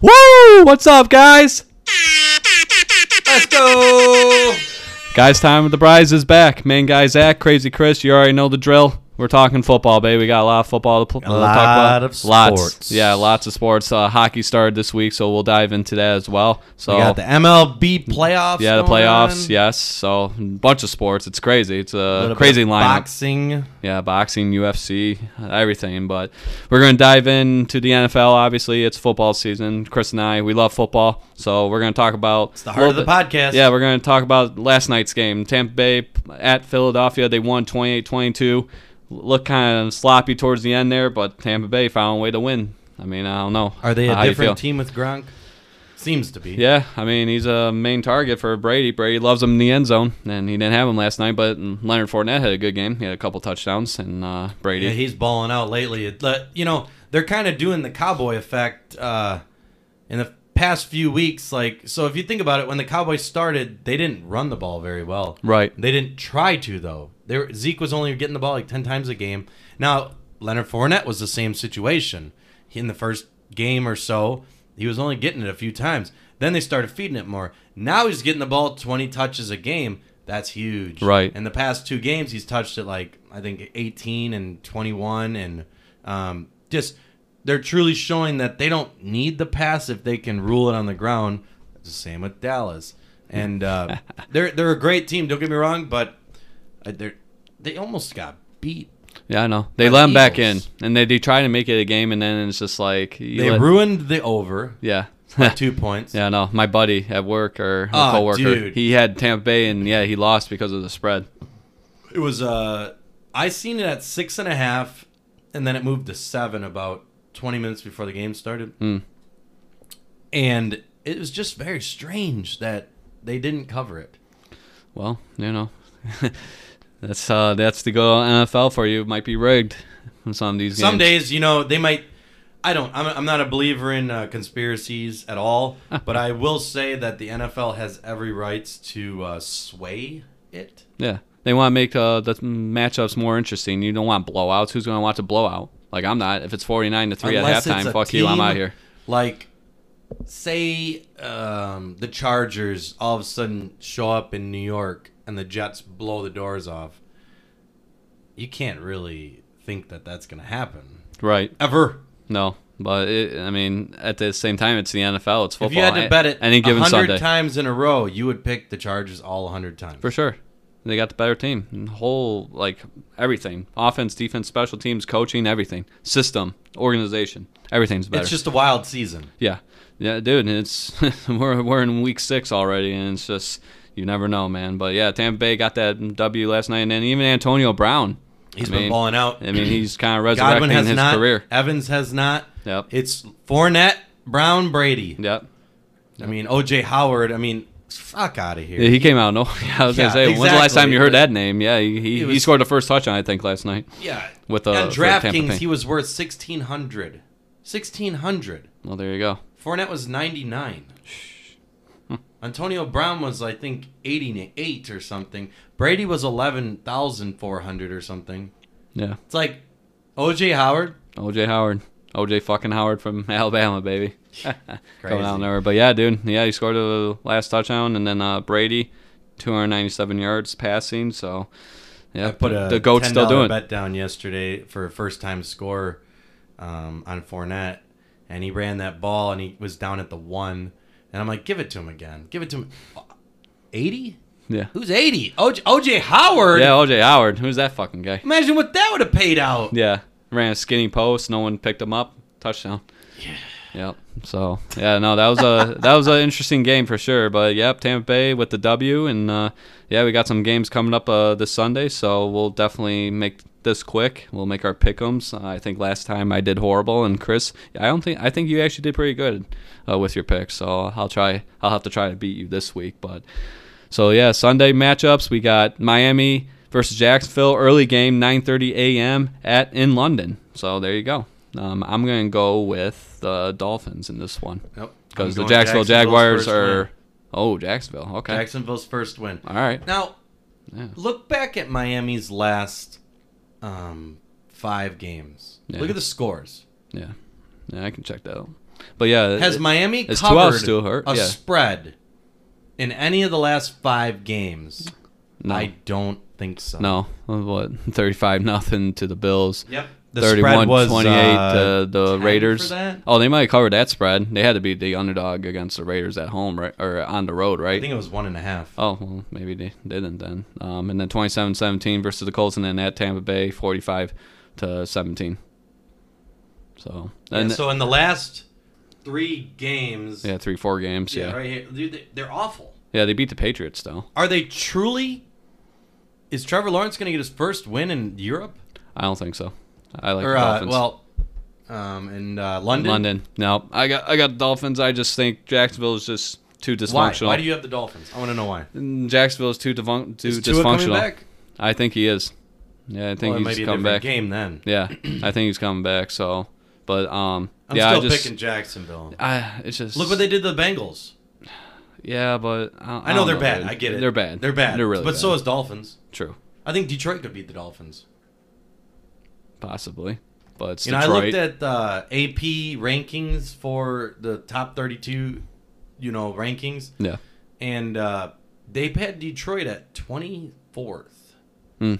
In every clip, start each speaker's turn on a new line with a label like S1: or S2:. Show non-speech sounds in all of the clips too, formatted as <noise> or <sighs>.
S1: Woo! What's up, guys? Let's go! Guys, time with the prize is back. Main guy Zach, Crazy Chris, you already know the drill. We're talking football, baby. We got a lot of football to pl- uh,
S2: lot
S1: talk about.
S2: of
S1: Lots.
S2: sports.
S1: Yeah, lots of sports. Uh, hockey started this week, so we'll dive into that as well. So
S2: We got the MLB playoffs.
S1: Oh. yeah, the
S2: going
S1: playoffs.
S2: on.
S1: Yes, so bunch of sports. It's crazy. It's
S2: Little
S1: a
S2: bit
S1: crazy
S2: of
S1: lineup.
S2: Boxing.
S1: Yeah, boxing, UFC, everything. But we're going to dive into the NFL. Obviously, it's football season. Chris and I, we love football. So we're going to talk about. It's
S2: the heart of the podcast.
S1: Yeah, we're going to talk about last night's game. Tampa Bay at Philadelphia, they won 28 22. Looked kind of sloppy towards the end there, but Tampa Bay found a way to win. I mean, I don't know.
S2: Are they a
S1: how you feel.
S2: different team with Gronk? Seems to be.
S1: Yeah, I mean he's a main target for Brady. Brady loves him in the end zone, and he didn't have him last night. But Leonard Fournette had a good game. He had a couple touchdowns, and uh, Brady.
S2: Yeah, he's balling out lately. It, le- you know, they're kind of doing the cowboy effect uh, in the past few weeks. Like, so if you think about it, when the Cowboys started, they didn't run the ball very well.
S1: Right.
S2: They didn't try to though. They were, Zeke was only getting the ball like ten times a game. Now Leonard Fournette was the same situation. He- In the first game or so, he was only getting it a few times. Then they started feeding it more. Now he's getting the ball twenty touches a game. That's huge.
S1: Right.
S2: In the past two games, he's touched it like I think eighteen and twenty-one, and um, just they're truly showing that they don't need the pass if they can rule it on the ground. It's the same with Dallas, and
S1: <laughs>
S2: uh, they're they're a great team. Don't get me wrong, but uh, they're they almost got beat.
S1: Yeah, I know. They
S2: By
S1: let
S2: the
S1: him back in,
S2: Eagles.
S1: and they, they try to make it a game, and then it's just like you
S2: They
S1: let-
S2: ruined the over <laughs>
S1: Yeah, <laughs>
S2: two points.
S1: yeah. No, my buddy at work or a
S2: Aw,
S1: coworker,
S2: Ah, dude.
S1: he had Tampa Bay, and yeah, he lost because of the spread.
S2: It was uh I seen it at six and a half and then it moved to seven about twenty minutes before the game started. And it was just very strange that they didn't cover it.
S1: Well, you know, <laughs> that's uh, that's the go NFL for you. Might be rigged in some of these
S2: Some
S1: games.
S2: days, you know, they might. I don't. I'm, I'm not a believer in uh, conspiracies at all, but I will say that the NFL has every rights to uh, sway it.
S1: Yeah, they want to make uh, the matchups more interesting. You don't want blowouts. Who's going to watch a blowout? Like I'm not. If it's 49 to three at
S2: Unless it's
S1: halftime,
S2: a
S1: fuck you. I'm
S2: team
S1: out here.
S2: Like, say um, the Chargers all of a sudden show up in New York and the Jets blow the doors off. You can't really think that that's going to happen
S1: Right.
S2: ever.
S1: No. But it, I mean, at the same time, it's the NFL. It's football.
S2: If you had to bet it
S1: any given
S2: 100
S1: Sunday,
S2: times in a row, you would pick the Chargers all 100 times.
S1: For sure. They got the better team. And the Whole like everything. Offense, defense, special teams, coaching, everything. System, organization. Everything's better.
S2: It's just a wild season.
S1: yeah. Yeah, dude, it's <laughs> we're we're in week 6 already and it's just you never know, man. But yeah, Tampa Bay got that W last night and then even Antonio Brown.
S2: He's
S1: I
S2: been
S1: mean,
S2: balling out.
S1: I mean, he's kind of resurrecting
S2: Godwin has
S1: his
S2: not.
S1: career.
S2: Evans has not.
S1: Yep.
S2: It's Fournette, Brown, Brady.
S1: Yep.
S2: I mean, OJ Howard. I mean, fuck out of here.
S1: Yeah, he came out. No, <laughs> I was
S2: Yeah,
S1: gonna say, when's the last time
S2: exactly.
S1: you heard that name? Yeah, he he,
S2: It
S1: he
S2: was-
S1: scored the first touchdown I think last night.
S2: yeah.
S1: With, uh,
S2: on
S1: for Tampa Bay.
S2: DraftKings, he was worth sixteen hundred. Sixteen hundred.
S1: Well, there you go.
S2: Fournette was ninety nine.
S1: <laughs>
S2: Antonio Brown was, I think, eighty eight or something. Brady was eleven thousand four hundred or something.
S1: Yeah.
S2: It's like OJ Howard.
S1: OJ Howard. OJ fucking Howard from <laughs> Alabama, baby. Coming out
S2: Crazy.
S1: there. But yeah, dude. Yeah, he scored the last touchdown. And then uh, Brady, 297 yards passing. So, yeah,
S2: I put a
S1: the GOAT's still
S2: $10
S1: doing it.
S2: bet down yesterday for a first time score um, on Fournette, and he ran that ball and he was down at the one, and I'm like, give it to him again, give it to him. Eighty?
S1: Yeah.
S2: Who's eighty? OJ Howard.
S1: Yeah, OJ Howard. Who's that fucking guy?
S2: Imagine what that would have paid out.
S1: Yeah. Ran a skinny post. No one picked him up. Touchdown. Yeah. Yep. So yeah, no, that was a that was an interesting game for sure. But yep, Tampa Bay with the W, and uh, yeah, we got some games coming up uh, this Sunday, so we'll definitely make this quick. We'll make our pickems. Uh, I think last time I did horrible, and Chris, I don't think I think you actually did pretty good uh, with your picks. So I'll try. I'll have to try to beat you this week, but. So yeah, Sunday matchups. We got Miami versus Jacksonville early game, 9:30 a.m. at in London. So there you go. Um, I'm gonna go with the Dolphins in this one
S2: Nope.
S1: because the
S2: I'm going
S1: Jacksonville
S2: Jacksonville's
S1: Jaguars
S2: first
S1: are.
S2: win.
S1: Oh, Jacksonville. Okay.
S2: Jacksonville's first win.
S1: All right.
S2: Now,
S1: Yeah.
S2: look back at Miami's last um, five games.
S1: Yeah.
S2: Look at the scores.
S1: Yeah. Yeah, I can check that out. But yeah,
S2: Has
S1: it-
S2: Miami
S1: Is
S2: covered
S1: 12 still hurt?
S2: a
S1: Yeah.
S2: spread in any of the last five games?
S1: no,
S2: I don't think so.
S1: no, what <laughs> thirty-five nothing to the Bills.
S2: Yep. The
S1: Thirty-one
S2: spread was
S1: twenty-eight
S2: uh,
S1: to the
S2: 10 for
S1: Raiders.
S2: that?
S1: Oh, they might have covered that spread. They had to be the underdog against the Raiders at home, right, or on the road,
S2: I
S1: right?
S2: think it was one and a half.
S1: Oh, well, maybe they didn't then. Um, and then 27-17 versus the Colts, and then at Tampa Bay, forty-five to seventeen. So
S2: Yeah,
S1: and yeah,
S2: so in the last three games,
S1: three, four games. Yeah,
S2: yeah, right here, dude, they- they're awful.
S1: yeah, they beat the Patriots though.
S2: Are they truly? Is Trevor Lawrence going to get his first win in Europe?
S1: I don't think so. I like
S2: or
S1: the
S2: uh,
S1: Dolphins.
S2: well, um, in uh, London.
S1: London. No, I got I got Dolphins. I just think Jacksonville is just too
S2: Why?
S1: dysfunctional.
S2: Why do you have the Dolphins? I want to know why.
S1: Mm, Jacksonville is too, devon- too
S2: Is Tua coming
S1: dysfunctional.
S2: back?
S1: I think he is. Yeah, I think
S2: Well, it might be
S1: he's
S2: a
S1: coming
S2: different
S1: back.
S2: game then.
S1: Yeah, I think he's coming back. So, but um,
S2: I'm
S1: yeah,
S2: still
S1: I just
S2: picking Jacksonville.
S1: I it's just
S2: Look what they did to the Bengals.
S1: yeah, but I,
S2: I know
S1: don't
S2: they're bad.
S1: dude.
S2: I get it.
S1: They're bad.
S2: They're bad.
S1: They're really
S2: But
S1: bad.
S2: so is Dolphins.
S1: true,
S2: I think Detroit could beat the Dolphins.
S1: possibly. But it's
S2: You know,
S1: Detroit.
S2: I looked at uh, AP rankings for the top 32, you know, rankings,
S1: yeah.
S2: and uh, they had Detroit at 24th
S1: Hmm.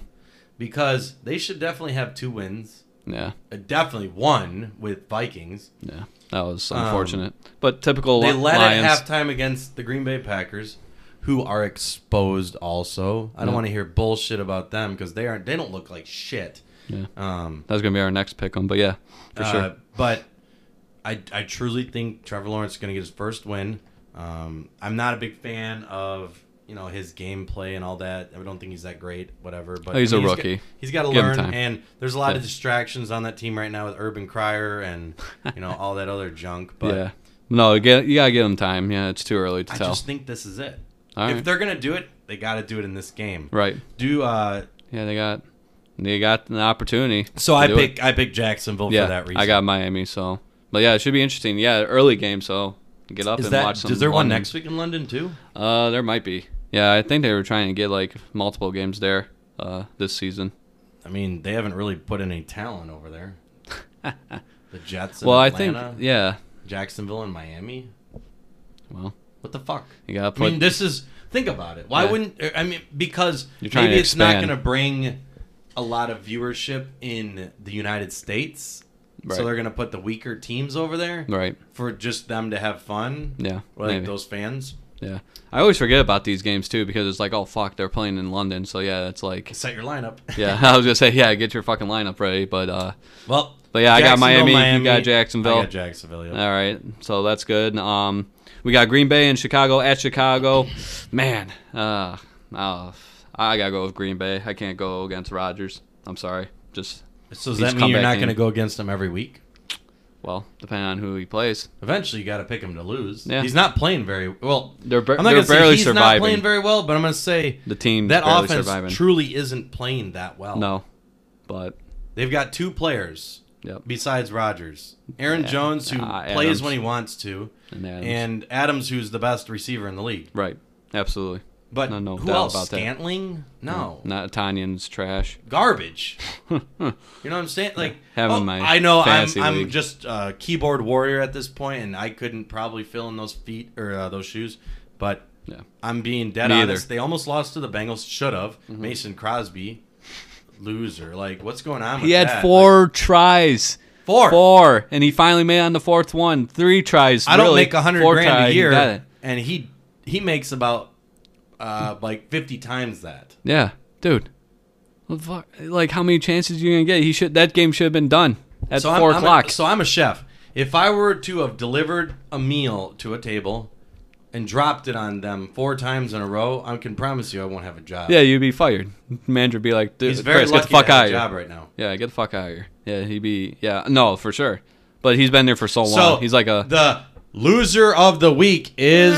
S2: because they should definitely have two wins,
S1: Yeah,
S2: uh, definitely one with Vikings.
S1: yeah, that was
S2: Um,
S1: unfortunate, but typical
S2: They
S1: Li-
S2: led
S1: Lions.
S2: at halftime against the Green Bay Packers, who are exposed. Also, I don't
S1: Yeah.
S2: want to hear bullshit about them because they aren't. They don't look like shit.
S1: Yeah.
S2: Um,
S1: That was gonna be our next pick 'em, but yeah, for sure.
S2: Uh, but I, I truly think Trevor Lawrence is going to get his first win. Um, I'm not a big fan of you know his gameplay and all that. I don't think he's that great. Whatever, but
S1: Oh, he's
S2: I mean,
S1: a
S2: got-
S1: rookie.
S2: He's got to
S1: Give him
S2: learn,
S1: time.
S2: and there's a lot
S1: Yeah.
S2: of distractions on that team right now with Urban Crier and
S1: <laughs>
S2: you know all that other junk. But
S1: yeah. No, get, you gotta give them time. Yeah, it's too early to
S2: I
S1: tell.
S2: just think this is it.
S1: All
S2: if
S1: right.
S2: they're gonna do it, they got to do it in this game.
S1: right.
S2: Do uh,
S1: Yeah, they got they got an opportunity.
S2: so
S1: to
S2: I
S1: do it.
S2: pick I pick Jacksonville
S1: yeah,
S2: for that reason.
S1: I got Miami. So, but yeah, it should be interesting. Yeah, early game. So get up
S2: Is
S1: and
S2: that
S1: watch some.
S2: is there one
S1: London.
S2: next week in London too?
S1: Uh, there might be. Yeah, I think they were trying to get like multiple games there. Uh, this season.
S2: I mean, they haven't really put any talent
S1: <laughs>
S2: over there. the Jets. And
S1: well, I
S2: Atlanta,
S1: think yeah.
S2: Jacksonville and Miami.
S1: Well,
S2: What the fuck?
S1: you gotta
S2: I
S1: put.
S2: mean, this is. Think about it. Why
S1: Yeah.
S2: wouldn't er, I mean? Because
S1: You're trying
S2: maybe
S1: to
S2: it's not
S1: expand.
S2: going to bring a lot of viewership in the United States,
S1: Right.
S2: so they're going to put the weaker teams over there
S1: right.
S2: for just them to have fun.
S1: Yeah.
S2: like
S1: maybe.
S2: those fans.
S1: Yeah. I always forget about these games too because it's like, oh fuck, they're playing in London. So yeah, it's like.
S2: Set your lineup. <laughs>
S1: Yeah, <laughs> I was gonna say yeah, get your fucking lineup ready, but uh,
S2: well,
S1: But yeah, I got
S2: Jacksonville,
S1: Miami, you got Jacksonville.
S2: I got Jacksonville. Yep.
S1: All right, so that's good. Um, we got Green Bay and Chicago at Chicago. Man, uh, uh, I gotta go with Green Bay. I can't go against Rodgers. I'm sorry. Just
S2: so
S1: He's
S2: does that mean you're
S1: comeback
S2: not
S1: game.
S2: going to go against them every week?
S1: well, depending on who he plays,
S2: Eventually, you got to pick him to lose.
S1: Yeah.
S2: He's not playing very well.
S1: they're bar-
S2: I'm not
S1: they're
S2: gonna
S1: barely
S2: say he's
S1: surviving.
S2: not playing very well, but I'm gonna say
S1: the team
S2: that
S1: barely
S2: offense
S1: surviving.
S2: truly isn't playing that well.
S1: No, but
S2: they've got two players
S1: yep.
S2: besides Rodgers, Aaron
S1: Yeah.
S2: Jones, who
S1: Ah,
S2: plays
S1: Adams.
S2: when he wants to,
S1: And Adams.
S2: and Adams, who's the best receiver in the league.
S1: right, absolutely.
S2: But
S1: No, no
S2: who
S1: doubt
S2: else?
S1: about that.
S2: Scantling? No,
S1: Not Tanyan's trash. <laughs>
S2: garbage. You know what I'm saying? Like,
S1: Having
S2: oh,
S1: my
S2: I know I'm,
S1: fantasy
S2: I'm
S1: league.
S2: just a keyboard warrior at this point, and I couldn't probably fill in those feet or uh, those shoes, but
S1: Yeah.
S2: I'm being dead
S1: Me either. Mm-hmm.
S2: honest. They almost lost to the Bengals. Should have. Mason Crosby, loser. Like, what's going on? With
S1: He had
S2: that?
S1: four tries.
S2: Like, four.
S1: Four, and he finally made it on the fourth one. Three tries.
S2: I don't
S1: really.
S2: make a hundred
S1: Four
S2: grand
S1: tries,
S2: a
S1: you got it.
S2: year, and he he makes about uh, like fifty times that.
S1: Yeah, dude. What the fuck? Like, how many chances are you gonna get? He should. That game should have been done at
S2: so
S1: four
S2: I'm,
S1: o'clock.
S2: I'm a, so I'm a chef. If I were to have delivered a meal to a table and dropped it on them four times in a row, I can promise you I won't have a job.
S1: yeah, you'd be fired. Manager would be like, dude,
S2: he's very
S1: Chris,
S2: lucky
S1: get the fuck
S2: to have
S1: out
S2: a
S1: of
S2: job
S1: here.
S2: right now.
S1: Yeah, get the fuck out of here. Yeah, he'd be. Yeah, no, for sure. But he's been there for so,
S2: So
S1: long. He's like a.
S2: the loser of the week is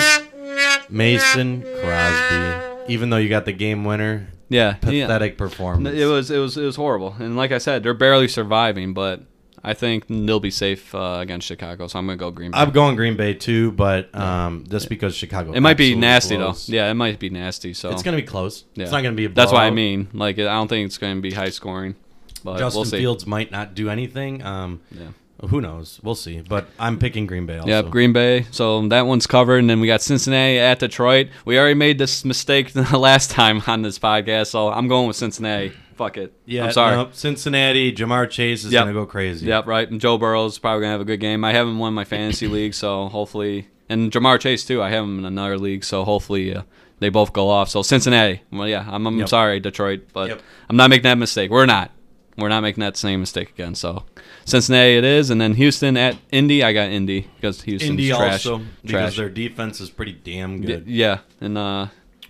S2: Mason Crosby. Even though you got the game winner,
S1: yeah, yeah.
S2: pathetic performance.
S1: It was it was it was horrible. And like I said, they're barely surviving. But I think they'll be safe uh, against Chicago. So I'm gonna go Green Bay.
S2: I'm going Green Bay too, but um, just because Chicago.
S1: it might be
S2: absolutely
S1: nasty
S2: blows.
S1: though. Yeah, it might be nasty. So
S2: it's gonna be close.
S1: Yeah.
S2: It's not gonna be. A
S1: That's what I
S2: blowout.
S1: mean. Like, I don't think it's gonna be high scoring. But
S2: Justin
S1: we'll see.
S2: Fields might not do anything. Um,
S1: Yeah.
S2: Who knows? We'll see. But I'm picking Green Bay. Also.
S1: Yep, Green Bay. So that one's covered, and then we got Cincinnati at Detroit. We already made this mistake <laughs> the last time on this podcast, so I'm going with Cincinnati. Fuck it.
S2: Yeah,
S1: I'm sorry.
S2: nope. Cincinnati. Jamar Chase is
S1: Yep.
S2: gonna go crazy.
S1: Yep, right. And Joe Burrow's probably gonna have a good game. I haven't won my
S2: <coughs>
S1: fantasy league, so hopefully, and Jamar Chase too. I have him in another league, so hopefully uh, they both go off. So Cincinnati. Well, yeah, I'm, I'm
S2: Yep.
S1: sorry, Detroit, but
S2: Yep.
S1: I'm not making that mistake. We're not. We're not making that same mistake again. So Cincinnati it is, and then Houston at Indy. I got Indy because Houston's
S2: Indy
S1: trash.
S2: also because
S1: trash.
S2: their defense is pretty damn
S1: Y-
S2: good.
S1: Yeah, and uh, I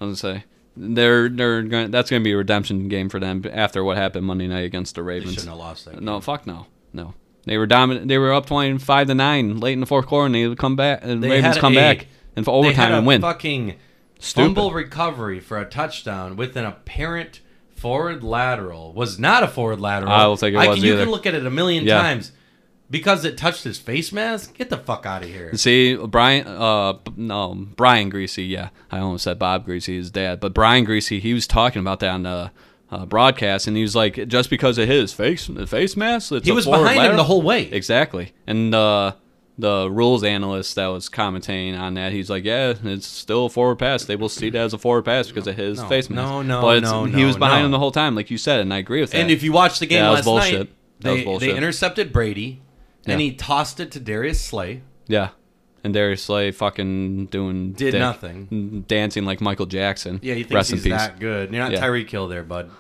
S1: was gonna say they're they're going that's gonna be a redemption game for them after what happened Monday night against the
S2: They
S1: Ravens.
S2: shouldn't have lost that.
S1: No, fuck no, no. They were dominant. They were up twenty five to nine late in the fourth quarter, and they would come back. And
S2: They
S1: Ravens
S2: had
S1: come
S2: a-
S1: back and for
S2: they had
S1: overtime
S2: a
S1: and win.
S2: Fucking
S1: Stupid.
S2: fumble recovery for a touchdown with an apparent forward lateral was not a forward lateral.
S1: I don't think it
S2: I
S1: was
S2: can, You
S1: either.
S2: can look at it a million
S1: Yeah.
S2: times because it touched his face mask. Get the fuck out of here.
S1: See, Brian, uh, b- no, Brian Greasy. Yeah, I almost said Bob Greasy, his dad, but Brian Greasy. He was talking about that on the uh, broadcast, and he was like, just because of his face, face mask, it's
S2: He
S1: a
S2: was
S1: forward
S2: behind him
S1: lateral.
S2: the whole way.
S1: Exactly. And uh, the rules analyst that was commenting on that, he's like, yeah, it's still a forward pass. They will see it as a forward pass because of his
S2: No,
S1: face mask.
S2: no, no,
S1: but it's-
S2: no,
S1: He
S2: no,
S1: was behind
S2: no.
S1: him the whole time, like you said, and I agree with that.
S2: And if you watch the game
S1: Yeah, that
S2: last
S1: was bullshit.
S2: night,
S1: That was
S2: they,
S1: bullshit.
S2: they intercepted Brady, and
S1: Yeah.
S2: he tossed it to Darius Slay.
S1: yeah. And Darius Slay fucking doing
S2: Did nothing.
S1: dancing like Michael Jackson.
S2: Yeah, he thinks
S1: Rest
S2: he's
S1: in peace.
S2: that good. You're not
S1: Yeah.
S2: Tyreek Hill there, bud.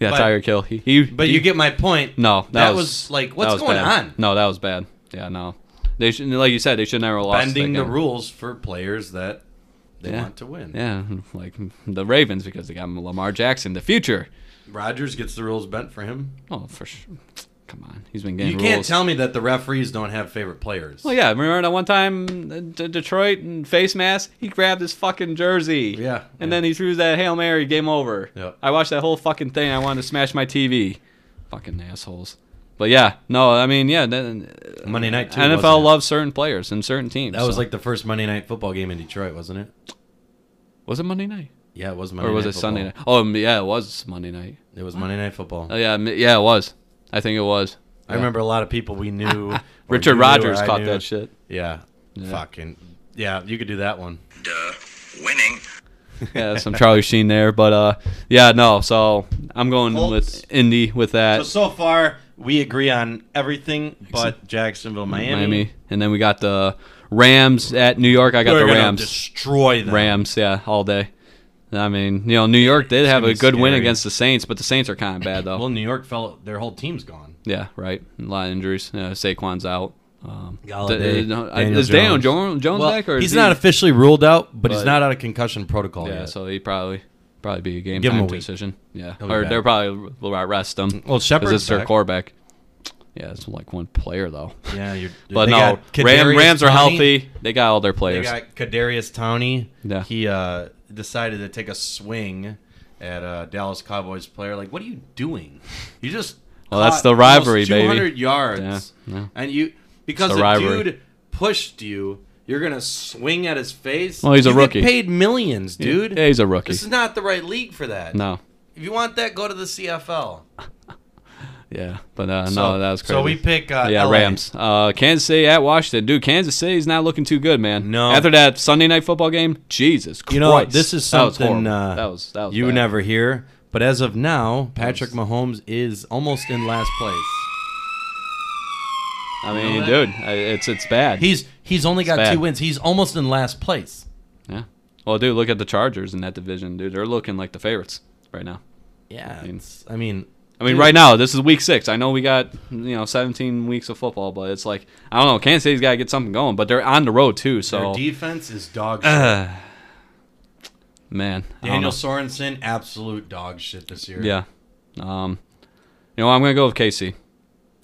S1: Yeah,
S2: But-
S1: Tyreek Hill. He, he
S2: But
S1: he-
S2: you get my point.
S1: no. That,
S2: that
S1: was,
S2: was like,
S1: that
S2: what's
S1: was
S2: going
S1: bad.
S2: on?
S1: No, that was bad. Yeah, no. They should, like you said, they should never have lost.
S2: bending
S1: that
S2: the
S1: game.
S2: rules for players that they
S1: Yeah.
S2: want to win.
S1: Yeah, <laughs> like the Ravens because they got Lamar Jackson, the future.
S2: Rodgers gets the rules bent for him.
S1: Oh, for sure. Come on, he's been
S2: You
S1: getting
S2: can't
S1: rules.
S2: tell me that the referees don't have favorite players.
S1: Well, yeah, remember that one time uh, D- Detroit and face mask? He grabbed his fucking jersey.
S2: Yeah,
S1: And
S2: yeah.
S1: then he threw that Hail Mary game over.
S2: Yep.
S1: I watched that whole fucking thing. I wanted to smash my TV. Fucking assholes. But yeah, no, I mean, yeah, then,
S2: Monday night too.
S1: NFL
S2: wasn't it?
S1: loves certain players and certain teams.
S2: That was
S1: so-
S2: like the first Monday night football game in Detroit, wasn't it?
S1: was it Monday night
S2: Yeah, it was Monday.
S1: or was
S2: night
S1: it
S2: football.
S1: Sunday night? Oh, um, yeah, it was Monday night.
S2: It was Monday night football.
S1: Oh yeah, m- yeah, it was. I think it was.
S2: I
S1: Yeah.
S2: remember a lot of people
S1: <laughs>
S2: we knew. or you
S1: Richard
S2: knew
S1: Rodgers
S2: or I
S1: caught
S2: knew.
S1: that shit.
S2: Yeah.
S1: Yeah.
S2: Fucking. Yeah, you could do that one.
S3: Duh. Winning.
S1: yeah, some Charlie Sheen there, but uh, yeah, no. So I'm going
S2: Colts.
S1: with Indy with that.
S2: So so far we agree on everything but Jacksonville, Miami.
S1: and then we got the Rams at New York. I got
S2: We're
S1: the
S2: gonna
S1: Rams.
S2: Destroy them.
S1: Rams, yeah, all day. I mean, you know, New York did
S2: It's
S1: have
S2: gonna
S1: a
S2: be
S1: good win
S2: scary.
S1: against the Saints, but the Saints are kind of bad though.
S2: Well, New York fell. Their whole team's gone.
S1: yeah, right. A lot of injuries. Yeah, Saquon's out. Um,
S2: Galladay,
S1: d- no, I-
S2: Daniel
S1: is Daniel
S2: Jones.
S1: Jones, Jones
S2: Well,
S1: back or
S2: he's
S1: is he-
S2: not officially ruled out, but, he's
S1: But-
S2: not out of concussion protocol
S1: yeah,
S2: yet.
S1: so he probably probably be a game
S2: Give him
S1: time
S2: a week.
S1: decision. Yeah,
S2: He'll be
S1: or
S2: back.
S1: they're probably will rest him.
S2: Well, Shepard's
S1: it's their
S2: back.
S1: quarterback. Yeah, it's like one player though.
S2: yeah, you're,
S1: But
S2: they
S1: no,
S2: got
S1: Ram,
S2: Kadarius
S1: Rams are
S2: Toney.
S1: healthy. They got all their
S2: They
S1: players.
S2: got Kadarius Tony.
S1: Yeah.
S2: He uh, decided to take a swing at a Dallas Cowboys player. Like, what are you doing? You just
S1: Well, that's
S2: caught
S1: the rivalry,
S2: almost
S1: baby.
S2: 200 yards,
S1: Yeah, yeah.
S2: and you because
S1: the
S2: the
S1: rivalry.
S2: dude pushed you. You're gonna swing at his face.
S1: Well, he's a
S2: You get
S1: rookie.
S2: paid millions, dude.
S1: yeah, he's a rookie.
S2: This is not the right league for that.
S1: no,
S2: If you want that, go to the CFL.
S1: yeah, but uh,
S2: so,
S1: no, that was crazy.
S2: So we pick. Uh,
S1: yeah,
S2: LA.
S1: Rams. Uh, Kansas City at Washington. Dude, Kansas City's not looking too good, man.
S2: No.
S1: After that Sunday night football game, Jesus Christ.
S2: You know, this is
S1: That was,
S2: something
S1: horrible.
S2: uh,
S1: that was, that was
S2: you
S1: bad.
S2: never hear. But as of now, Patrick Mahomes is almost in last place.
S1: I
S2: know
S1: mean,
S2: that?
S1: dude, I- it's it's bad.
S2: He's he's only got
S1: bad.
S2: two wins. He's almost in last place.
S1: yeah. Well, dude, look at the Chargers in that division, dude. They're looking like the favorites right now.
S2: Yeah,
S1: mean-
S2: it's- I mean,
S1: I mean,
S2: Dude.
S1: right now, this is week six. I know we got you know 17 weeks of football, but it's like I don't know. Kansas City's got to get something going, but they're on the road too. So <sighs>
S2: their defense is dog shit.
S1: Uh, man, I don't
S2: Daniel
S1: know.
S2: Sorensen, absolute dog shit this year.
S1: Yeah, um, you know what? I'm gonna go with Casey.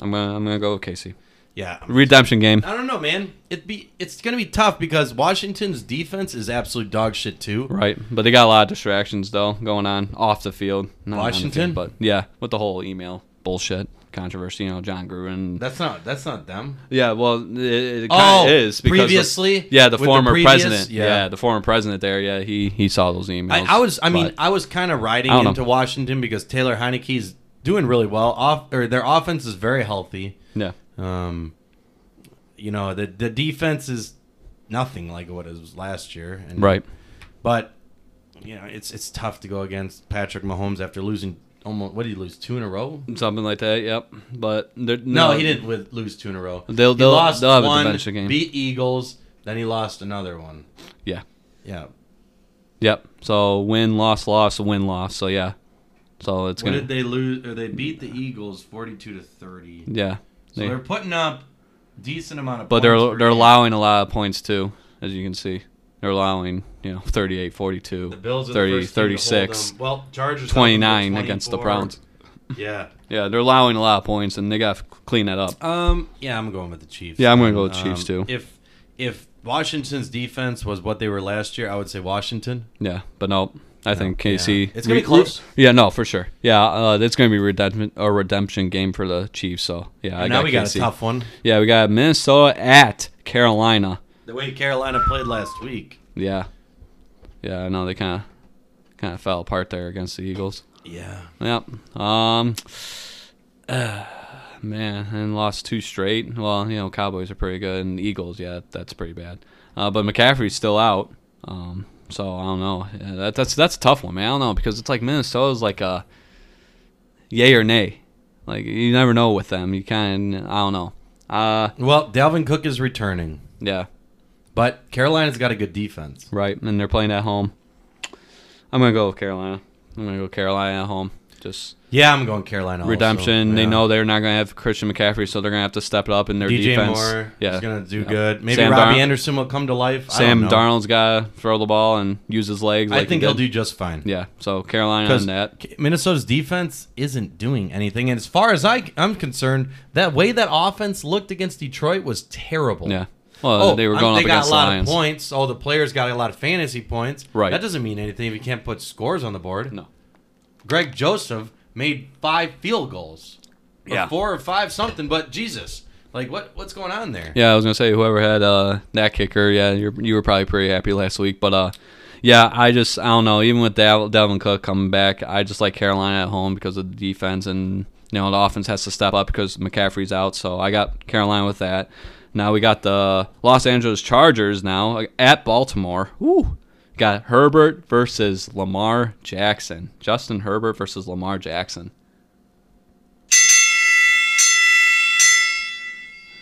S1: I'm gonna I'm gonna go with Casey.
S2: yeah.
S1: Redemption game,
S2: I don't know, man. It be it's gonna be tough because Washington's defense is absolute dog shit too.
S1: right? But they got a lot of distractions though going on off the field. Not on the field,
S2: Washington?
S1: but yeah, with the whole email bullshit controversy. You know, John Gruden.
S2: That's not that's not them.
S1: Yeah, well, it, it
S2: Oh,
S1: kind of is because the-
S2: previously?
S1: yeah, the
S2: With the
S1: former
S2: previous?
S1: president, yeah.
S2: Yeah.
S1: the former president there, yeah, he he saw those emails.
S2: I, I was, I mean,
S1: but-
S2: I was kind of riding
S1: I don't know.
S2: into Washington because Taylor Heineke's doing really well. Off or their offense is very healthy.
S1: yeah,
S2: Um, you know, the the defense is nothing like what it was last year. And,
S1: Right.
S2: But you know, it's it's tough to go against Patrick Mahomes after losing almost. What did he lose? Two in a row?
S1: Something like that. Yep. But they're-
S2: No, he didn't with, lose two in a row.
S1: They'll-
S2: he
S1: they'll-
S2: lost
S1: they'll have a
S2: one,
S1: dimension game.
S2: beat Eagles, then he lost another one.
S1: Yeah.
S2: Yeah.
S1: Yep. So win, loss, loss, win, loss. So yeah. So it's
S2: What
S1: gonna.
S2: did they lose? Or they beat the Eagles forty-two to thirty.
S1: yeah.
S2: So
S1: They-
S2: they're putting up decent amount of.
S1: but they're
S2: points per
S1: they're
S2: game.
S1: allowing a lot of points too, as you can see. They're allowing you know 38,
S2: The
S1: 42,
S2: Bills are
S1: 30,
S2: the first team to hold
S1: 36,
S2: them. Well, Chargers
S1: 29 against the Browns.
S2: Yeah.
S1: Yeah, they're allowing a lot of points, and they got to clean that up.
S2: Um. Yeah, I'm going with the Chiefs. Um,
S1: Yeah, I'm gonna go with Chiefs, too.
S2: If if Washington's defense was what they were last year, I would say Washington.
S1: Yeah, but no, I think
S2: Yeah.
S1: KC.
S2: It's gonna be
S1: re-
S2: close.
S1: Yeah, no, for sure. Yeah, uh, it's gonna be redemption a redemption game for the Chiefs. So yeah, I
S2: And now
S1: got
S2: we got
S1: KC.
S2: a tough one.
S1: Yeah, we got Minnesota at Carolina.
S2: The way Carolina played last week.
S1: Yeah, yeah, I know they kind of kind of fell apart there against the Eagles.
S2: Yeah.
S1: Yep. Um, <sighs> uh, man, and lost two straight. Well, you know, Cowboys are pretty good, and Eagles, yeah, that's pretty bad. Uh, but McCaffrey's still out. Um, so I don't know. Yeah, that, that's that's a tough one, man. I don't know because it's like Minnesota's like a yay or nay. Like you never know with them. You kind of I don't know. Uh,
S2: Well, Dalvin Cook is returning,
S1: yeah,
S2: but Carolina's got a good defense.
S1: right. And they're playing at home. I'm gonna go with Carolina. I'm gonna go Carolina at home. Just
S2: Yeah, I'm going Carolina. also.
S1: redemption. They
S2: Oh, Yeah.
S1: know they're not going to have Christian McCaffrey, so they're going to have to step it up in their
S2: DJ
S1: defense.
S2: Moore
S1: yeah,
S2: is going to do
S1: Yeah.
S2: good. Maybe
S1: Sam
S2: Robbie
S1: Darn-
S2: Anderson will come to life.
S1: Sam
S2: I don't know.
S1: Darnold's got to throw the ball and use his legs. Like
S2: I think
S1: he
S2: he'll
S1: did.
S2: do just fine.
S1: Yeah, so Carolina
S2: Because
S1: on that.
S2: Minnesota's defense isn't doing anything. And as far as I, I'm concerned, that way that offense looked against Detroit was terrible.
S1: Yeah. Well,
S2: Oh,
S1: they were
S2: um,
S1: going
S2: they
S1: up
S2: got
S1: against
S2: a lot
S1: the Lions.
S2: of points. All the players got a lot of fantasy points.
S1: Right.
S2: That doesn't mean anything if you can't put scores on the board.
S1: No.
S2: Greg Joseph made five field goals. Or
S1: Yeah.
S2: Four or five something, but Jesus. Like what what's going on there?
S1: Yeah, I was gonna say whoever had uh, that kicker, yeah, you're, you were probably pretty happy last week, but uh, yeah, I just I don't know. Even with Dal- Dalvin Cook coming back, I just like Carolina at home because of the defense, and you know the offense has to step up because McCaffrey's out. So I got Carolina with that. Now we got the Los Angeles Chargers now uh, at Baltimore. Woo. Got Herbert versus Lamar Jackson. Justin Herbert versus Lamar Jackson.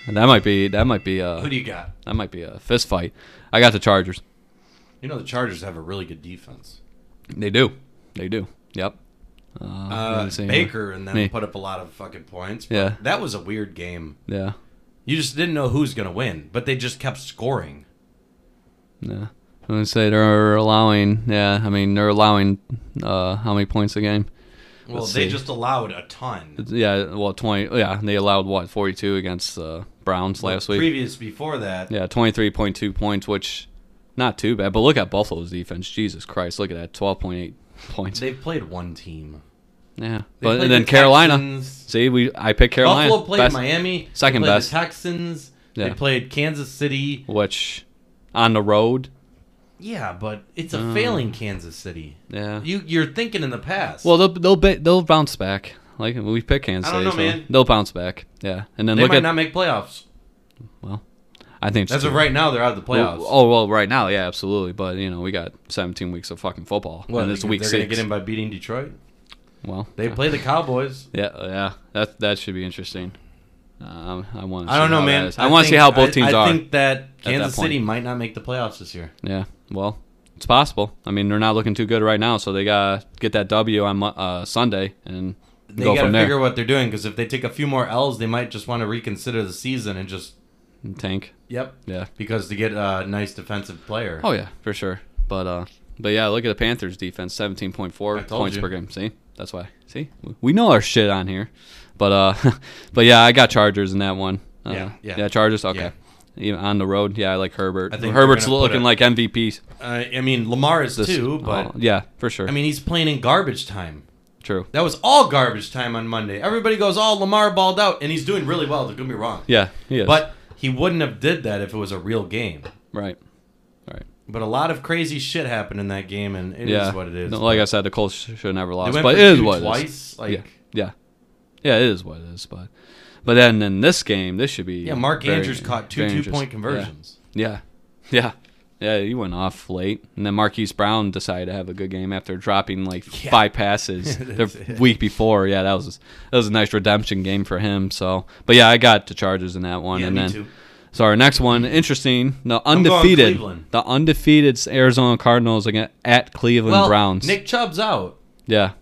S1: And that might be that might be
S2: Who
S1: uh
S2: do you got?
S1: that might be a fist fight. I got the Chargers.
S2: You know the Chargers have a really good defense.
S1: They do. They do. Yep. Uh,
S2: Uh,
S1: let's see.
S2: Baker and them
S1: Me.
S2: put up a lot of fucking points. but
S1: Yeah.
S2: That was a weird game.
S1: Yeah.
S2: You just didn't know who's gonna win, but they just kept scoring.
S1: Yeah. I'm gonna say they're allowing. Yeah. I mean, they're allowing. Uh, how many points a game?
S2: Well,
S1: Let's
S2: they
S1: see.
S2: just allowed a ton.
S1: Yeah. Well, twenty. Yeah. They allowed what? Forty-two against uh, Browns last week.
S2: Previous before that,
S1: yeah. Twenty-three point two points, which not too bad. But look at Buffalo's defense. Jesus Christ! Look at that. Twelve point eight <laughs> points.
S2: they've played one team.
S1: yeah.
S2: They
S1: But
S2: played
S1: and then
S2: the
S1: Carolina.
S2: Texans.
S1: See, we I picked Carolina.
S2: Buffalo played
S1: Best-
S2: Miami.
S1: second
S2: they played
S1: best.
S2: The Texans.
S1: Yeah.
S2: They played Kansas City.
S1: Which, on the road.
S2: Yeah, but it's a
S1: Uh,
S2: failing Kansas City.
S1: Yeah.
S2: You you're thinking in the past.
S1: Well, they'll they'll ba- they'll bounce back. Like we pick Kansas
S2: I don't
S1: City,
S2: know,
S1: so
S2: man.
S1: they'll bounce back. Yeah, and then
S2: they
S1: look
S2: might
S1: at
S2: not make playoffs.
S1: I think it's
S2: As of
S1: too-
S2: right now, they're out of the playoffs.
S1: Well, oh well, right now, yeah, absolutely. But you know, we got 17 weeks of fucking football,
S2: What,
S1: and it's
S2: they're
S1: week
S2: gonna
S1: six.
S2: get in by beating Detroit.
S1: well,
S2: They
S1: yeah.
S2: play the Cowboys.
S1: Yeah, yeah, that that should be interesting. Um, I want.
S2: I don't know, man.
S1: I want to see how both
S2: I,
S1: teams
S2: I
S1: are.
S2: think that Kansas
S1: point.
S2: City might not make the playoffs this year.
S1: Yeah. Well, it's possible. I mean, they're not looking too good right now, so they gotta get that W on Mo- uh, Sunday and
S2: They
S1: go
S2: got to
S1: from there.
S2: figure what they're doing because if they take a few more L's, they might just want to reconsider the season and just
S1: And tank.
S2: yep
S1: Yeah.
S2: because to get a nice defensive player.
S1: Oh yeah, for sure. But uh, but yeah, look at the Panthers' defense, seventeen point four
S2: I told
S1: points
S2: you.
S1: per game. See, that's why. See, we know our shit on here. But uh, <laughs> but yeah, I got Chargers in that one. Uh,
S2: Yeah, yeah.
S1: Chargers. Okay.
S2: Yeah.
S1: Even on the road, yeah, I like Herbert.
S2: I think they're
S1: Herbert's
S2: gonna put
S1: looking
S2: a-
S1: like MVP.
S2: Uh, I mean Lamar is
S1: This,
S2: too, but
S1: oh, yeah, for sure.
S2: I mean he's playing in garbage time.
S1: True.
S2: That was all garbage time on Monday. Everybody goes, "Oh, Lamar balled out," and he's doing really well. Don't get me wrong,
S1: Yeah, he is.
S2: but he wouldn't have did that if it was a real game.
S1: right, right.
S2: But a lot of crazy shit happened in that game, and it is
S1: yeah,
S2: what it is.
S1: No, Like I said, the Colts should have never
S2: They
S1: lost,
S2: went
S1: but
S2: for
S1: it is
S2: two
S1: what it is.
S2: twice. Like
S1: yeah, yeah, yeah. It is what it is, but But then in this game, this should be
S2: Yeah, Mark
S1: very-
S2: Andrews caught two
S1: very
S2: two point
S1: interesting. Yeah.
S2: conversions.
S1: Yeah. Yeah. Yeah, he went off late. And then Marquise Brown decided to have a good game after dropping like
S2: <laughs> Yeah.
S1: five passes
S2: That's
S1: the
S2: it.
S1: week before. Yeah, that was that was a nice redemption game for him. So but yeah, I got the Chargers in that one.
S2: Yeah,
S1: and
S2: me
S1: then
S2: too.
S1: so our next one, interesting. The
S2: going
S1: undefeated
S2: Cleveland.
S1: the undefeated Arizona Cardinals again at Cleveland
S2: Well,
S1: Browns.
S2: Nick Chubb's out.
S1: yeah.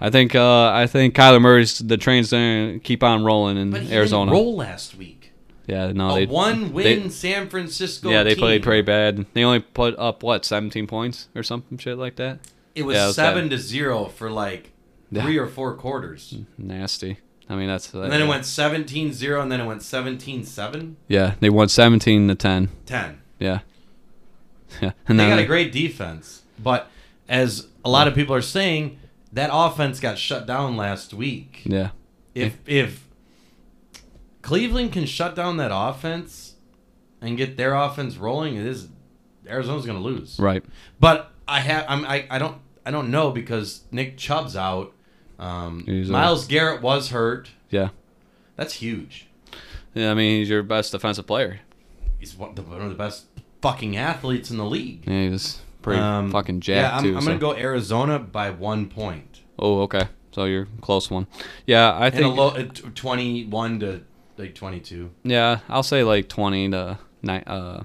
S1: I think uh, I think Kyler Murray's the train's gonna keep on rolling in
S2: But he
S1: Arizona.
S2: didn't roll last week.
S1: Yeah, no,
S2: a
S1: they
S2: one
S1: they-
S2: win San Francisco.
S1: yeah, they
S2: team.
S1: played pretty bad. They only put up what seventeen points or something shit like that.
S2: It was,
S1: yeah, it was
S2: seven
S1: bad.
S2: to zero for like
S1: Yeah. Hmm.
S2: three or four quarters.
S1: Nasty. I mean, that's
S2: And then it went 17-0, and then it went 17-7,
S1: Yeah, they won seventeen to ten.
S2: 10.
S1: Yeah, <laughs> yeah. And
S2: they
S1: then
S2: got a great defense, but as a lot of people are saying, that offense got shut down last week.
S1: yeah,
S2: If if Cleveland can shut down that offense and get their offense rolling, it is Arizona's going to lose.
S1: right.
S2: But I have I'm, I I don't I don't know because Nick Chubb's out. Um,
S1: He's out.
S2: Miles Garrett was hurt.
S1: Yeah,
S2: That's huge.
S1: yeah. I mean, he's your best defensive player.
S2: He's one of the, one of the best fucking athletes in the league.
S1: Yeah, he's pretty
S2: Um,
S1: fucking
S2: yeah,
S1: jacked
S2: I'm,
S1: too.
S2: I'm
S1: so-
S2: gonna go Arizona by one point.
S1: Oh, okay. So you're a close one. Yeah, I
S2: and a
S1: think.
S2: low, uh, t- 21 to like 22.
S1: yeah, I'll say like twenty to nine. Uh,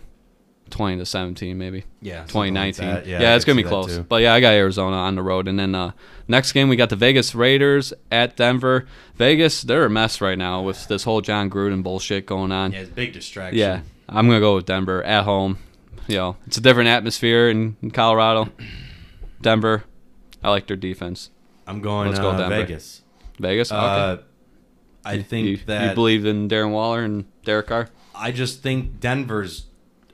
S1: twenty to seventeen, maybe.
S2: Yeah.
S1: 2019. yeah, it's gonna be close. But yeah, I got Arizona on the road, and then uh, next game we got the Vegas Raiders at Denver. Vegas, they're a mess right now with this whole John Gruden bullshit going on.
S2: Yeah,
S1: Yeah,
S2: it's a big distraction.
S1: I'm gonna go with Denver at home. You know, it's a different atmosphere in, in Colorado. <clears throat> Denver, I like their defense.
S2: I'm going
S1: Let's go
S2: uh,
S1: Denver.
S2: Vegas.
S1: Vegas, okay.
S2: Uh, I think
S1: you,
S2: that
S1: you believe in Darren Waller and Derek Carr.
S2: I just think Denver's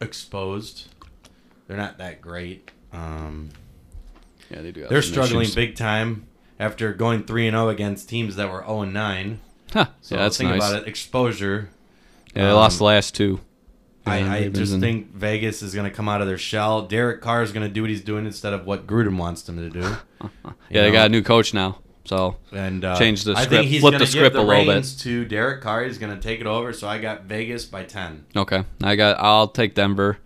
S2: exposed. They're not that great. Um,
S1: Yeah, they do. have
S2: they're
S1: some
S2: struggling
S1: issues.
S2: big time after going 3 and 0 against teams that were 0 and 9.
S1: Huh.
S2: So
S1: yeah, that's
S2: think
S1: nice.
S2: about it. Exposure.
S1: Yeah, they
S2: Um,
S1: lost the last two. Yeah,
S2: I, I
S1: they've
S2: just
S1: been-
S2: think Vegas is going to come out of their shell. Derek Carr is going to do what he's doing instead of what Gruden wants him
S1: <laughs>
S2: to do.
S1: Yeah, they
S2: know.
S1: got a new coach now. So
S2: and uh,
S1: Change the
S2: I
S1: script.
S2: think he's
S1: Flip
S2: gonna
S1: the script
S2: give
S1: a
S2: the
S1: little bit.
S2: reins to Derek Carr. He's going to take it over. So I got Vegas by ten.
S1: Okay, I got. I'll take Denver.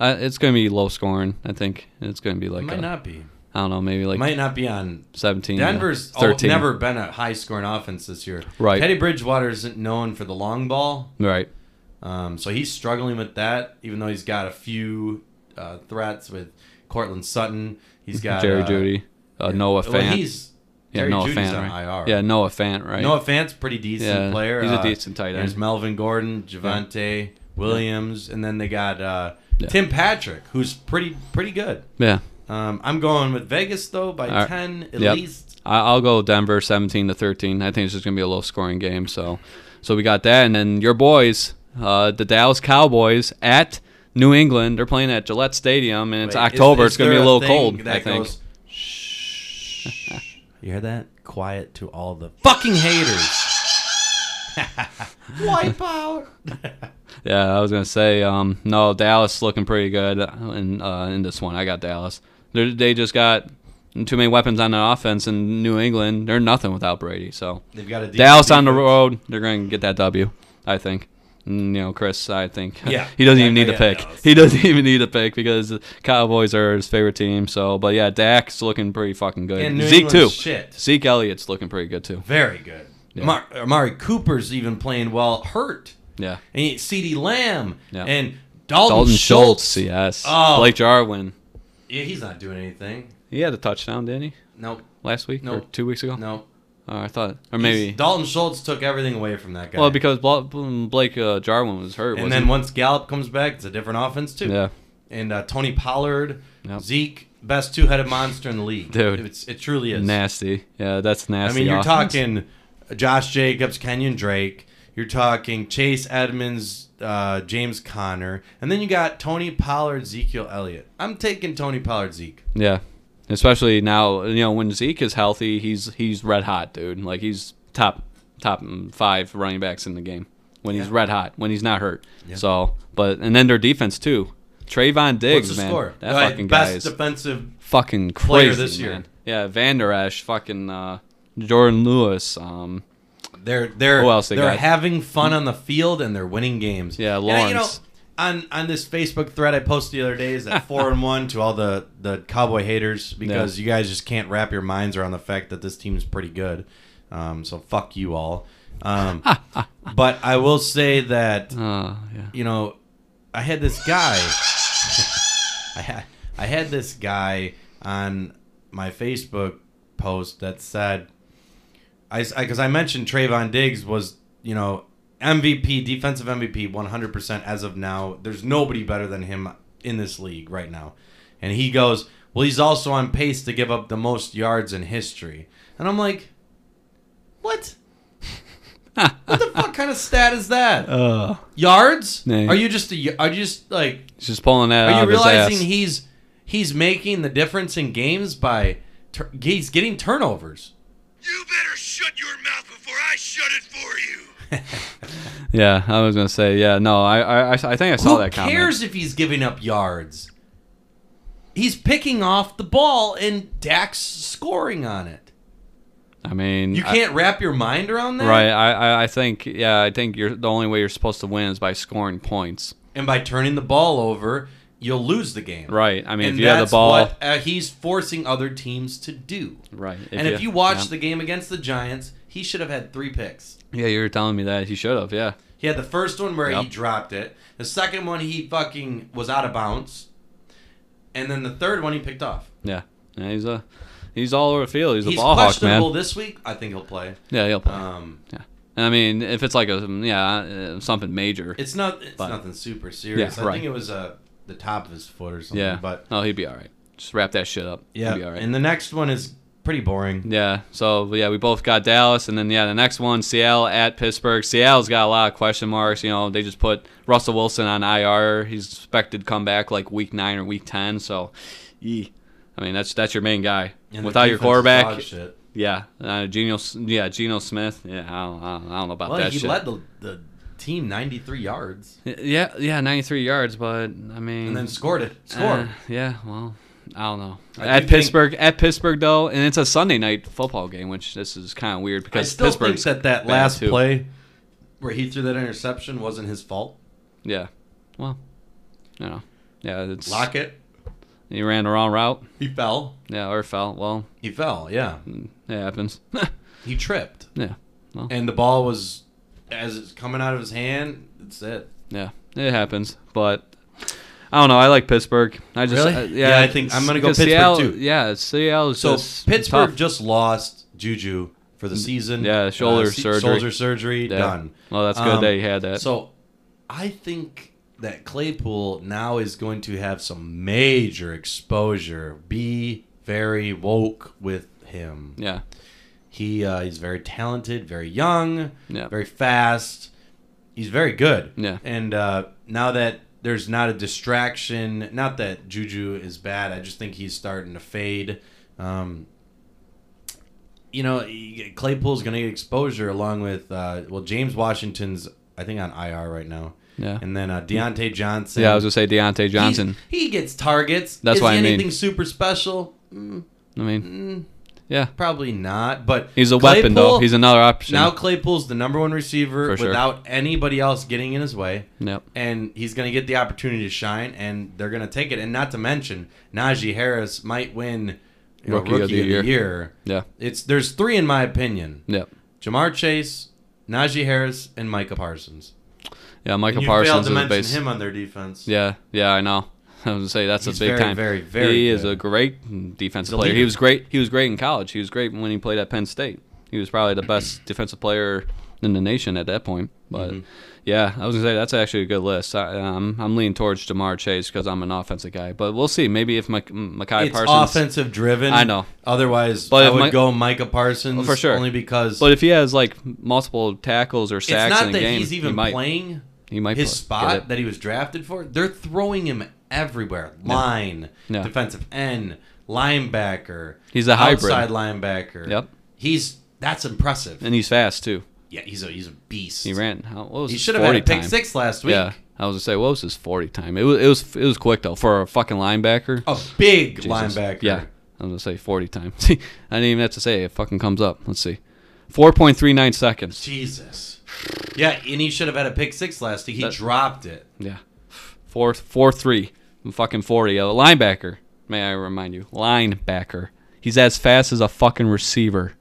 S1: Uh, it's gonna be low scoring. I think it's gonna be
S2: It
S1: like
S2: might
S1: a-
S2: not be.
S1: I don't know, maybe like
S2: It might not be on.
S1: seventeen. to
S2: Denver's al-
S1: thirteen.
S2: never been a high scoring offense this year.
S1: Right.
S2: Teddy Bridgewater isn't known for the long ball,
S1: Right.
S2: um, so he's struggling with that. Even though he's got a few uh, threats with Cortland Sutton,
S1: <laughs>
S2: he's got
S1: Jerry
S2: uh,
S1: Judy, uh, Noah Fant.
S2: Well, he's
S1: yeah,
S2: Jerry
S1: Noah
S2: Judy's
S1: Fant,
S2: on
S1: right?
S2: IR.
S1: Yeah, Noah Fant, right?
S2: Noah Fant's a pretty decent
S1: Yeah,
S2: player.
S1: he's a
S2: Uh,
S1: decent tight end.
S2: There's Melvin Gordon, Javante Williams, and then they got uh,
S1: Yeah.
S2: Tim Patrick, who's pretty pretty good.
S1: yeah,
S2: Um, I'm going with Vegas though by
S1: All right.
S2: ten at
S1: Yep.
S2: least.
S1: I, I'll go Denver seventeen to thirteen. I think it's just gonna be a low scoring game. So, so we got that, and then your boys, uh, the Dallas Cowboys at New England. They're playing at Gillette Stadium, and it's
S2: Wait, is-
S1: October.
S2: is
S1: it's gonna be
S2: there
S1: a little
S2: thing
S1: cold.
S2: that
S1: I think.
S2: goes, Shh. you hear that? Quiet to all the fucking
S1: <laughs>
S2: haters. Wipe out. <laughs>
S1: Yeah, I was gonna say, um, no, Dallas looking pretty good in uh, in this one. I got Dallas. They're, they just got too many weapons on the offense in New England. They're nothing without Brady. So
S2: They've got a decent
S1: Dallas on the
S2: defense.
S1: road, they're gonna get that W. I think. And, you know, Chris, I think <laughs>
S2: Yeah.
S1: he doesn't
S2: Yeah,
S1: even need
S2: yeah,
S1: a pick.
S2: no, it's-
S1: he doesn't <laughs> even need a pick because the Cowboys are his favorite team. So, but yeah, Dak's looking pretty fucking good.
S2: And New
S1: Zeke
S2: England's
S1: too.
S2: Shit.
S1: Zeke Elliott's looking pretty good too.
S2: Very good. Mar- Amari Cooper's even playing well. Hurt.
S1: Yeah.
S2: And C.D. Lamb.
S1: Yeah.
S2: And Dalton,
S1: Dalton
S2: Schultz.
S1: Schultz, yes.
S2: Oh.
S1: Blake Jarwin.
S2: Yeah, he's not doing anything.
S1: He had a touchdown, didn't he?
S2: Nope.
S1: last week or
S2: Nope.
S1: two weeks ago?
S2: Nope.
S1: Oh, I thought, or
S2: He's-
S1: maybe.
S2: Dalton Schultz took everything away from that guy.
S1: Well, because Bla- Blake uh, Jarwin was hurt,
S2: and
S1: wasn't
S2: then
S1: he?
S2: once Gallup comes back, it's a different offense too.
S1: yeah,
S2: And uh, Tony Pollard,
S1: Yep.
S2: Zeke, best two-headed monster in the league.
S1: Dude.
S2: it's, it truly is.
S1: nasty. Yeah, that's
S2: I
S1: nasty.
S2: mean, you're
S1: offense.
S2: talking Josh Jacobs, Kenyon Drake. You're talking Chase Edmonds, uh, James Conner, and then you got Tony Pollard, Ezekiel Elliott. I'm taking Tony Pollard, Zeke.
S1: Yeah, especially now. You know, when Zeke is healthy, he's he's red hot, dude. Like he's top top five running backs in the game when he's
S2: Yeah.
S1: red hot. When he's not hurt.
S2: Yeah.
S1: So, but and then their defense too. Trayvon Diggs,
S2: What's the
S1: man,
S2: score?
S1: that
S2: Uh,
S1: fucking guy
S2: best
S1: is
S2: defensive
S1: fucking crazy
S2: player this year.
S1: man. Yeah, Van Der Esch, fucking uh, Jordan Lewis, um,
S2: They're they're
S1: Who else they
S2: they are
S1: got?
S2: having fun on the field and they're winning games.
S1: Yeah,
S2: And I- you know,
S1: Lawrence.
S2: on on this Facebook thread I posted the other day is
S1: <laughs>
S2: that four and one to all the the Cowboy haters because you guys just can't wrap your minds around the fact that this team's pretty good. Um, so fuck you all.
S1: <laughs>
S2: Um, but I will say that
S1: Oh, yeah.
S2: you know, I had this guy. <laughs> I had I had this guy on my Facebook post that said, I because I, mentioned Trayvon Diggs was you know MVP defensive MVP 100 percent as of now. There's nobody better than him in this league right now, and he goes, well, he's also on pace to give up the most yards in history, and I'm like, what? what the fuck kind of stat
S1: <laughs>
S2: is that?
S1: Uh,
S2: yards?
S1: No.
S2: Are you just a, are you just like
S1: he's just pulling that
S2: are
S1: out
S2: you
S1: of his
S2: realizing
S1: ass.
S2: he's he's making the difference in games by tur- he's getting turnovers.
S3: You better shut your mouth before I shut it for you.
S1: yeah, I was gonna say. Yeah, no, I, I, I I think I saw
S2: Who
S1: that comment.
S2: cares if he's giving up yards? He's picking off the ball and Dak's scoring on it.
S1: I mean,
S2: You
S1: I-
S2: can't wrap your mind around that,
S1: right? I, I, I think. Yeah, I think you're the only way you're supposed to win is by scoring points.
S2: And by turning the ball over, you'll lose the game.
S1: Right. I mean,
S2: and
S1: if you have the
S2: that's
S1: ball,
S2: what uh, he's forcing other teams to do.
S1: right?
S2: and if you watch
S1: yeah.
S2: the game against the Giants, he should have had three picks.
S1: yeah, you were telling me that he should have. Yeah,
S2: He had the first one where he
S1: Yep.
S2: dropped it. The second one he fucking was out of bounds. And then the third one he picked off.
S1: yeah, yeah. He's a, he's all over the field. He's,
S2: He's
S1: a ball hawk, man.
S2: questionable this week. I think he'll play.
S1: Yeah, he'll play.
S2: Um,
S1: yeah. I mean, if it's like a yeah, uh, something major.
S2: it's not it's
S1: But-
S2: nothing super serious.
S1: Yeah,
S2: I
S1: right.
S2: think it was uh, the top of his foot or something.
S1: yeah.
S2: But
S1: oh, he'd be all right. Just wrap that shit up.
S2: yeah.
S1: He'd be all right.
S2: And the next one is pretty boring.
S1: Yeah. So yeah, we both got Dallas, and then yeah, the next one, Seattle at Pittsburgh. Seattle's got a lot of question marks. You know, they just put Russell Wilson on IR. He's expected to come back like week nine or week ten. So, yee. I mean, that's that's your main guy.
S2: And the
S1: Without your
S2: defense is dog
S1: quarterback,
S2: shit.
S1: yeah, uh, Geno, yeah, Geno Smith. Yeah, I don't, I don't, I don't know about
S2: Well,
S1: that
S2: he
S1: shit.
S2: led the, the team 93 yards
S1: yeah, yeah, ninety-three yards, but I mean,
S2: and then scored it.
S1: uh,
S2: Scored.
S1: yeah, well. I don't know.
S2: I do
S1: at
S2: think-
S1: Pittsburgh, at Pittsburgh though, and it's a Sunday night football game, which this is kind of weird
S2: I
S1: because
S2: still
S1: Pittsburgh's
S2: think that that
S1: bad,
S2: last
S1: too.
S2: play where he threw that interception wasn't his fault.
S1: Yeah. Well, you know. Yeah, it's
S2: Lockett,
S1: he ran the wrong route.
S2: he fell.
S1: Yeah, or fell. Well,
S2: He fell, yeah.
S1: mm, it happens. <laughs>
S2: He tripped.
S1: yeah.
S2: And the ball was, as it's coming out of his hand, that's it.
S1: Yeah. It happens. But I don't know. I like Pittsburgh. I just
S2: Really?
S1: uh, yeah,
S2: Yeah, I think I'm gonna go
S1: because
S2: Pittsburgh,
S1: Seattle,
S2: too.
S1: Yeah, Seattle is
S2: So
S1: just
S2: Pittsburgh
S1: tough.
S2: just lost Juju for the season. Uh,
S1: Yeah, shoulder
S2: se-
S1: surgery.
S2: Mm, Shoulder surgery,
S1: Yeah.
S2: done.
S1: Well, that's good
S2: Um,
S1: that you had that.
S2: So I think that Claypool now is going to have some major exposure. Be very woke with him.
S1: yeah.
S2: He uh, he's very talented, very young,
S1: Yeah.
S2: very fast. He's very good.
S1: Yeah.
S2: And uh, now that there's not a distraction, not that Juju is bad, I just think he's starting to fade. Um, you know, he- Claypool's going to get exposure along with uh, well James Washington's I think on IR right now.
S1: Yeah.
S2: And then uh, Deontay Johnson.
S1: Yeah, I was gonna say Deontay Johnson.
S2: He's- he gets targets.
S1: That's
S2: Is
S1: what
S2: he
S1: I mean.
S2: anything super special? Mm,
S1: I mean,
S2: mm,
S1: yeah,
S2: probably not. But
S1: he's a weapon though.
S2: Claypool-
S1: He's another option.
S2: now Claypool's the number one receiver
S1: For sure.
S2: without anybody else getting in his way,
S1: yep.
S2: and he's going to get the opportunity to shine, and they're going to take it. And not to mention, Najee Harris might win you know, rookie, of the, year.
S1: Yeah.
S2: It's there's three in my opinion:
S1: Yep.
S2: Jamar Chase, Najee Harris, and Micah Parsons.
S1: Yeah. Michael
S2: And you failed
S1: Parsons
S2: to
S1: is
S2: mention
S1: base.
S2: him on their defense.
S1: Yeah, yeah, I know. <laughs> I was gonna say that's
S2: He's
S1: a big
S2: very,
S1: time.
S2: very, very
S1: He is
S2: good.
S1: a great defensive
S2: He's a
S1: player. He
S2: leader.
S1: was great. He was great in college. He was great when he played at Penn State. He was
S2: <clears throat>
S1: probably the best defensive player in the nation at that point. But
S2: Mm-hmm.
S1: yeah, I was gonna say that's actually a good list. I, um, I'm leaning towards Jamar Chase because I'm an offensive guy. But we'll see. Maybe if Makai
S2: It's
S1: Parsons.
S2: offensive driven.
S1: I know.
S2: Otherwise,
S1: But
S2: I
S1: if
S2: would
S1: Mi-
S2: go Micah Parsons
S1: for sure.
S2: Only because
S1: But if he has like multiple tackles or
S2: it's
S1: sacks
S2: not
S1: in a
S2: that
S1: game,
S2: he's even
S1: he might.
S2: playing.
S1: He might
S2: his
S1: play- get
S2: spot
S1: it.
S2: that he was drafted for, they're throwing him everywhere. Line,
S1: Yeah.
S2: defensive end, linebacker.
S1: He's a hybrid.
S2: outside linebacker.
S1: Yep.
S2: He's that's impressive.
S1: and he's fast too.
S2: yeah, he's a he's a beast.
S1: He ran. How, what was
S2: He
S1: his
S2: should have had
S1: 40
S2: a pick
S1: time?
S2: six last week.
S1: Yeah, I was gonna say what was his forty time? It was it was it was quick though for a fucking linebacker.
S2: A big
S1: Jesus.
S2: Oh,
S1: <laughs>
S2: linebacker.
S1: Yeah, I was gonna say forty time. I didn't even have to say it. it fucking comes up. Let's see. 4.39 seconds.
S2: Jesus. Yeah, and he should have had a pick six last week. He
S1: That-
S2: dropped it.
S1: Yeah. Four, four, three. I'm fucking 40. A linebacker, may I remind you. Linebacker. He's as fast as a fucking receiver.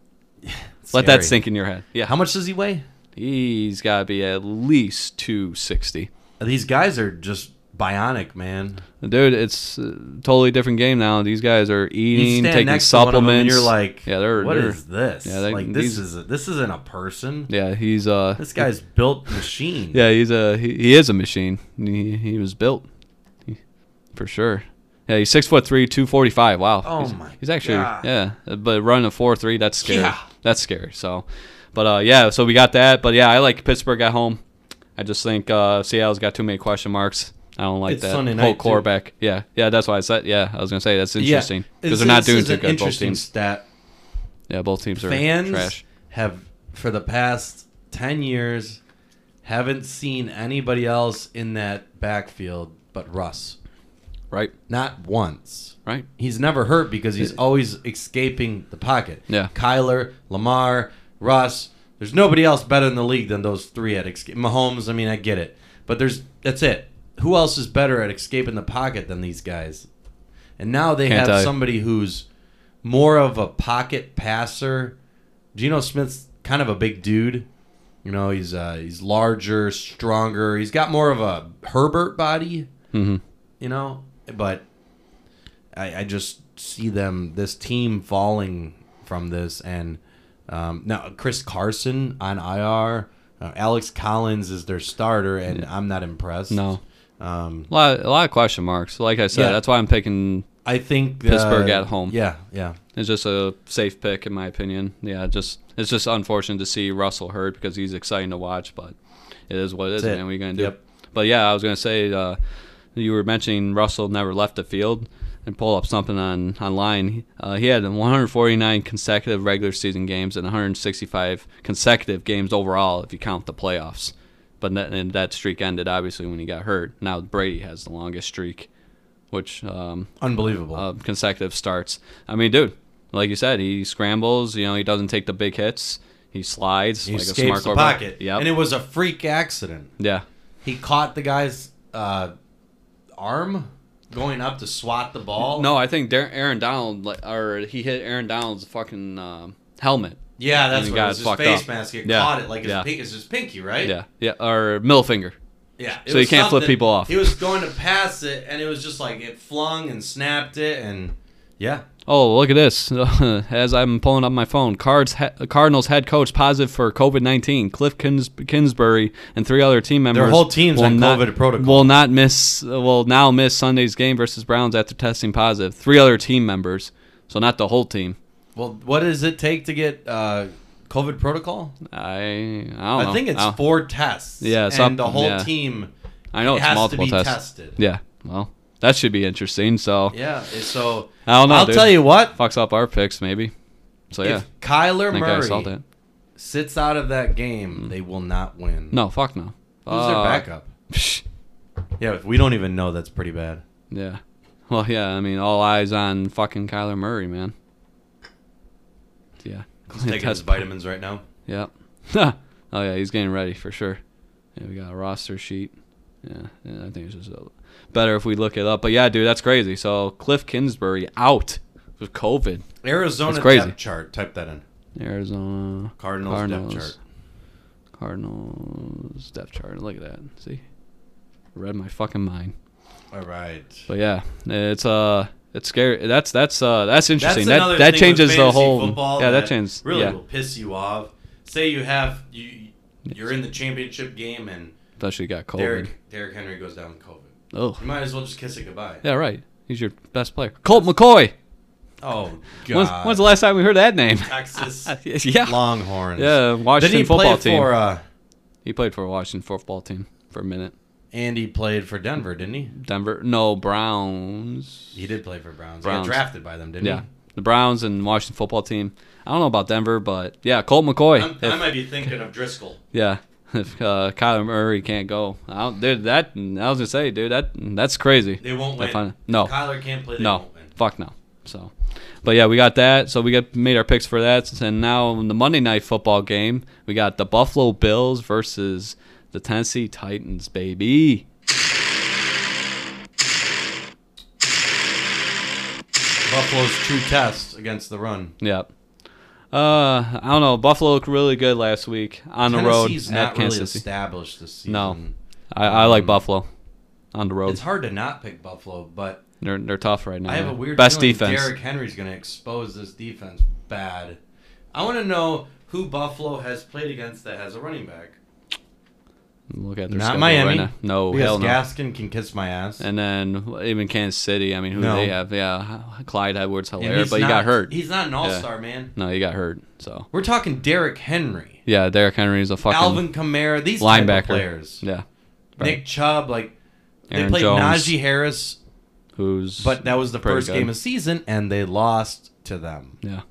S1: Let that
S2: Scary.
S1: sink in your head. Yeah.
S2: How much does he weigh?
S1: He's got to be at least 260.
S2: These guys are just bionic, man.
S1: Dude, it's a totally different game now. These guys are
S2: You
S1: eating,
S2: stand
S1: taking
S2: next to one of them
S1: supplements.
S2: and you're like,
S1: yeah, they're,
S2: what
S1: they're-
S2: is this?
S1: yeah, they-
S2: like this
S1: these-
S2: is a, this isn't a person.
S1: yeah, he's uh,
S2: This guy's built machine.
S1: yeah, he's a he, he is a machine. He, he was built He- for sure. Yeah, he's six foot three, two forty five. Wow.
S2: Oh
S1: he's,
S2: my
S1: He's actually
S2: God.
S1: yeah, uh, but running a four three, that's scary.
S2: Yeah.
S1: That's scary. So, but uh, yeah, so we got that. But yeah, I like Pittsburgh at home. I just think uh, Seattle's got too many question marks. I don't like
S2: It's
S1: that
S2: Sunday
S1: whole
S2: night, too.
S1: quarterback. Yeah, yeah, that's why I said. Yeah, I was gonna say that's interesting because they're not
S2: This-
S1: doing
S2: this is
S1: too
S2: an
S1: good. Both
S2: Interesting
S1: teams.
S2: stat.
S1: Yeah, both teams are
S2: Fans
S1: trash.
S2: have for the past ten years haven't seen anybody else in that backfield but Russ.
S1: Right,
S2: Not once.
S1: right.
S2: He's never hurt because he's always escaping the pocket.
S1: Yeah.
S2: Kyler, Lamar, Russ. There's nobody else better in the league than those three at escape. Mahomes. I mean, I get it, but there's that's it. Who else is better at escaping the pocket than these guys? And now they
S1: Can't
S2: have
S1: I-
S2: somebody who's more of a pocket passer. Geno Smith's kind of a big dude. You know, he's uh, he's larger, stronger. He's got more of a Herbert body
S1: Mm-hmm.
S2: you know. But I, I just see them this team falling from this, and um, now Chris Carson on IR, uh, Alex Collins is their starter, and I'm not impressed.
S1: No.
S2: um,
S1: A lot, a lot of question marks. Like I said,
S2: Yeah.
S1: that's why I'm picking
S2: I think uh,
S1: Pittsburgh at home.
S2: Yeah, yeah.
S1: It's just a safe pick in my opinion. Yeah, just it's just unfortunate to see Russell hurt because he's exciting to watch, but it is what it is,
S2: That's it.
S1: man. What are you gonna do?
S2: Yep.
S1: But yeah, I was gonna say uh, you were mentioning Russell never left the field and pull up something on online. Uh, he had 149 consecutive regular season games and 165 consecutive games overall if you count the playoffs. But that, and that streak ended obviously when he got hurt. Now Brady has the longest streak, which um,
S2: Unbelievable.
S1: uh, consecutive starts. I mean, dude, like you said, he scrambles. You know, he doesn't take the big hits. He slides
S2: he
S1: like a smart
S2: escapes the
S1: quarterback.
S2: pocket.
S1: Yep.
S2: and it was a freak accident.
S1: yeah.
S2: He caught the guy's uh, arm going up to swat the ball.
S1: No, I think Dar- Aaron Donald like, or he hit Aaron Donald's fucking um, helmet.
S2: Yeah, that's
S1: And the
S2: what it
S1: guy
S2: was. His
S1: fucked
S2: face
S1: up.
S2: mask. It
S1: Yeah,
S2: caught it like his,
S1: yeah.
S2: pink, it's his pinky, right?
S1: Yeah. Yeah. Or middle finger.
S2: Yeah. it
S1: So he
S2: was
S1: can't flip
S2: something-
S1: people off.
S2: He was going to pass it, and it was just like it flung and snapped it, and yeah.
S1: Oh, look at this. <laughs> As I'm pulling up my phone, Cards he- Cardinals head coach positive for COVID 19. Cliff Kins- Kingsbury and three other team members.
S2: whole team's
S1: will
S2: on
S1: not-
S2: COVID protocol.
S1: Will not miss, will now miss Sunday's game versus Browns after testing positive. Three other team members. So not the whole team.
S2: Well, what does it take to get uh, COVID protocol?
S1: I, I don't know.
S2: I think it's
S1: I, don't-
S2: four tests.
S1: Yeah, it's
S2: and
S1: up-
S2: the whole
S1: yeah.
S2: team
S1: I know it's
S2: has
S1: multiple
S2: to be
S1: tests.
S2: tested.
S1: Yeah. Well, that should be interesting. So
S2: Yeah, So
S1: I don't know.
S2: I'll
S1: dude.
S2: tell you what.
S1: Fucks up our picks, maybe. So yeah.
S2: If Kyler
S1: I think I saw
S2: Murray
S1: that.
S2: sits out of that game, they will not win.
S1: No, fuck no.
S2: Who's
S1: <laughs>
S2: their backup? Yeah, if we don't even know, that's
S1: <laughs>
S2: pretty bad.
S1: Yeah. Well, yeah. I mean, all eyes on fucking Kyler Murray, man. Yeah.
S2: <laughs> He's taking his
S1: That's-
S2: vitamins right now.
S1: Yep. <laughs> oh yeah, he's getting ready for sure. Yeah, we got a roster sheet. Yeah, yeah I think it's just a, better if we look it up. But yeah, dude, that's crazy. So Cliff Kingsbury out with COVID.
S2: Arizona
S1: That's crazy.
S2: depth chart. Type that in.
S1: Arizona
S2: Cardinals,
S1: Cardinals
S2: depth chart.
S1: Cardinals depth chart. Look at that. See, read my fucking mind.
S2: All right.
S1: But yeah, it's uh, it's scary. That's that's uh, that's interesting. that
S2: another
S1: that
S2: thing
S1: changes
S2: with
S1: the
S2: fantasy
S1: whole.
S2: football
S1: Yeah, that, changes.
S2: Really
S1: yeah,
S2: will piss you off. Say you have you, you're in the championship game and
S1: especially got COVID.
S2: Derek Derrick Henry goes down with COVID.
S1: Oh,
S2: You might as well just kiss it goodbye.
S1: yeah, right. He's your best player, Colt McCoy.
S2: Oh God.
S1: When's, when's the last time we heard that name?
S2: Texas
S1: <laughs> yeah,
S2: Longhorns?
S1: yeah.
S2: Did
S1: Washington
S2: he
S1: football
S2: play
S1: team.
S2: for? Uh,
S1: he played for a Washington football team for a minute.
S2: and he played for Denver, didn't he?
S1: Denver, no Browns.
S2: He did play for Browns.
S1: Browns.
S2: He got drafted by them, didn't
S1: Yeah, the Browns and Washington football team. I don't know about Denver, but yeah, Colt McCoy.
S2: he? I'm,
S1: If-
S2: I might be thinking of Driscoll.
S1: Yeah. <laughs> If uh, Kyler Murray can't go, I don't, dude, that I was gonna say, dude, that that's crazy.
S2: They won't
S1: I
S2: win.
S1: find- no.
S2: Kyler can't play. They
S1: no,
S2: won't win.
S1: fuck no. So but yeah, we got that. So we got made our picks for that. And now in the Monday night football game, we got the Buffalo Bills versus the Tennessee Titans, baby.
S2: Buffalo's true test against the run.
S1: Yep. Uh, I don't know. Buffalo looked really good last week on the road
S2: Tennessee's
S1: at
S2: not
S1: Kansas
S2: really
S1: City.
S2: established this season.
S1: No. I, I like
S2: Um,
S1: Buffalo on the road.
S2: It's hard to not pick Buffalo, but
S1: They're they're tough right now.
S2: I have a weird
S1: best
S2: feeling
S1: defense.
S2: Derrick Henry's going to expose this defense bad. I want to know who Buffalo has played against that has a running back.
S1: Look at their
S2: Not
S1: schedule
S2: Miami.
S1: right now. No,
S2: because
S1: Oh, hell no.
S2: Gaskin can kiss my ass.
S1: And then even Kansas City. I mean, who do
S2: No.
S1: they have? Yeah, Clyde Edwards
S2: And
S1: Hilaire,
S2: he's
S1: but he
S2: not-
S1: got hurt.
S2: He's not an all-star, man.
S1: No, he got hurt. So
S2: We're talking Derrick Henry,
S1: yeah, Derrick Henry's a fucking
S2: Alvin Kamara, these linebacker type
S1: linebacker.
S2: of players.
S1: Yeah,
S2: Nick Chubb, like they
S1: Aaron
S2: played
S1: Jones.
S2: Najee Harris,
S1: who's
S2: but that was the
S1: pretty
S2: first
S1: good.
S2: game of season, and they lost to them.
S1: yeah.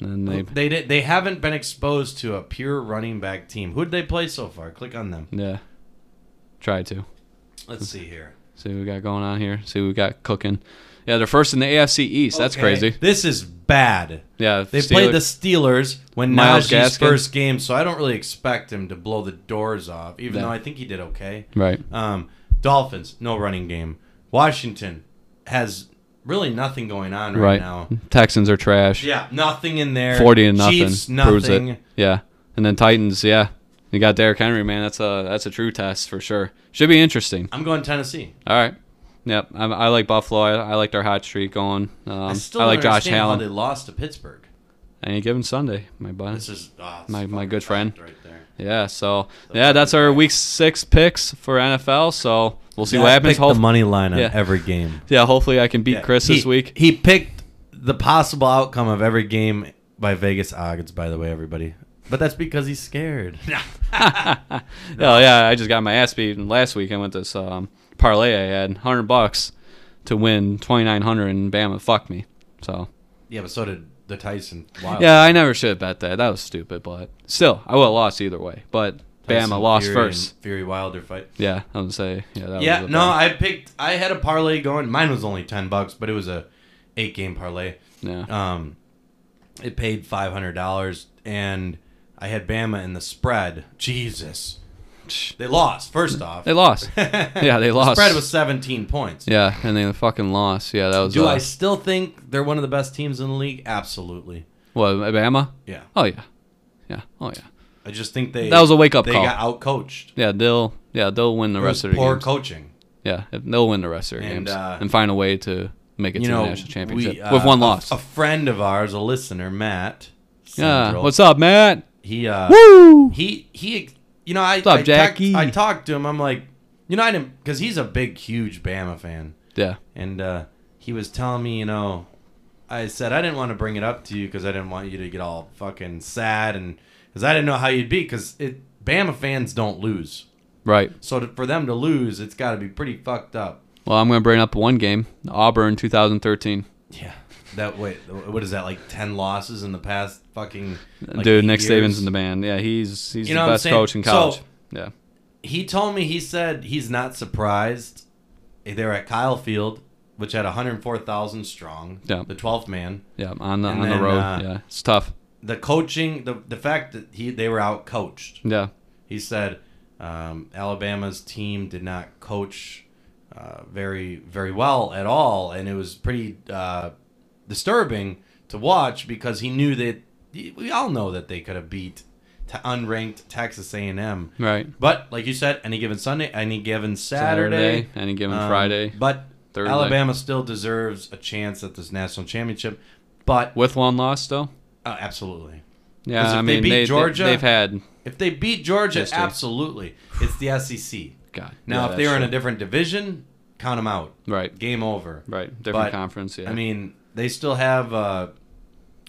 S1: And they
S2: They they, did, they haven't been exposed to a pure running back team. Who did they play so far? Click on them.
S1: yeah try to.
S2: Let's see here.
S1: See what we got going on here. See what we got cooking. Yeah, they're first in the AFC East. That's
S2: Okay,
S1: crazy.
S2: This is bad.
S1: Yeah,
S2: They
S1: Steelers-
S2: played the Steelers when
S1: Myles
S2: Najee's
S1: Gaskin.
S2: first game, so I don't really expect him to blow the doors off. Even
S1: Yeah.
S2: though I think he did okay.
S1: right.
S2: Um, Dolphins, no running game. Washington has really nothing going on right,
S1: Right.
S2: now.
S1: Texans are trash.
S2: Yeah, nothing in there.
S1: Forty and nothing.
S2: Chiefs,
S1: Proves
S2: nothing.
S1: it. Yeah. And then Titans, yeah. You got Derrick Henry, man. That's a that's a true test for sure. Should be interesting.
S2: I'm going Tennessee.
S1: All right. Yep. I, I like Buffalo. I, I like their hot streak going. Um, I,
S2: I still
S1: like
S2: don't
S1: Josh
S2: understand
S1: Allen.
S2: How they lost to Pittsburgh.
S1: Any given Sunday, my buddy.
S2: This is ah, it's
S1: My- my
S2: fucking
S1: good friend.
S2: fact right there.
S1: Yeah. So yeah, that's our week six picks for NFL. So we'll see what happens.
S2: Pick the
S1: Hope-
S2: money line on
S1: Yeah.
S2: every game.
S1: yeah. Hopefully, I can beat Chris
S2: he,
S1: this week.
S2: He picked the possible outcome of every game by Vegas odds. By the way, everybody. But that's because he's <laughs> scared.
S1: <laughs> Oh yeah, I just got my ass beat. And last week I went this um, parlay. I had hundred bucks to win twenty nine hundred, and Bama fucked me. So
S2: yeah, but so did the Tyson. Wild.
S1: yeah, I never should have bet that. That was stupid. But still, I would have lost either way. But
S2: Tyson
S1: Bama lost
S2: Fury
S1: first.
S2: and Fury Wilder fight.
S1: Yeah, I'm gonna say yeah. That
S2: yeah,
S1: was a
S2: no,
S1: bad-
S2: I picked. I had a parlay going. Mine was only ten bucks, but it was a eight game parlay. <laughs>
S1: yeah.
S2: Um, it paid five hundred dollars, and I had Bama in the spread. Jesus, they lost. First off,
S1: They
S2: <laughs>
S1: lost. yeah, they lost.
S2: spread was seventeen points.
S1: yeah, and they fucking lost. Yeah, that was.
S2: Do
S1: uh,
S2: I still think they're one of the best teams in the league? Absolutely.
S1: what Bama?
S2: Yeah,
S1: Oh yeah, yeah. Oh yeah.
S2: I just think they
S1: That was a wake-up
S2: They
S1: call.
S2: got out coached.
S1: Yeah, they'll yeah they'll win the rest of their
S2: poor
S1: games.
S2: coaching.
S1: Yeah, they'll win the rest of their
S2: And,
S1: games
S2: uh,
S1: and find a way to make it
S2: You
S1: to
S2: know,
S1: the national championship
S2: we, uh,
S1: with one
S2: a-
S1: loss.
S2: A, friend of ours, a listener, Matt.
S1: yeah,
S2: Central,
S1: what's up, Matt?
S2: he uh,
S1: Woo!
S2: he he you know I
S1: up,
S2: I, talked,
S1: Jackie?
S2: I talked to him I'm like you know I didn't because he's a big huge Bama fan
S1: Yeah,
S2: and uh, he was telling me you know I said I didn't want to bring it up to you because I didn't want you to get all fucking sad and because I didn't know how you'd be because it Bama fans don't lose
S1: right.
S2: so to, for them to lose it's got to be pretty fucked up
S1: Well, I'm gonna bring up one game, Auburn, 2013.
S2: yeah that wait what is that like ten losses in the past fucking like,
S1: Dude,
S2: eight
S1: Nick Saban's
S2: years?
S1: in the band. Yeah, he's he's
S2: You
S1: the
S2: know what I'm
S1: best
S2: saying?
S1: coach in college.
S2: So-
S1: yeah,
S2: he told me he said he's not surprised eh, they're at Kyle Field, which had 104,000 strong,
S1: Yeah.
S2: the 12th man.
S1: yeah, on the
S2: And
S1: on
S2: then,
S1: the road.
S2: uh,
S1: yeah, it's tough.
S2: The coaching, the the fact that he they were out coached.
S1: Yeah,
S2: He said um, Alabama's team did not coach uh, very very well at all, and it was pretty uh, disturbing to watch because he knew that we all know that they could have beat t- unranked Texas A&M.
S1: right.
S2: But like you said, any given Sunday, any given Saturday,
S1: any given
S2: um,
S1: Friday,
S2: But
S1: Thursday.
S2: Alabama still deserves a chance at this national championship. But
S1: with one loss though.
S2: uh, absolutely,
S1: Yeah,
S2: 'Cause if
S1: I
S2: they
S1: mean
S2: beat
S1: they,
S2: Georgia-
S1: they have had
S2: if they beat Georgia,
S1: History.
S2: absolutely, it's the E SEC.
S1: God.
S2: Now,
S1: yeah,
S2: if they were in
S1: that's
S2: a different division, count them out.
S1: true. right,
S2: Game over.
S1: right, different
S2: But,
S1: conference. Yeah,
S2: I mean, they still have uh,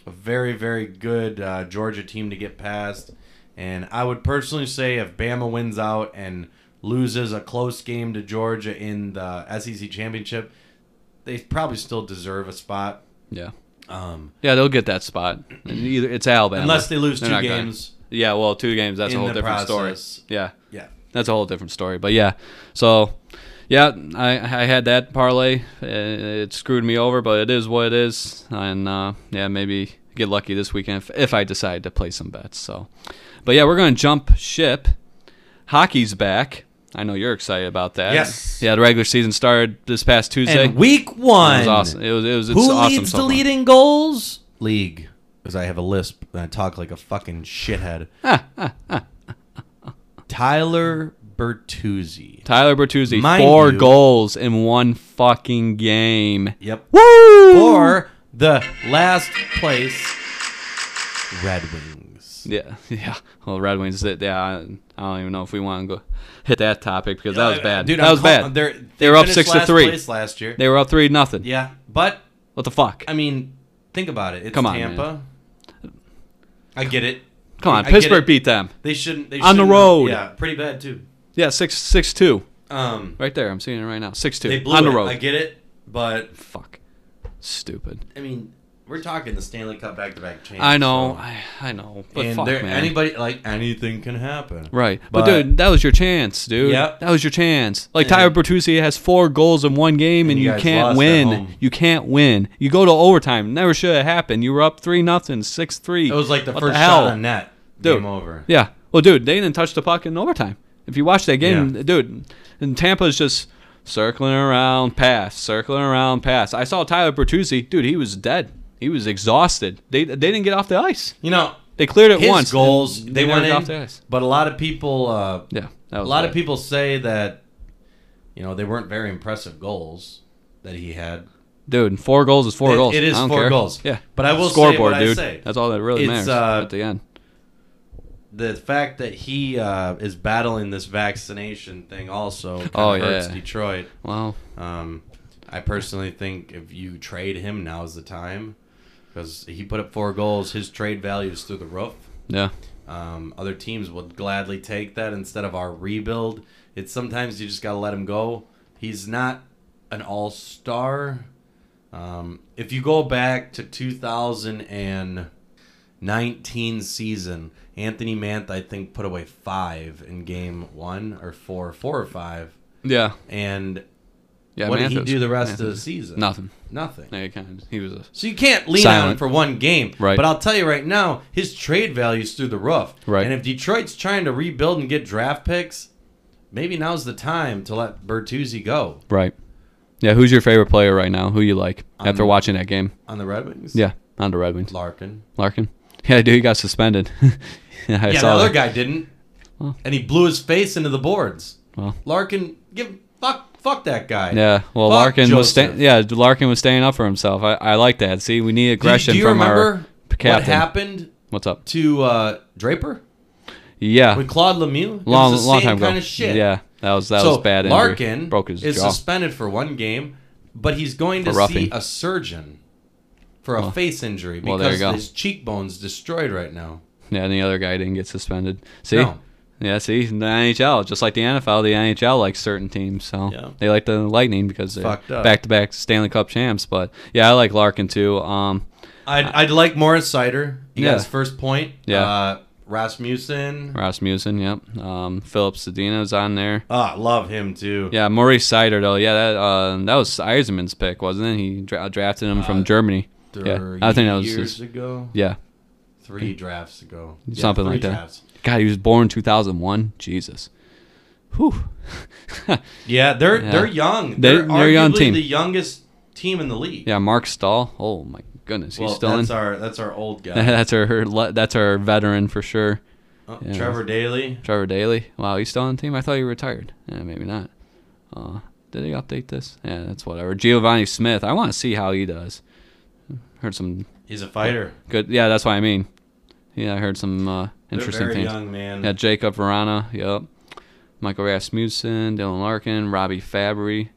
S2: a very, very good uh, Georgia team to get past. And I would personally say if Bama wins out and loses a close game to Georgia in the SEC championship, they probably still deserve a spot.
S1: yeah,
S2: Um,
S1: yeah, they'll get that spot. And either it's Alabama,
S2: unless they lose
S1: They're
S2: two
S1: not gonna-
S2: games.
S1: Yeah, well, two games. That's a
S2: in
S1: whole
S2: the
S1: different
S2: process.
S1: story. Yeah,
S2: Yeah.
S1: that's a whole different story. But yeah, so yeah, I I had that parlay. It, it screwed me over, but it is what it is. And uh, yeah, maybe get lucky this weekend if, if I decide to play some bets. So, but yeah, we're gonna jump ship. Hockey's back. I know you're excited about that.
S2: Yes.
S1: Yeah, the regular season started this past Tuesday.
S2: And week one.
S1: It was awesome. It was it was it's
S2: Who
S1: awesome
S2: leads
S1: so
S2: the
S1: far.
S2: leading goals? League. Because I have a lisp and I talk like a fucking <laughs> shithead. Tyler Bertuzzi.
S1: Tyler Bertuzzi,
S2: Mind
S1: four
S2: you-
S1: goals in one fucking game.
S2: Yep.
S1: Woo!
S2: Or the last place Red Wings.
S1: Yeah, <laughs> yeah. Well, Red Wings. It, yeah, I, I don't even know if we want to go hit that topic because that was bad.
S2: Dude,
S1: that
S2: I'm
S1: was
S2: call-
S1: bad.
S2: They're, they
S1: were up
S2: finished
S1: six to
S2: last
S1: three.
S2: place last year.
S1: They were up three nothing.
S2: yeah, but
S1: What the fuck?
S2: I mean, think about it. It's
S1: Come on,
S2: Tampa. I get it.
S1: Come on,
S2: I get
S1: Pittsburgh
S2: it.
S1: beat them.
S2: They shouldn't. They
S1: On the
S2: shouldn't-
S1: road.
S2: Yeah, pretty bad too.
S1: Yeah, six six two.
S2: Um,
S1: Right there. I'm seeing it right now. Six two
S2: they blew
S1: on the
S2: it.
S1: road.
S2: I get it, but
S1: fuck. Stupid.
S2: I mean, we're talking the Stanley Cup back-to-back champs.
S1: I know.
S2: so-
S1: I, I know. But
S2: and
S1: fuck,
S2: there,
S1: man.
S2: anybody like anything can happen.
S1: Right. But,
S2: But-
S1: dude, that was your chance, dude.
S2: Yep.
S1: That was your chance. Like
S2: Yeah.
S1: Tyler Bertuzzi has four goals in one game and,
S2: you
S1: you,
S2: guys
S1: can't
S2: lost at
S1: win.
S2: home.
S1: You can't win. You go to overtime. Never should have happened. You were up three nothing, six three.
S2: It was like the
S1: What
S2: first
S1: hell?
S2: shot on net.
S1: Dude.
S2: Game over.
S1: Yeah. Well, dude, they didn't touch the puck in overtime. If you watch that game,
S2: Yeah.
S1: dude, and Tampa's just circling around, pass, circling around, pass. I saw Tyler Bertuzzi, dude. He was dead. He was exhausted. They they didn't get off the ice.
S2: You know,
S1: They cleared it
S2: his
S1: once.
S2: goals
S1: and
S2: they
S1: never
S2: went
S1: got
S2: in,
S1: off the ice.
S2: but a lot of people, uh,
S1: Yeah, that
S2: a
S1: was
S2: lot of
S1: bad.
S2: people say that you know they weren't very impressive goals that he had.
S1: Dude, four goals is four
S2: It-
S1: goals.
S2: it is
S1: I don't
S2: four
S1: care.
S2: goals.
S1: Yeah,
S2: But I will say
S1: scoreboard,
S2: what I
S1: dude.
S2: say.
S1: That's all that really
S2: It's,
S1: matters
S2: uh,
S1: at the end.
S2: The fact that he uh, is battling this vaccination thing also kinda
S1: Oh,
S2: hurts
S1: yeah.
S2: Detroit.
S1: Wow.
S2: Um, I personally think if you trade him, now's the time because he put up four goals. His trade value is through the roof.
S1: Yeah.
S2: Um, other teams would gladly take that instead of our rebuild. It's sometimes you just gotta let him go. He's not an all star. Um, if you go back to 2019 season, Anthony Mantha I think put away five in game one or four, four or five,
S1: Yeah.
S2: and
S1: Yeah.
S2: what did he
S1: Manthos-
S2: do the rest of the
S1: Manthos-
S2: season?
S1: Nothing.
S2: Nothing.
S1: Yeah, he kind of, he was a
S2: So you can't lean on him
S1: Silent.
S2: for one game.
S1: Right.
S2: But I'll tell you right now, his trade value's through the roof.
S1: Right.
S2: And if Detroit's trying to rebuild and get draft picks, maybe now's the time to let Bertuzzi go
S1: Right. Yeah, who's your favorite player right now? Who you like after
S2: Um,
S1: watching that game?
S2: on the Red Wings.
S1: Yeah, on the Red Wings.
S2: Larkin.
S1: Larkin. <laughs> Yeah, dude, he got suspended. <laughs> yeah, I
S2: yeah, the
S1: saw
S2: other
S1: that.
S2: guy didn't. And he blew his face into the boards.
S1: Well.
S2: Larkin, give fuck fuck that guy.
S1: Yeah, well,
S2: Fuck
S1: Larkin was sta-
S2: Joseph.
S1: yeah Larkin was staying up for himself. I, I like that. See, we need
S2: Do you,
S1: aggression
S2: do you
S1: from
S2: remember
S1: our
S2: what
S1: captain.
S2: happened
S1: What's up?
S2: to uh, Draper
S1: Yeah,
S2: with Claude Lemieux? It
S1: long
S2: was the
S1: long
S2: same
S1: time ago.
S2: kind of shit.
S1: Yeah, that was that was bad. injury.
S2: Larkin
S1: broke his
S2: is
S1: jaw.
S2: suspended for one game, but he's going to
S1: For roughing.
S2: see a surgeon for a
S1: Well-
S2: face injury
S1: well,
S2: because
S1: there you go.
S2: his cheekbone's destroyed right now.
S1: yeah, and the other guy didn't get suspended. See.
S2: No.
S1: Yeah, see, in the NHL, just like the NFL, the NHL likes certain teams, so
S2: Yeah.
S1: they like the Lightning because they're
S2: Fucked up.
S1: back-to-back Stanley Cup champs. But yeah, I like Larkin too. Um,
S2: I'd, I'd like Morris Sider. He
S1: Yeah.
S2: got his first point.
S1: Yeah.
S2: Uh, Rasmussen.
S1: Rasmussen, yep. Um, Philip Sedina's on there.
S2: Ah, love him too.
S1: Yeah, Maurice Sider though. Yeah, that uh, that was Eisenman's pick, wasn't it? He dra- drafted him from
S2: Uh,
S1: Germany. Yeah,
S2: Three
S1: I think that was
S2: years
S1: his,
S2: ago.
S1: yeah.
S2: Three drafts ago. Yeah,
S1: Something
S2: three
S1: like that.
S2: drafts.
S1: God, he was born 2001. Jesus. Whew. <laughs>
S2: Yeah, they're
S1: Yeah.
S2: they're young.
S1: They're-
S2: They're,
S1: they're a
S2: arguably
S1: young team.
S2: the youngest team in the league.
S1: yeah, Mark Stahl. Oh my goodness, he's
S2: well,
S1: still <laughs>
S2: that's uh,
S1: in.
S2: our that's our
S1: <laughs>
S2: old guy.
S1: that's our le- that's our veteran for sure.
S2: Oh,
S1: Yeah.
S2: Trevor Daly.
S1: Trevor Daly. Wow, he's still on the team. I thought he retired. Yeah, maybe not. Uh, did he update this? Yeah, that's whatever. Giovanni Smith. I want to see how he does. Heard some
S2: He's a fighter.
S1: good. Yeah, that's what I mean. Yeah, I heard some uh, interesting
S2: They're very
S1: things.
S2: young, man.
S1: Yeah, Jacob Verana. Yep. Michael Rasmussen, Dylan Larkin, Robbie Fabry.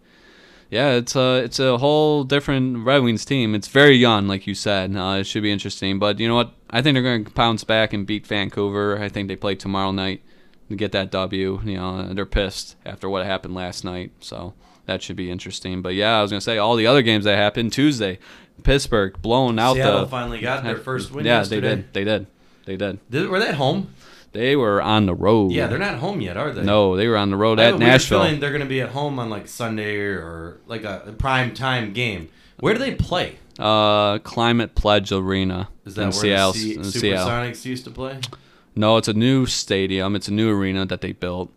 S1: Yeah, it's a it's a whole different Red Wings team. It's very young, like you said. Uh, it should be interesting. But you know what? I think they're going to bounce back and beat Vancouver. I think they play tomorrow night to get that W. You know, they're pissed after what happened last night, so that should be interesting. But yeah, I was going to say all the other games that happened Tuesday, Pittsburgh blown out
S2: Seattle
S1: the
S2: finally got their first win
S1: Yeah,
S2: yesterday.
S1: they did. They did. They did.
S2: Did- were they at home?
S1: They were on the road.
S2: Yeah, they're not home yet, are they?
S1: No, they were on the road
S2: I have
S1: at
S2: a weird
S1: Nashville.
S2: feeling they're going to be at home on like Sunday or like a prime time game. Where do they play?
S1: Uh, Climate Pledge Arena
S2: Is that
S1: in
S2: where
S1: Seattle.
S2: the C-
S1: in Seattle.
S2: Supersonics used to play?
S1: No, it's a new stadium. It's a new arena that they built.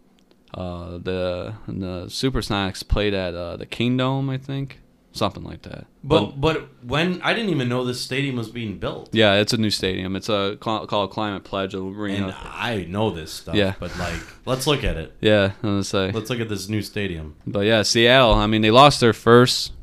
S1: Uh, the the Supersonics played at uh, the Kingdom, I think, something like that.
S2: But but when I didn't even know this stadium was being built,
S1: yeah, it's a new stadium. It's a cl- called Climate Pledge Arena.
S2: and uh, I know this stuff.
S1: Yeah.
S2: But like, let's look at it.
S1: yeah, I'm gonna say.
S2: Let's look at this new stadium.
S1: But yeah, Seattle. I mean, they lost their first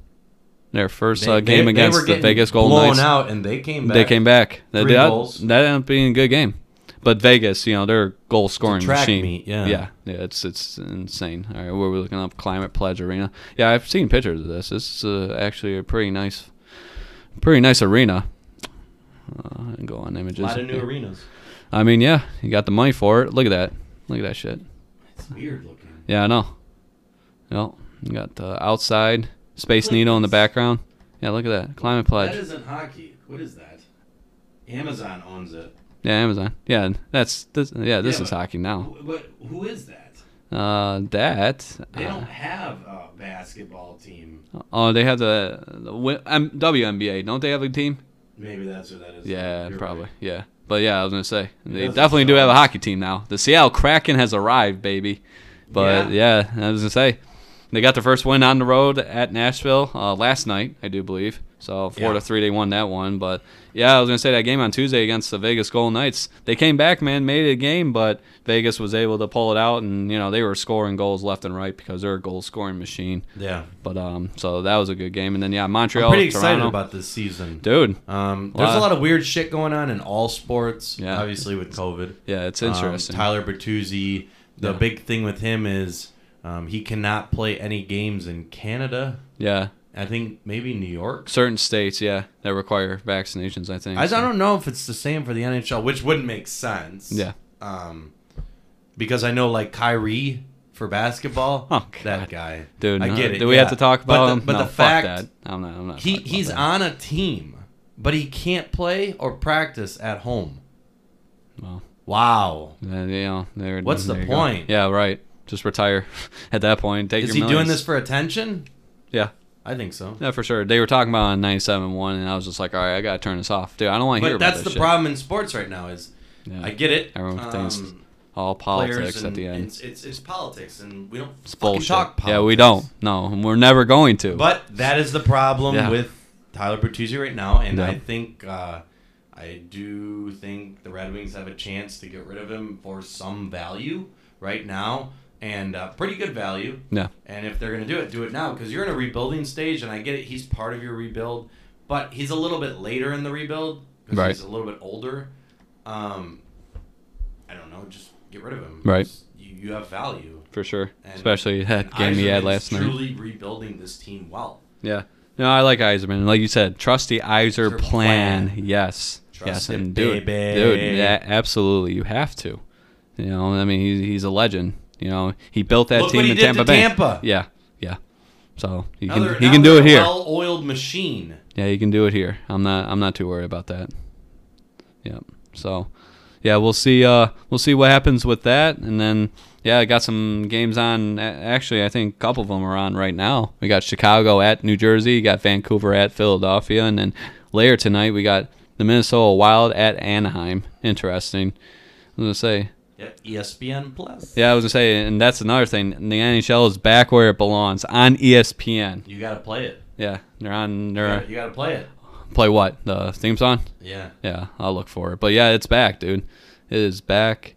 S1: their first uh, game
S2: they
S1: against
S2: were
S1: the
S2: getting
S1: Vegas Golden
S2: blown
S1: Knights.
S2: out, and they came back.
S1: They came back. That,
S2: Three
S1: that,
S2: goals.
S1: that ended up being a good game. But Vegas, you know, they're a goal scoring
S2: track
S1: machine.
S2: meet, yeah.
S1: yeah, yeah, it's it's insane. All right, where are we looking up? Climate Pledge Arena. Yeah, I've seen pictures of this. This is uh, actually a pretty nice, pretty nice arena. Uh, go on
S2: A
S1: images.
S2: lot of new arenas.
S1: I mean, yeah, you got the money for it. Look at that. Look at that shit.
S2: It's weird looking.
S1: Yeah, I know. Well, you got the outside Space Needle in the background. Yeah, look at that. Climate Pledge.
S2: That isn't hockey. What is that? Amazon owns it.
S1: yeah, Amazon. Yeah, that's this. Yeah, this
S2: Yeah,
S1: is
S2: but-
S1: hockey now.
S2: Wh- What? Who is that?
S1: Uh, that.
S2: They
S1: uh,
S2: don't have a basketball team.
S1: oh, they have the, the wi- M- WNBA. Don't they have a team?
S2: Maybe that's what that is.
S1: Yeah,
S2: You're
S1: probably.
S2: right.
S1: Yeah. But yeah, I was gonna say they
S2: doesn't
S1: definitely do
S2: show
S1: have a
S2: up.
S1: hockey team now. The Seattle Kraken has arrived, baby. But yeah, I was gonna say they got their first win on the road at Nashville uh, last night, I do believe. So four to
S2: Yeah.
S1: three, they won that one. But yeah, I was gonna say that game on Tuesday against the Vegas Golden Knights, they came back, man, made it a game, but Vegas was able to pull it out, and you know they were scoring goals left and right because they're a goal scoring machine.
S2: Yeah.
S1: But um, so that was a good game, and then yeah,
S2: I'm
S1: Montreal,
S2: pretty excited
S1: Toronto.
S2: about this season.
S1: dude.
S2: Um, there's
S1: Lot.
S2: a lot of weird shit going on in all sports.
S1: Yeah.
S2: Obviously with COVID.
S1: Yeah, it's
S2: Um,
S1: interesting.
S2: Tyler Bertuzzi. The
S1: Yeah.
S2: big thing with him is um, he cannot play any games in Canada.
S1: yeah.
S2: I think maybe New York.
S1: certain states, yeah, that require vaccinations. I think.
S2: I, I
S1: so.
S2: don't know if it's the same for the NHL, which wouldn't make sense.
S1: Yeah.
S2: Um, because I know like Kyrie for basketball.
S1: <laughs> Oh, God.
S2: that guy,
S1: Dude,
S2: I
S1: no,
S2: get it.
S1: Do we
S2: yeah.
S1: have to talk about
S2: but the,
S1: him?
S2: But
S1: no,
S2: the
S1: fuck
S2: fact
S1: that. I'm not. I'm not
S2: he
S1: talking about
S2: he's
S1: that.
S2: on a team, but he can't play or practice at home.
S1: Well.
S2: Wow.
S1: Uh, you know, there-
S2: What's the
S1: there you go.
S2: point?
S1: Yeah, right. Just retire <laughs> at that point. Take
S2: Is
S1: your
S2: he doing
S1: millions.
S2: this for attention?
S1: Yeah,
S2: I think so.
S1: yeah, for sure. They were talking about on 97.1, and I was just like, all right, I gotta turn this off, dude. I don't want to hear
S2: But
S1: about
S2: that's the
S1: this
S2: problem in sports right now. Is
S1: shit. Yeah.
S2: I get it.
S1: Everyone thinks
S2: um,
S1: all
S2: players
S1: politics at
S2: and-
S1: the
S2: and
S1: end.
S2: It's, it's, it's politics, and we don't
S1: It's
S2: fucking
S1: bullshit.
S2: talk politics.
S1: yeah, we don't. No, and we're never going to.
S2: But that is the problem
S1: Yeah.
S2: with Tyler Bertuzzi right now, and
S1: Yeah.
S2: I think uh, I do think the Red Wings have a chance to get rid of him for some value right now, and uh, pretty good value.
S1: yeah,
S2: And if they're going to do it, do it now because you're in a rebuilding stage, and I get it. He's part of your rebuild, but he's a little bit later in the rebuild because
S1: Right.
S2: he's a little bit older. Um, I don't know. Just get rid of him.
S1: Right.
S2: You, you have value.
S1: for sure.
S2: And-
S1: Especially <laughs> that
S2: And
S1: game he had
S2: Eiserman's
S1: last night.
S2: Truly rebuilding this team well.
S1: Yeah. No, I like Eiserman. Like you said, trust the Iser
S2: Your
S1: plan.
S2: plan.
S1: Yes.
S2: Trust
S1: yes,
S2: it,
S1: and do it.
S2: baby.
S1: Dude, yeah, absolutely. You have to. You know, I mean, he's, he's a legend. You know, he built that
S2: Look
S1: team
S2: what he
S1: in
S2: did to
S1: Tampa Bay.
S2: Tampa.
S1: Yeah, yeah. So he
S2: Now
S1: can
S2: they're-
S1: he
S2: now
S1: can do
S2: they're
S1: it
S2: a
S1: here.
S2: Well-oiled machine.
S1: Yeah, he can do it here. I'm not I'm not too worried about that. Yep. So yeah, we'll see uh we'll see what happens with that and then yeah, I got some games on a- actually I think a couple of them are on right now. We got Chicago at New Jersey, you got Vancouver at Philadelphia and then later tonight we got the Minnesota Wild at Anaheim. Interesting. I was gonna say
S2: Yeah, ESPN Plus.
S1: yeah, I was gonna say, and that's another thing. The NHL is back where it belongs on E ESPN.
S2: You gotta play it.
S1: Yeah, they're on.
S2: You
S1: They're
S2: gotta, you gotta play it.
S1: play what the theme song.
S2: Yeah.
S1: Yeah, I'll look for it. But yeah, it's back, dude. It is back.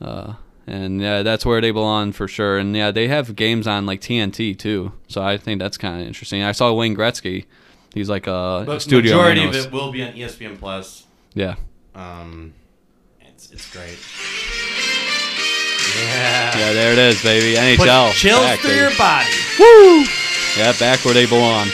S1: Uh, and yeah, that's where they belong for sure. And yeah, they have games on like TNT too. So I think that's kind of interesting. I saw Wayne Gretzky. He's like a
S2: But
S1: studio
S2: majority
S1: analyst.
S2: of it will be on E ESPN Plus.
S1: Yeah.
S2: Um, it's it's great. Yeah.
S1: Yeah, there it is, baby.
S2: Put
S1: NHL.
S2: chills
S1: back,
S2: through
S1: baby.
S2: your body.
S1: Woo! Yeah, back where they belong.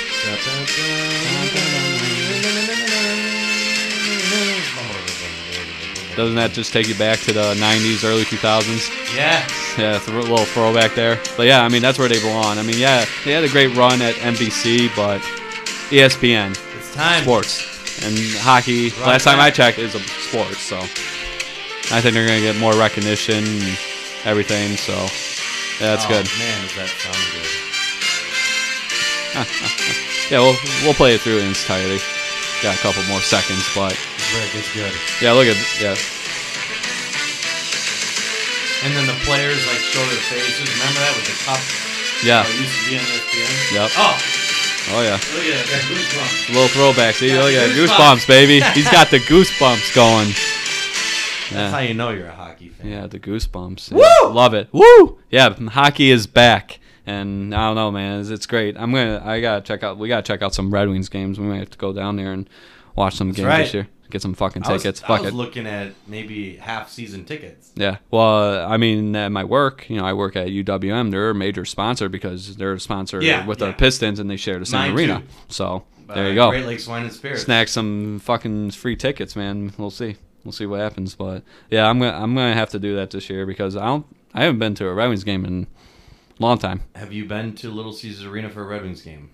S1: Doesn't that just take you back to the 90s, early 2000s?
S2: Yeah.
S1: Yeah, it's a little throwback there. But yeah, I mean, that's where they belong. I mean, yeah, they had a great run at NBC, but E ESPN,
S2: It's time.
S1: sports, and hockey, last time I checked, is a sport, so. I think they're gonna get more recognition, and everything. So yeah, that's
S2: Oh,
S1: good.
S2: Man, does that sound good?
S1: Yeah, we'll we'll play it through in its entirety. Got a couple more seconds, but
S2: It's very- It's good.
S1: yeah, look at yeah.
S2: And then the players like show their faces. Remember that with the cup?
S1: Yeah.
S2: that used to be on E ESPN.
S1: Yep.
S2: Oh,
S1: Oh yeah.
S2: look at that! that goosebump.
S1: Little throwback. See,
S2: Got
S1: look at that.
S2: goosebumps.
S1: goosebumps, baby. He's got the goosebumps going.
S2: That's how
S1: Yeah,
S2: you know you're a hockey fan.
S1: yeah the goosebumps. Woo! Love it. Woo! Yeah, hockey is back, and I don't know, man. It's, it's great. I'm gonna. I gotta check out. We gotta check out some Red Wings games. We might have to go down there and watch some games
S2: right.
S1: this year. Get some fucking
S2: I was,
S1: tickets.
S2: I
S1: Fuck
S2: was
S1: it.
S2: looking at maybe half season tickets.
S1: Yeah. Well, uh, I mean, at my work, you know, I work at UWM. They're a major sponsor because they're a sponsor
S2: Yeah,
S1: with
S2: yeah.
S1: the Pistons, and they share the same
S2: Mine
S1: arena.
S2: too.
S1: So
S2: by
S1: there you go.
S2: Great Lakes Wine and Spirits.
S1: Snag some fucking free tickets, man. We'll see. We'll see what happens. But yeah, I'm gonna I'm gonna have to do that this year because I don't I haven't been to a Red Wings game in a long time.
S2: Have you been to Little Caesars Arena for a Red Wings game?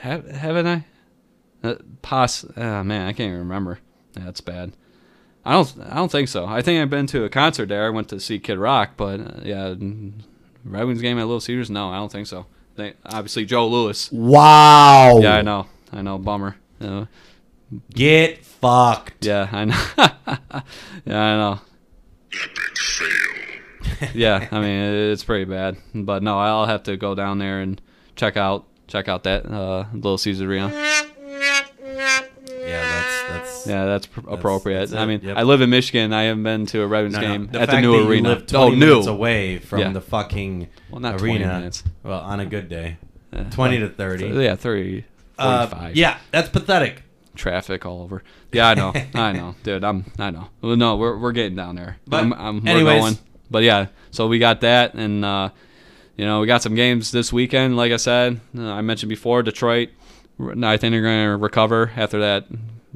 S1: Have, haven't I? Uh, pos. ah, man, I can't even remember. Yeah, that's bad. I don't. I don't think so. I think I've been to a concert there. I went to see Kid Rock, but uh, yeah, mm, Red Wings game at Little Cedars. No, I don't think so. They, obviously, Joe Lewis.
S2: Wow.
S1: Yeah, I know. I know. Bummer. Uh,
S2: Get fucked.
S1: yeah, I know. <laughs> yeah, I know.
S3: Epic fail.
S1: yeah, I mean it- it's pretty bad. But no, I'll have to go down there and check out check out that uh, Little Caesar Arena.
S2: <laughs> Yeah, that's that's.
S1: Yeah, that's pr- appropriate.
S2: that's
S1: I
S2: it,
S1: mean,
S2: yep.
S1: I live in Michigan. I haven't been to a Red Wings
S2: No, no,
S1: game
S2: the
S1: at the
S2: fact
S1: new
S2: that you
S1: arena.
S2: live
S1: oh,
S2: 20 minutes
S1: new.
S2: away from
S1: Yeah.
S2: the fucking
S1: Well, not 20
S2: arena.
S1: minutes.
S2: Well, on a good day, twenty to thirty.
S1: Uh, Yeah, 30,
S2: Uh,
S1: 45.
S2: yeah, that's pathetic.
S1: traffic all over. Yeah, I know, I know, dude. I'm, I know. Well, no, we're we're getting down there.
S2: But
S1: I'm, I'm, we're
S2: anyways.
S1: going. But yeah, so we got that, and uh, you know, we got some games this weekend. Like I said, uh, I mentioned before, Detroit. r- I think they're going to recover after that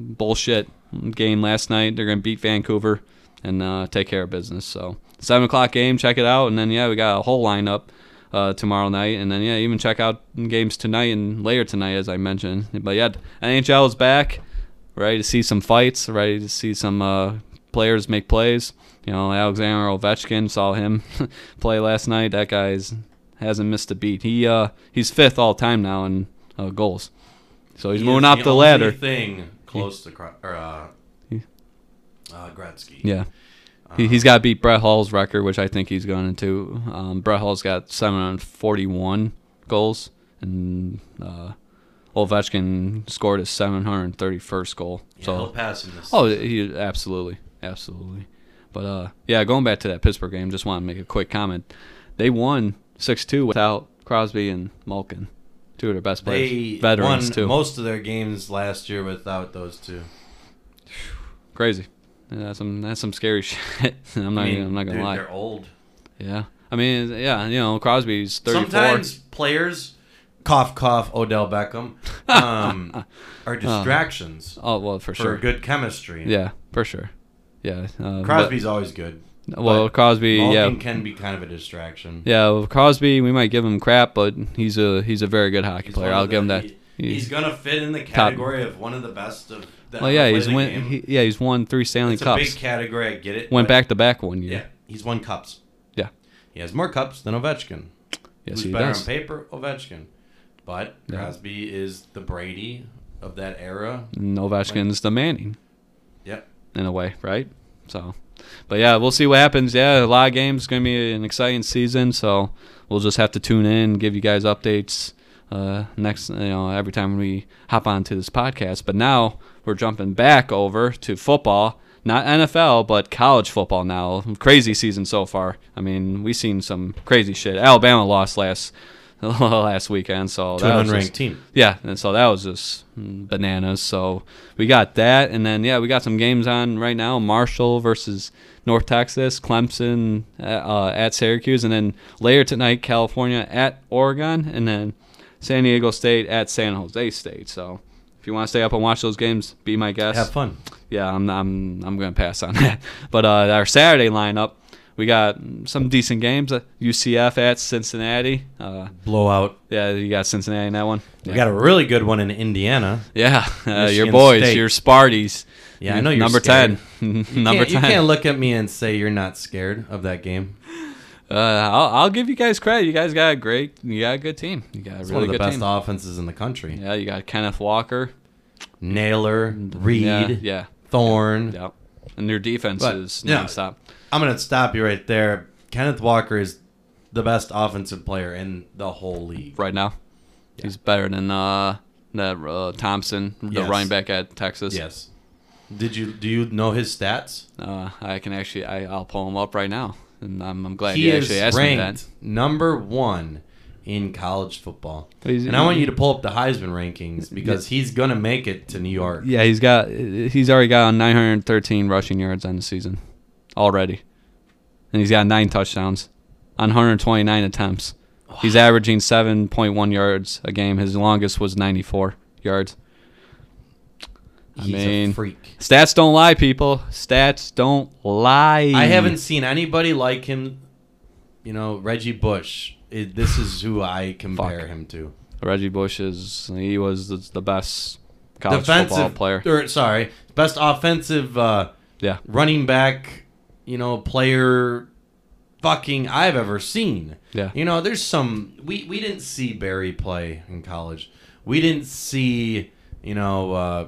S1: bullshit game last night. They're going to beat Vancouver and uh, take care of business. So seven o'clock game, check it out, and then yeah, we got a whole lineup. Uh, tomorrow night, and then yeah, even check out games tonight and later tonight, as I mentioned. But yeah, NHL is back ready to see some fights, ready to see some uh, players make plays. You know, Alexander Ovechkin saw him <laughs> play last night. That guy's hasn't missed a beat. He uh, he's fifth all time now in uh, goals, so he's
S2: He
S1: moving
S2: is
S1: up the,
S2: only
S1: ladder.
S2: Thing close to Kra- or, uh,
S1: He-
S2: uh, Gretzky.
S1: Yeah. He, he's got
S2: Uh-huh.
S1: to beat Brett Hall's record, which I think he's going to. Um, Brett Hall's got 741 goals, and uh, Ovechkin scored his 731st goal.
S2: Yeah,
S1: so
S2: he'll pass him this.
S1: Oh, he absolutely, absolutely. But uh, yeah, going back to that Pittsburgh game, just want to make a quick comment. They won six two without Crosby and Malkin, two of their best players,
S2: they
S1: veterans
S2: won
S1: too.
S2: most of their games last year without those two.
S1: Crazy. Yeah, that's some that's some scary <laughs> shit. I'm not
S2: I mean,
S1: even- I'm not gonna
S2: they're,
S1: lie.
S2: They're old.
S1: Yeah, I mean yeah, you know Crosby's 34.
S2: Sometimes players, cough cough, Odell
S1: <laughs>
S2: Beckham, um, are distractions
S1: oh well, Uh, for,
S2: for
S1: sure.
S2: good chemistry.
S1: Yeah, for sure. Yeah, uh, but-
S2: Crosby's always good.
S1: well,
S2: but
S1: Crosby.
S2: Malkin
S1: yeah,
S2: can be kind of a distraction.
S1: yeah. well, Crosby, we might give him crap, but he's a he's a very good hockey
S2: He's
S1: player.
S2: one of
S1: I'll
S2: the-
S1: give him that.
S2: he-
S1: He-
S2: he's gonna fit in the category of one of the best of. that
S1: Well, yeah,
S2: ever
S1: he's
S2: played the
S1: win.
S2: game.
S1: He, yeah, he's won three Stanley
S2: it's a
S1: Cups.
S2: big category. I get it.
S1: Went
S2: but-
S1: back to back one year.
S2: Yeah, he's won cups.
S1: Yeah.
S2: He has more cups than Ovechkin.
S1: Yes,
S2: Who's
S1: he
S2: better
S1: does.
S2: on paper? Ovechkin. But
S1: Yeah.
S2: Crosby is the Brady of that era.
S1: And Ovechkin's the Manning
S2: Yep.
S1: in a way, right? So, but yeah, we'll see what happens. Yeah, a lot of games. Going to be an exciting season. So we'll just have to tune in, give you guys updates uh, next. You know, every time we hop onto this podcast. But now we're jumping back over to football. Not NFL, but college football now. Crazy season so far. I mean, we seen some crazy shit. Alabama lost last <laughs> last weekend, so
S2: To an
S1: was
S2: unranked
S1: just-
S2: team.
S1: yeah, and so that was just mm, bananas. So we got that, and then yeah, we got some games on right now: Marshall versus North Texas, Clemson uh, uh, at Syracuse, and then later tonight, California at Oregon, and then San Diego State at San Jose State. So if you want to stay up and watch those games, be my guest
S2: Have fun.
S1: yeah, I'm I'm I'm gonna pass on <laughs> that. But uh, our Saturday lineup, we got some decent games. Uh, UCF at Cincinnati. Uh,
S2: Blowout.
S1: yeah, you got Cincinnati in that one.
S2: We got a really good one in Indiana.
S1: Yeah, uh, your
S2: Michigan
S1: boys,
S2: State.
S1: your Sparties.
S2: Yeah, I know you're
S1: number
S2: scared.
S1: ten. <laughs>
S2: You
S1: number
S2: can't- You
S1: ten.
S2: can't look at me and say you're not scared of that game.
S1: Uh, I'll, I'll give you guys credit. You guys got a great, you got a good team. You got a
S2: It's
S1: really
S2: one of the
S1: good
S2: best
S1: team.
S2: offenses in the country.
S1: Yeah, you got Kenneth Walker,
S2: Naylor, Reed,
S1: Yeah, yeah,
S2: Thorne.
S1: yeah. And their defense
S2: But,
S1: is
S2: yeah.
S1: nonstop.
S2: I'm gonna stop you right there. Kenneth Walker is the best offensive player in the whole league.
S1: right now. He's better than uh, that uh, Thompson, the
S2: Yes.
S1: running back at Texas.
S2: Yes. Did you do you know his stats?
S1: Uh, I can actually, I, I'll pull him up right now, and I'm, I'm glad
S2: he
S1: you
S2: is
S1: actually asked me
S2: ranked
S1: that.
S2: number one in college football.
S1: He's-
S2: and I want you to pull up the Heisman rankings because he's gonna make it to New York.
S1: Yeah, he's got, he's already got 913 rushing yards on the season, already, and he's got nine touchdowns on 129 attempts. He's averaging 7.1 yards a game. His longest was 94 yards. I
S2: He's
S1: mean,
S2: a freak.
S1: Stats don't lie, people. Stats don't lie.
S2: I haven't seen anybody like him. You know, Reggie Bush. It, this is who I compare him to.
S1: Reggie Bush is he was the, the best college football player.
S2: Or, sorry, best offensive uh,
S1: Yeah,
S2: running back. You know, player. Fucking, I've ever seen.
S1: Yeah.
S2: You know, there's some we we didn't see Barry play in college. We didn't see you know uh,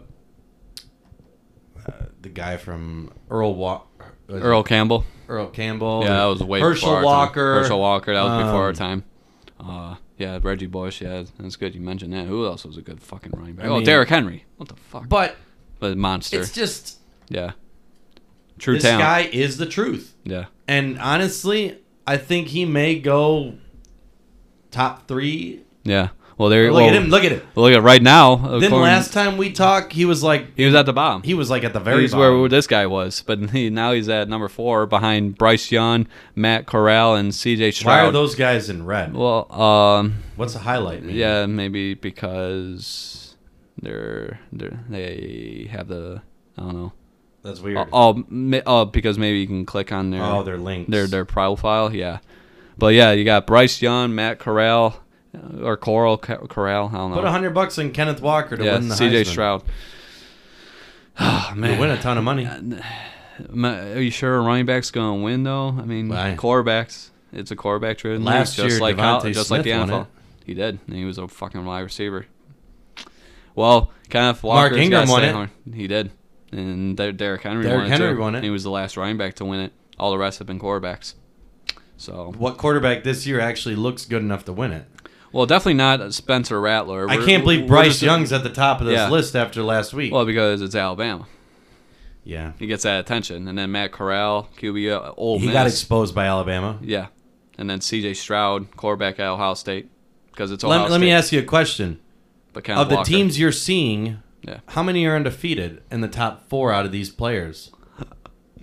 S2: uh, the guy from Earl Wa- was it
S1: Earl Campbell.
S2: Earl Campbell.
S1: Yeah, that was way before
S2: Oh, Herschel
S1: our
S2: Walker.
S1: Time. Herschel Walker. That was before our
S2: um,
S1: time. Uh, yeah, Reggie Bush. Yeah, that's good. You mentioned that. Who else was a good fucking running back?
S2: I
S1: oh,
S2: mean-
S1: Derrick Henry. What the fuck?
S2: But
S1: But monster.
S2: it's just
S1: yeah. True
S2: this
S1: talent.
S2: guy is the truth.
S1: yeah.
S2: And honestly, I think he may go top three.
S1: Yeah. Well, there.
S2: Look
S1: well,
S2: at him! Look at him!
S1: Look at right now.
S2: Then
S1: according-
S2: last time we talked, he was like
S1: he was at the bottom.
S2: he was like at the very
S1: He's
S2: bottom.
S1: where this guy was, but he, now he's at number four behind Bryce Young, Matt Corral, and C.J. Stroud.
S2: Why are those guys in red?
S1: Well, um,
S2: What's the highlight? mean?
S1: yeah, maybe because they're they are they have the I don't know.
S2: that's weird.
S1: Oh, oh, ma- oh, because maybe you can click on their
S2: Oh, their links.
S1: their their profile. Yeah, but yeah, you got Bryce Young, Matt Corral, uh, or Coral Ca- Corral. I don't know.
S2: Put a hundred bucks on Kenneth Walker to
S1: uh, yeah,
S2: win the
S1: C.J.
S2: Heisman.
S1: Stroud. Oh,
S2: You
S1: man,
S2: win a ton of money.
S1: Ma- Are you sure a running back's going to win though? I mean,
S2: Why?
S1: quarterbacks. It's a quarterback driven
S2: Last
S1: just
S2: year,
S1: like how,
S2: Devontae
S1: just like the
S2: Smith won
S1: NFL.
S2: it.
S1: He did, and he was a fucking wide receiver. Well, Kenneth Walker.
S2: Mark Ingram won it.
S1: He did, and Der- Derrick Henry
S2: Derrick
S1: won it.
S2: Henry
S1: too.
S2: won it.
S1: He was the last running back to win it. All the rest have been quarterbacks. So,
S2: What quarterback this year actually looks good enough to win it?
S1: well, definitely not Spencer Rattler.
S2: I
S1: We're-
S2: can't
S1: we're
S2: believe Bryce
S1: just-
S2: Young's at the top of this
S1: Yeah.
S2: list after last week.
S1: Well, because it's Alabama.
S2: yeah,
S1: He gets that attention, and then Matt Corral, QB, uh, Ole
S2: he
S1: Miss.
S2: got exposed by Alabama.
S1: Yeah, and then C.J. Stroud, quarterback at Ohio State, because it's Ohio
S2: Let, let
S1: State.
S2: me ask you a question.
S1: but Kenneth
S2: Of the
S1: Walker.
S2: teams you're seeing,
S1: Yeah.
S2: how many are undefeated in the top four out of these players?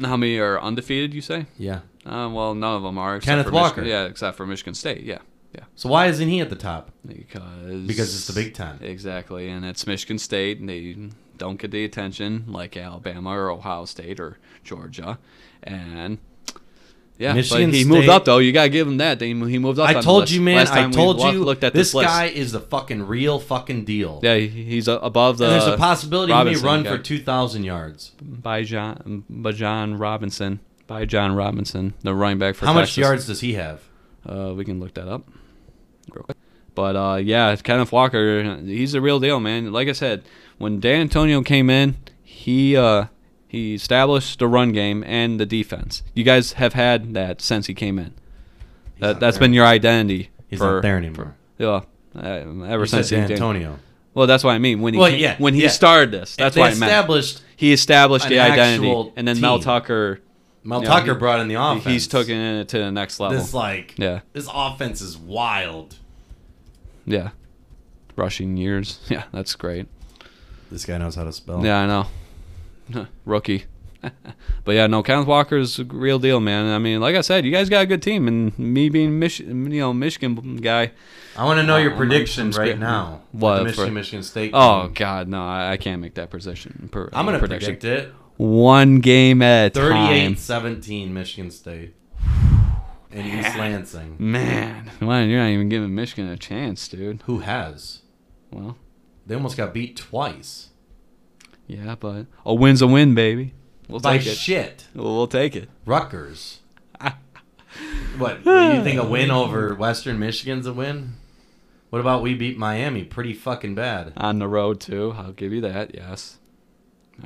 S1: How many are undefeated? You say?
S2: Yeah.
S1: Uh, well, none of them are. except
S2: Kenneth
S1: for Michigan-
S2: Walker.
S1: Yeah, except for Michigan State. Yeah, yeah,
S2: So why isn't he at the top?
S1: because
S2: Because it's the Big Ten.
S1: Exactly, and it's Michigan State, and they don't get the attention like Alabama or Ohio State or Georgia, and. Yeah,
S2: Michigan
S1: but he moved
S2: State-
S1: up though. You gotta give him that. They, he moved up. on
S2: I
S1: the
S2: told
S1: list.
S2: you, man.
S1: Last
S2: I
S1: time we
S2: told
S1: lo-
S2: you.
S1: Looked at
S2: this,
S1: this, list.
S2: guy is the fucking real fucking deal.
S1: Yeah, he- he's uh, above the.
S2: and there's a possibility he may
S1: Robinson
S2: run
S1: guy.
S2: for two thousand yards.
S1: by John by John Robinson by John Robinson, the running back for
S2: How much
S1: Texas.
S2: yards does he have?
S1: Uh, we can look that up. Real quick. But uh, yeah, Kenneth Walker, he's the real deal, man. Like I said, when Dan Antonio came in, he uh, he established the run game and the defense. You guys have had that since he came in. That
S2: not
S1: that's
S2: there.
S1: been your identity.
S2: He's
S1: for,
S2: not there anymore.
S1: Yeah, uh, ever
S2: You said
S1: since he
S2: San
S1: came-
S2: Antonio.
S1: Well, that's what I mean. When he
S2: Well,
S1: came-
S2: yeah,
S1: when he
S2: yeah.
S1: started this, that's
S2: they
S1: what I meant.
S2: established.
S1: He established
S2: an
S1: the identity,
S2: actual
S1: and then Mel
S2: team.
S1: Tucker
S2: Mel
S1: Yeah,
S2: Tucker
S1: he-
S2: brought in the offense.
S1: He's taking it to the next level.
S2: this like
S1: Yeah.
S2: This offense is wild.
S1: yeah. Rushing years. <laughs> Yeah, that's great.
S2: This guy knows how to spell.
S1: Yeah, I know. <laughs> Rookie. but yeah, no, Kenneth Walker's a real deal, man. I mean, like I said, you guys got a good team, and me being Mich- you know Michigan guy.
S2: I want to know your
S1: I'm-
S2: predictions
S1: I'm
S2: right
S1: scared.
S2: now.
S1: What,
S2: The
S1: for-
S2: Michigan, Michigan State.
S1: Oh
S2: game.
S1: God, no, I, I can't make that prediction. Per,
S2: I'm gonna
S1: prediction.
S2: predict it.
S1: One game at a time.
S2: 38-17 Michigan State. In East Lansing.
S1: Man, man, you're not even giving Michigan a chance, dude.
S2: Who has?
S1: Well,
S2: They almost got beat twice.
S1: Yeah, but a win's a win, baby. We'll
S2: By
S1: take it.
S2: shit,
S1: We'll, we'll take it.
S2: Rutgers. what do you think a win over Western Michigan's a win? What about we beat Miami pretty fucking bad?
S1: On the road too. I'll give you that. Yes.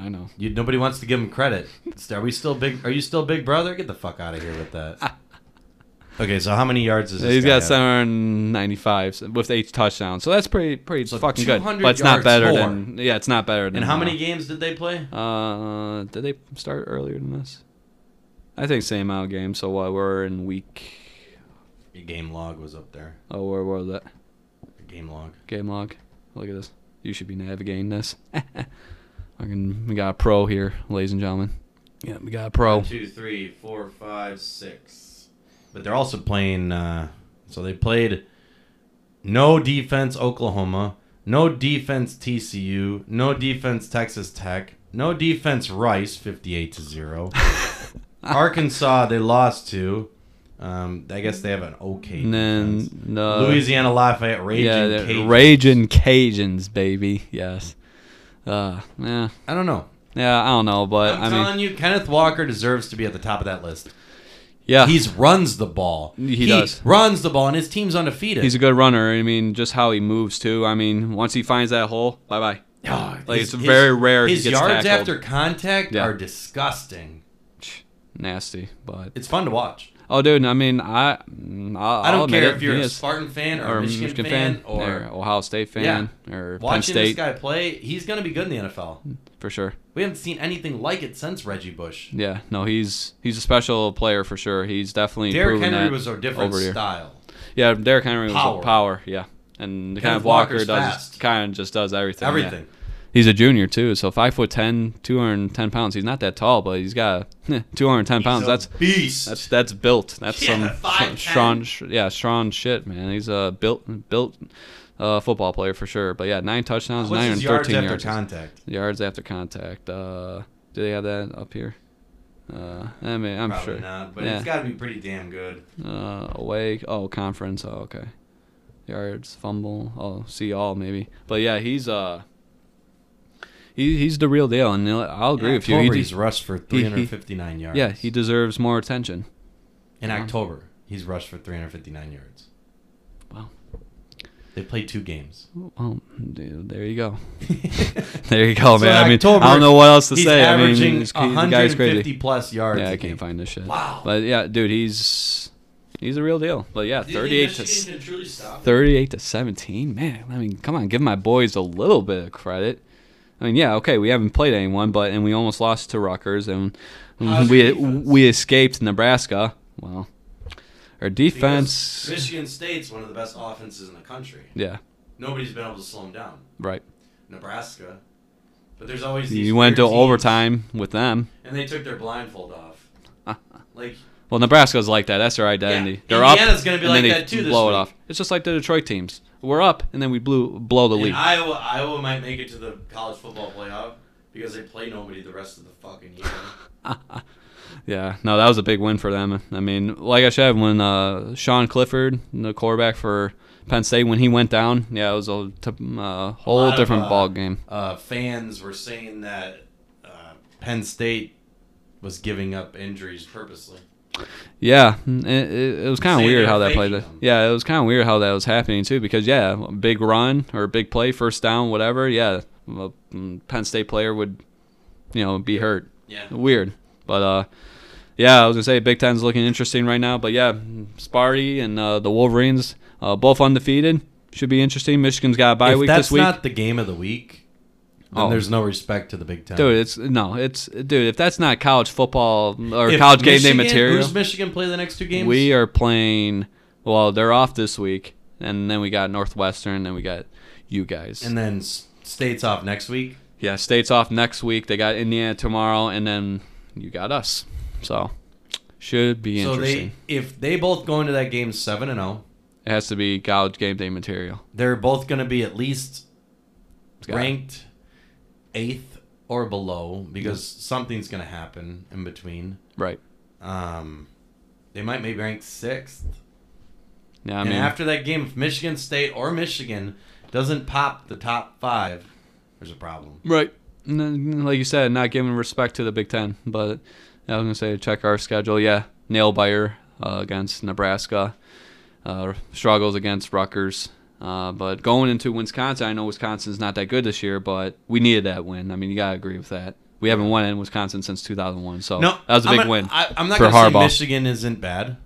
S1: I know.
S2: You, nobody wants to give him credit. Are we still big? Are you still Big Brother? Get the fuck out of here with that. Okay, so how many yards is this?
S1: He's
S2: guy
S1: got
S2: have?
S1: 795 with eight touchdowns, so that's pretty pretty
S2: So
S1: fucking good.
S2: 200
S1: But it's not
S2: yards
S1: better
S2: more.
S1: than yeah, it's not better than.
S2: And how many
S1: uh,
S2: games did they play?
S1: Uh, did they start earlier than this? I think same amount of games. So uh, we're in week.
S2: Your game log was up there.
S1: Oh, where was that
S2: Your game log.
S1: game log? Look at this. You should be navigating this. <laughs> Fucking, we got a pro here, ladies and gentlemen. Yeah, we got a pro.
S2: Two, three, four, five, six. But they're also playing. Uh, so they played no defense Oklahoma, no defense TCU, no defense Texas Tech, no defense Rice, fifty-eight to zero.
S1: <laughs>
S2: Arkansas they lost to. Um, I guess they have an okay.
S1: And then
S2: defense.
S1: the
S2: Louisiana Lafayette Raging
S1: yeah, the
S2: Cajuns.
S1: raging Cajuns, baby. Yes. Uh, yeah,
S2: I don't know.
S1: yeah. I don't know, but
S2: I'm
S1: I mean,
S2: telling you, Kenneth Walker deserves to be at the top of that list.
S1: yeah,
S2: He's runs the ball.
S1: He does.
S2: runs the ball, and his team's undefeated.
S1: he's a good runner. I mean, just how he moves too. I mean, once he finds that hole, bye bye.
S2: Oh,
S1: Like, it's very rare he
S2: His
S1: gets
S2: yards
S1: tackled.
S2: after contact
S1: Yeah.
S2: are disgusting.
S1: Nasty, but
S2: It's fun to watch.
S1: oh, dude. I mean, I mm, I'll,
S2: I
S1: I'll
S2: don't
S1: admit
S2: care
S1: it,
S2: if you're
S1: he
S2: a
S1: is-
S2: Spartan fan or,
S1: or
S2: a Michigan, fan, or,
S1: Ohio State fan or Penn
S2: watching this
S1: State Hmm.
S2: guy play. He's going to be good in the NFL.
S1: for sure.
S2: We haven't seen anything like it since Reggie Bush.
S1: Yeah, no, he's he's a special player for sure. He's definitely
S2: Derrick
S1: proven
S2: Henry
S1: that
S2: was a different
S1: over here.
S2: style.
S1: Yeah, Derrick Henry was
S2: Power.
S1: a power. Yeah, and the kind
S2: Kenneth
S1: of Walker
S2: Walker's
S1: does
S2: fast.
S1: kind of just does everything. yeah.
S2: Everything.
S1: He's a junior too, so five foot ten, two hundred ten pounds. He's not that tall, but he's got <laughs> two hundred ten pounds.
S2: He's a
S1: That's
S2: beast.
S1: that's that's built. That's
S2: Yeah,
S1: some
S2: 5'10".
S1: strong, sh- yeah, strong shit, man. He's a built built uh, football player for sure. But yeah, nine touchdowns,
S2: What's
S1: nine
S2: his
S1: and
S2: yards
S1: thirteen
S2: after
S1: yards.
S2: contact?
S1: yards after contact. Uh, do they have that up here? Uh, I mean, I'm
S2: Probably
S1: sure.
S2: not, but
S1: yeah.
S2: it's got to be pretty damn good.
S1: Uh, away. Oh, conference. Oh, okay. Yards, fumble. Oh, see all maybe. But yeah, he's uh. He, he's the real deal, and I'll agree with you. He,
S2: He's rushed for 359 yards.
S1: yeah, he deserves more attention.
S2: In October, he's rushed for 359 yards.
S1: Wow.
S2: They played
S1: <laughs>
S2: two games.
S1: Well, dude, there you go. <laughs> There you go,
S2: So
S1: man. I mean,
S2: October,
S1: I don't know what else to
S2: he's
S1: say. I mean,
S2: averaging
S1: he's- he's- the guy's
S2: 150
S1: crazy.
S2: plus yards.
S1: Yeah,
S2: a
S1: I
S2: game.
S1: can't find this shit.
S2: Wow.
S1: But yeah, dude, he's he's a real deal. But yeah,
S2: Do you think
S1: 38 to
S2: Michigan
S1: s-
S2: can truly stop them?
S1: 38 to 17 man i mean come on give my boys a little bit of credit i mean yeah okay we haven't played anyone but and we almost lost to Rutgers and
S2: How's
S1: we
S2: your defense?
S1: we escaped nebraska well our defense
S2: Because Michigan State's one of the best offenses in the country.
S1: yeah
S2: Nobody's been able to slow them down.
S1: right
S2: Nebraska, but there's always these.
S1: you went to
S2: weird teams,
S1: overtime with them
S2: and they took their blindfold
S1: <laughs>
S2: off. like
S1: well nebraska's like that that's their identity
S2: Yeah.
S1: they're
S2: Indiana's
S1: up
S2: gonna be
S1: and then
S2: like
S1: they
S2: that too this
S1: blow it
S2: week.
S1: off it's just like the detroit teams we're up and then we blew blow the
S2: and
S1: lead
S2: Iowa, Iowa might make it to the college football playoff because they play nobody the rest of the fucking year.
S1: <laughs> Yeah, no, that was a big win for them. I mean, like I said, when uh, Sean Clifford, the quarterback for Penn State, when he went down, yeah, it was a t- uh, whole
S2: lot of,
S1: different
S2: uh,
S1: ball game.
S2: uh, fans were saying that uh, Penn State was giving up injuries purposely.
S1: Yeah, it, it, it was kind
S2: Saying
S1: of
S2: they
S1: weird
S2: were
S1: how that
S2: faking
S1: played.
S2: them.
S1: Yeah, it was kind of weird how that was happening too, because yeah, a big run or a big play, first down, whatever. Yeah, a mm, Penn State player would, you know, be hurt.
S2: Yeah.
S1: weird. But uh, yeah, I was gonna say Big Ten's looking interesting right now. But yeah, Sparty and uh, the Wolverines, uh, both undefeated, should be interesting. Michigan's got a bye week
S2: that's
S1: this week.
S2: not the game of the week, then
S1: Oh.
S2: there's no respect to the Big Ten.
S1: dude, it's no, it's dude. If that's not college football or
S2: If
S1: college game day
S2: Michigan-
S1: material,
S2: Who's Michigan play the next two games?
S1: we are playing. Well, they're off this week, and then we got Northwestern, and we got you guys.
S2: and then s- states off next week.
S1: yeah, state's off next week. They got Indiana tomorrow, and then you got us. So should be
S2: So
S1: interesting.
S2: they, if they both go into that game seven and zero,
S1: It has to be college game day material.
S2: they're both going to be at least
S1: It's got-
S2: ranked eighth or below because something's going to happen in between.
S1: Right.
S2: Um, they might maybe rank sixth.
S1: Yeah, I
S2: and
S1: mean,
S2: after that game, if Michigan State or Michigan doesn't pop the top five, there's a problem.
S1: right. n- n- like you said, not giving respect to the Big Ten. But I was gonna say check our schedule. Yeah, nail biter uh, against Nebraska. Uh, struggles against Rutgers. Uh, but going into Wisconsin, I know Wisconsin's not that good this year, but we needed that win. I mean, you gotta agree with that. We haven't won in Wisconsin since 2001, so
S2: No,
S1: Oh, that was a
S2: I'm
S1: big
S2: gonna-
S1: win.
S2: I, am not
S1: for
S2: going to say
S1: Harbaugh.
S2: Michigan isn't bad.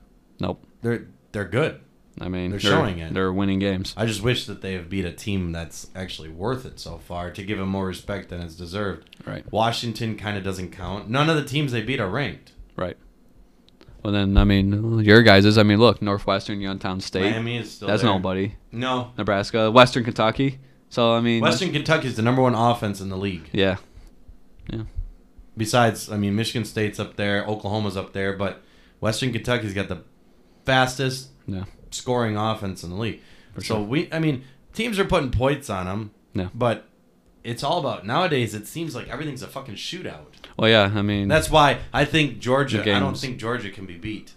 S1: nope.
S2: They're they're good.
S1: I mean,
S2: They're showing it.
S1: They're winning games.
S2: I just wish that they have beat a team that's actually worth it so far to give them more respect than it's deserved.
S1: Right.
S2: Washington kind of doesn't count. None of the teams they beat are ranked.
S1: Right. Well, then I mean, your guys' I mean, look, Northwestern, Youngtown State.
S2: Miami is still
S1: that's
S2: there.
S1: nobody.
S2: No.
S1: Nebraska, Western Kentucky. So I mean,
S2: Western Kentucky is the number one offense in the league.
S1: yeah,
S2: Besides, I mean, Michigan State's up there, Oklahoma's up there, but Western Kentucky's got the fastest
S1: Yeah.
S2: scoring offense in the league.
S1: For
S2: so
S1: sure.
S2: we, I mean, teams are putting points on them.
S1: Yeah.
S2: But it's all about nowadays. It seems like everything's a fucking shootout.
S1: well, yeah. I mean,
S2: That's why I think Georgia.
S1: Mm. The
S2: I don't
S1: games.
S2: think Georgia can be beat.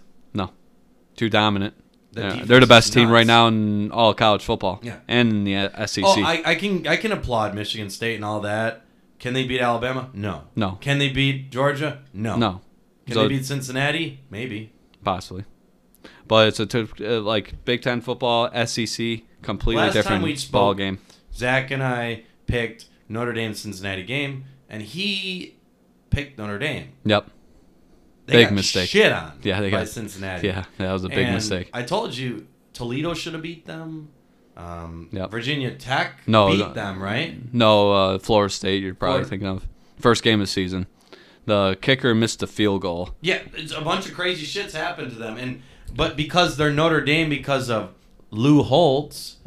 S1: too dominant.
S2: The
S1: Yeah,
S2: defense
S1: they're the
S2: is
S1: best team right
S2: nuts.
S1: now in all college football.
S2: Yeah.
S1: and in the uh, SEC.
S2: Oh, I, I can I can applaud Michigan State and all that. Can they beat Alabama? No.
S1: No.
S2: Can they beat Georgia? No.
S1: no,
S2: Can
S1: So-
S2: they beat Cincinnati? Maybe.
S1: possibly. But it's a t- uh, like Big Ten football, SEC, completely
S2: Last time
S1: different
S2: we
S1: ball
S2: spoke-
S1: game.
S2: Zach and I picked Notre Dame Cincinnati game, and he picked Notre Dame.
S1: Yep.
S2: They
S1: Big
S2: got
S1: mistake.
S2: Shit on.
S1: Yeah, they
S2: by
S1: got-
S2: Cincinnati.
S1: Yeah, that was a big
S2: And
S1: mistake.
S2: I told you Toledo should have beat them. Um,
S1: Yep.
S2: Virginia Tech
S1: No,
S2: beat
S1: no.
S2: them, right?
S1: No, uh, Florida State. You're probably
S2: Florida-
S1: thinking of first game of the season. The kicker missed a field goal.
S2: Yeah, it's a bunch of crazy shits happened to them, and but because they're Notre Dame, because of Lou Holtz,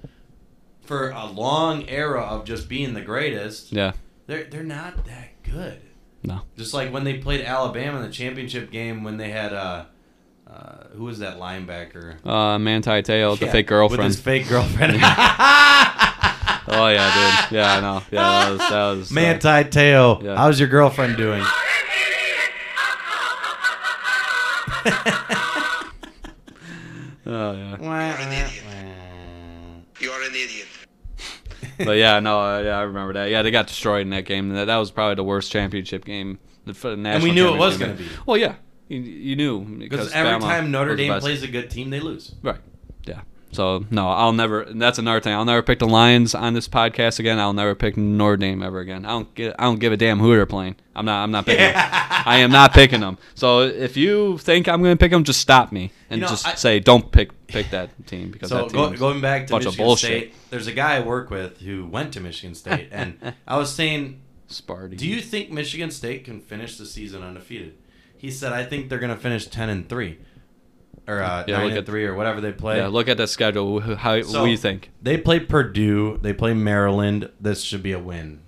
S2: for a long era of just being the greatest,
S1: Yeah,
S2: they're they're not that good.
S1: No.
S2: Just like when they played Alabama in the championship game, when they had uh, uh who was that linebacker?
S1: uh, Manti Te'o, the
S2: Yeah,
S1: fake girlfriend.
S2: With his
S1: <laughs>
S2: fake girlfriend. <laughs>
S1: Oh yeah, dude. Yeah, I know. Yeah, that was that was. uh,
S2: Manti Teo,
S1: Yeah.
S2: how's your girlfriend doing?
S1: oh yeah.
S3: You're an idiot.
S1: But yeah, no, uh, yeah, I remember that. Yeah, they got destroyed in that game. That that was probably the worst championship game. The, for the national
S2: we knew it was
S1: championship game.
S2: gonna be.
S1: Well, yeah, you, you knew
S2: Because every
S1: Bama
S2: time Notre
S1: was the
S2: Dame
S1: best.
S2: plays a good team, they lose.
S1: right? Yeah. So no, I'll never. and That's another thing. I'll never pick the Lions on this podcast again. I'll never pick Notre Dame ever again. I don't get. I don't give a damn who they're playing. I'm not. I'm not picking.
S2: <laughs>
S1: them. I am not picking them. So if you think I'm going to pick them, just stop me and
S2: You know,
S1: just
S2: I-
S1: say don't pick pick that team because
S2: So
S1: that team
S2: go,
S1: is
S2: going back to
S1: bunch of
S2: Michigan
S1: bullshit.
S2: State, there's a guy I work with who went to Michigan State,
S1: <laughs>
S2: and I was saying,
S1: Sparty.
S2: "Do you think Michigan State can finish the season undefeated?" He said, "I think they're going to finish ten and three, or uh,
S1: Yeah,
S2: nine
S1: look
S2: and
S1: at-
S2: three, or whatever they play."
S1: Yeah, look at that schedule. Wh- How
S2: So-
S1: what do you think?
S2: They play Purdue. They play Maryland. This should be a win.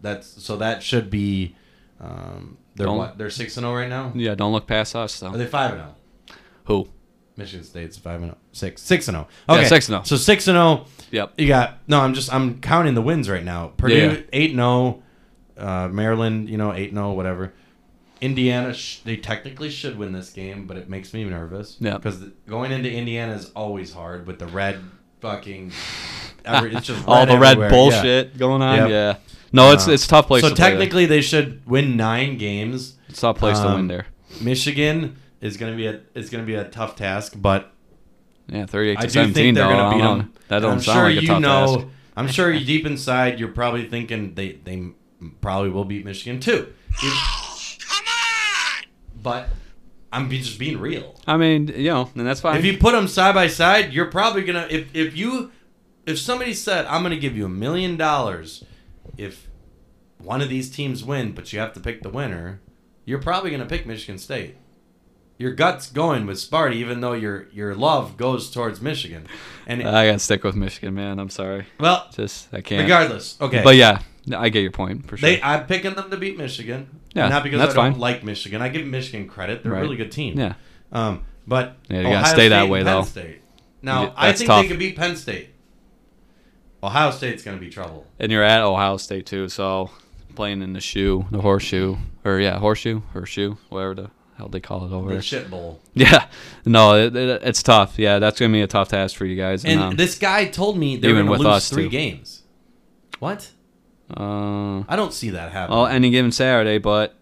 S2: That's so that should be. Um, they're
S1: Don't-
S2: what? They're six and zero right now.
S1: Yeah, don't look past us
S2: Are
S1: though.
S2: they five and zero?
S1: Who?
S2: Michigan State's five and zero. Six six and zero.
S1: Yeah, oh.
S2: Okay,
S1: 6-0.
S2: So six and oh, zero.
S1: Yep.
S2: You got no. I'm just I'm counting the wins right now. Purdue
S1: yeah.
S2: eight and zero. Uh, Maryland, you know, eight and zero, whatever. Indiana, sh- they technically should win this game, but it makes me nervous.
S1: Yeah.
S2: Because going into Indiana is always hard with the red
S1: <laughs>
S2: fucking. Every, it's just
S1: All the
S2: everywhere.
S1: red
S2: Yeah.
S1: bullshit going on.
S2: Yep.
S1: Yeah. No, it's
S2: Uh,
S1: it's a tough place.
S2: So
S1: to play there.
S2: technically, they should win nine games.
S1: it's a tough place to
S2: um,
S1: win there.
S2: Michigan is gonna be a is gonna be a tough task, but
S1: Yeah, thirty-eight
S2: I
S1: to
S2: do think
S1: seventeen.
S2: they're
S1: though.
S2: going to beat
S1: I don't
S2: them.
S1: know. That don't
S2: I'm
S1: sound
S2: sure
S1: like a
S2: you
S1: tough
S2: know.
S1: task.
S2: I'm sure you deep inside you're probably thinking they they m- probably will beat Michigan too. You-
S3: Come on!
S2: But I'm be, just being real.
S1: I mean, you know, and that's fine.
S2: If you put them side by side, you're probably gonna if if you if somebody said I'm gonna give you a million dollars if one of these teams win, but you have to pick the winner, you're probably gonna pick Michigan State. Your gut's going with Sparty, even though your your love goes towards Michigan. And
S1: I gotta stick with Michigan, man. I'm sorry.
S2: well,
S1: Just I can't.
S2: regardless, okay.
S1: But yeah, I get your point for sure.
S2: They, I'm picking them to beat Michigan.
S1: Yeah,
S2: not because
S1: that's
S2: I don't
S1: fine.
S2: like Michigan. I give Michigan credit; they're a
S1: Right.
S2: really good team.
S1: yeah,
S2: Um, but
S1: Yeah, you gotta stay that
S2: and
S1: way,
S2: Penn
S1: though.
S2: State. Now
S1: Yeah,
S2: I
S1: that's
S2: think
S1: tough.
S2: they could beat Penn State. Ohio State's gonna be trouble.
S1: and you're at Ohio State too, so playing in the shoe, the horseshoe, or yeah, horseshoe or shoe, whatever the hell they call it over
S2: The
S1: there.
S2: shit bowl.
S1: Yeah, no, it, it, it's tough. Yeah, that's gonna be a tough task for you guys.
S2: And
S1: um,
S2: this guy told me they were
S1: even
S2: gonna
S1: with
S2: lose
S1: us,
S2: three
S1: too.
S2: games. What?
S1: Uh,
S2: I don't see that happening.
S1: well, any given Saturday, but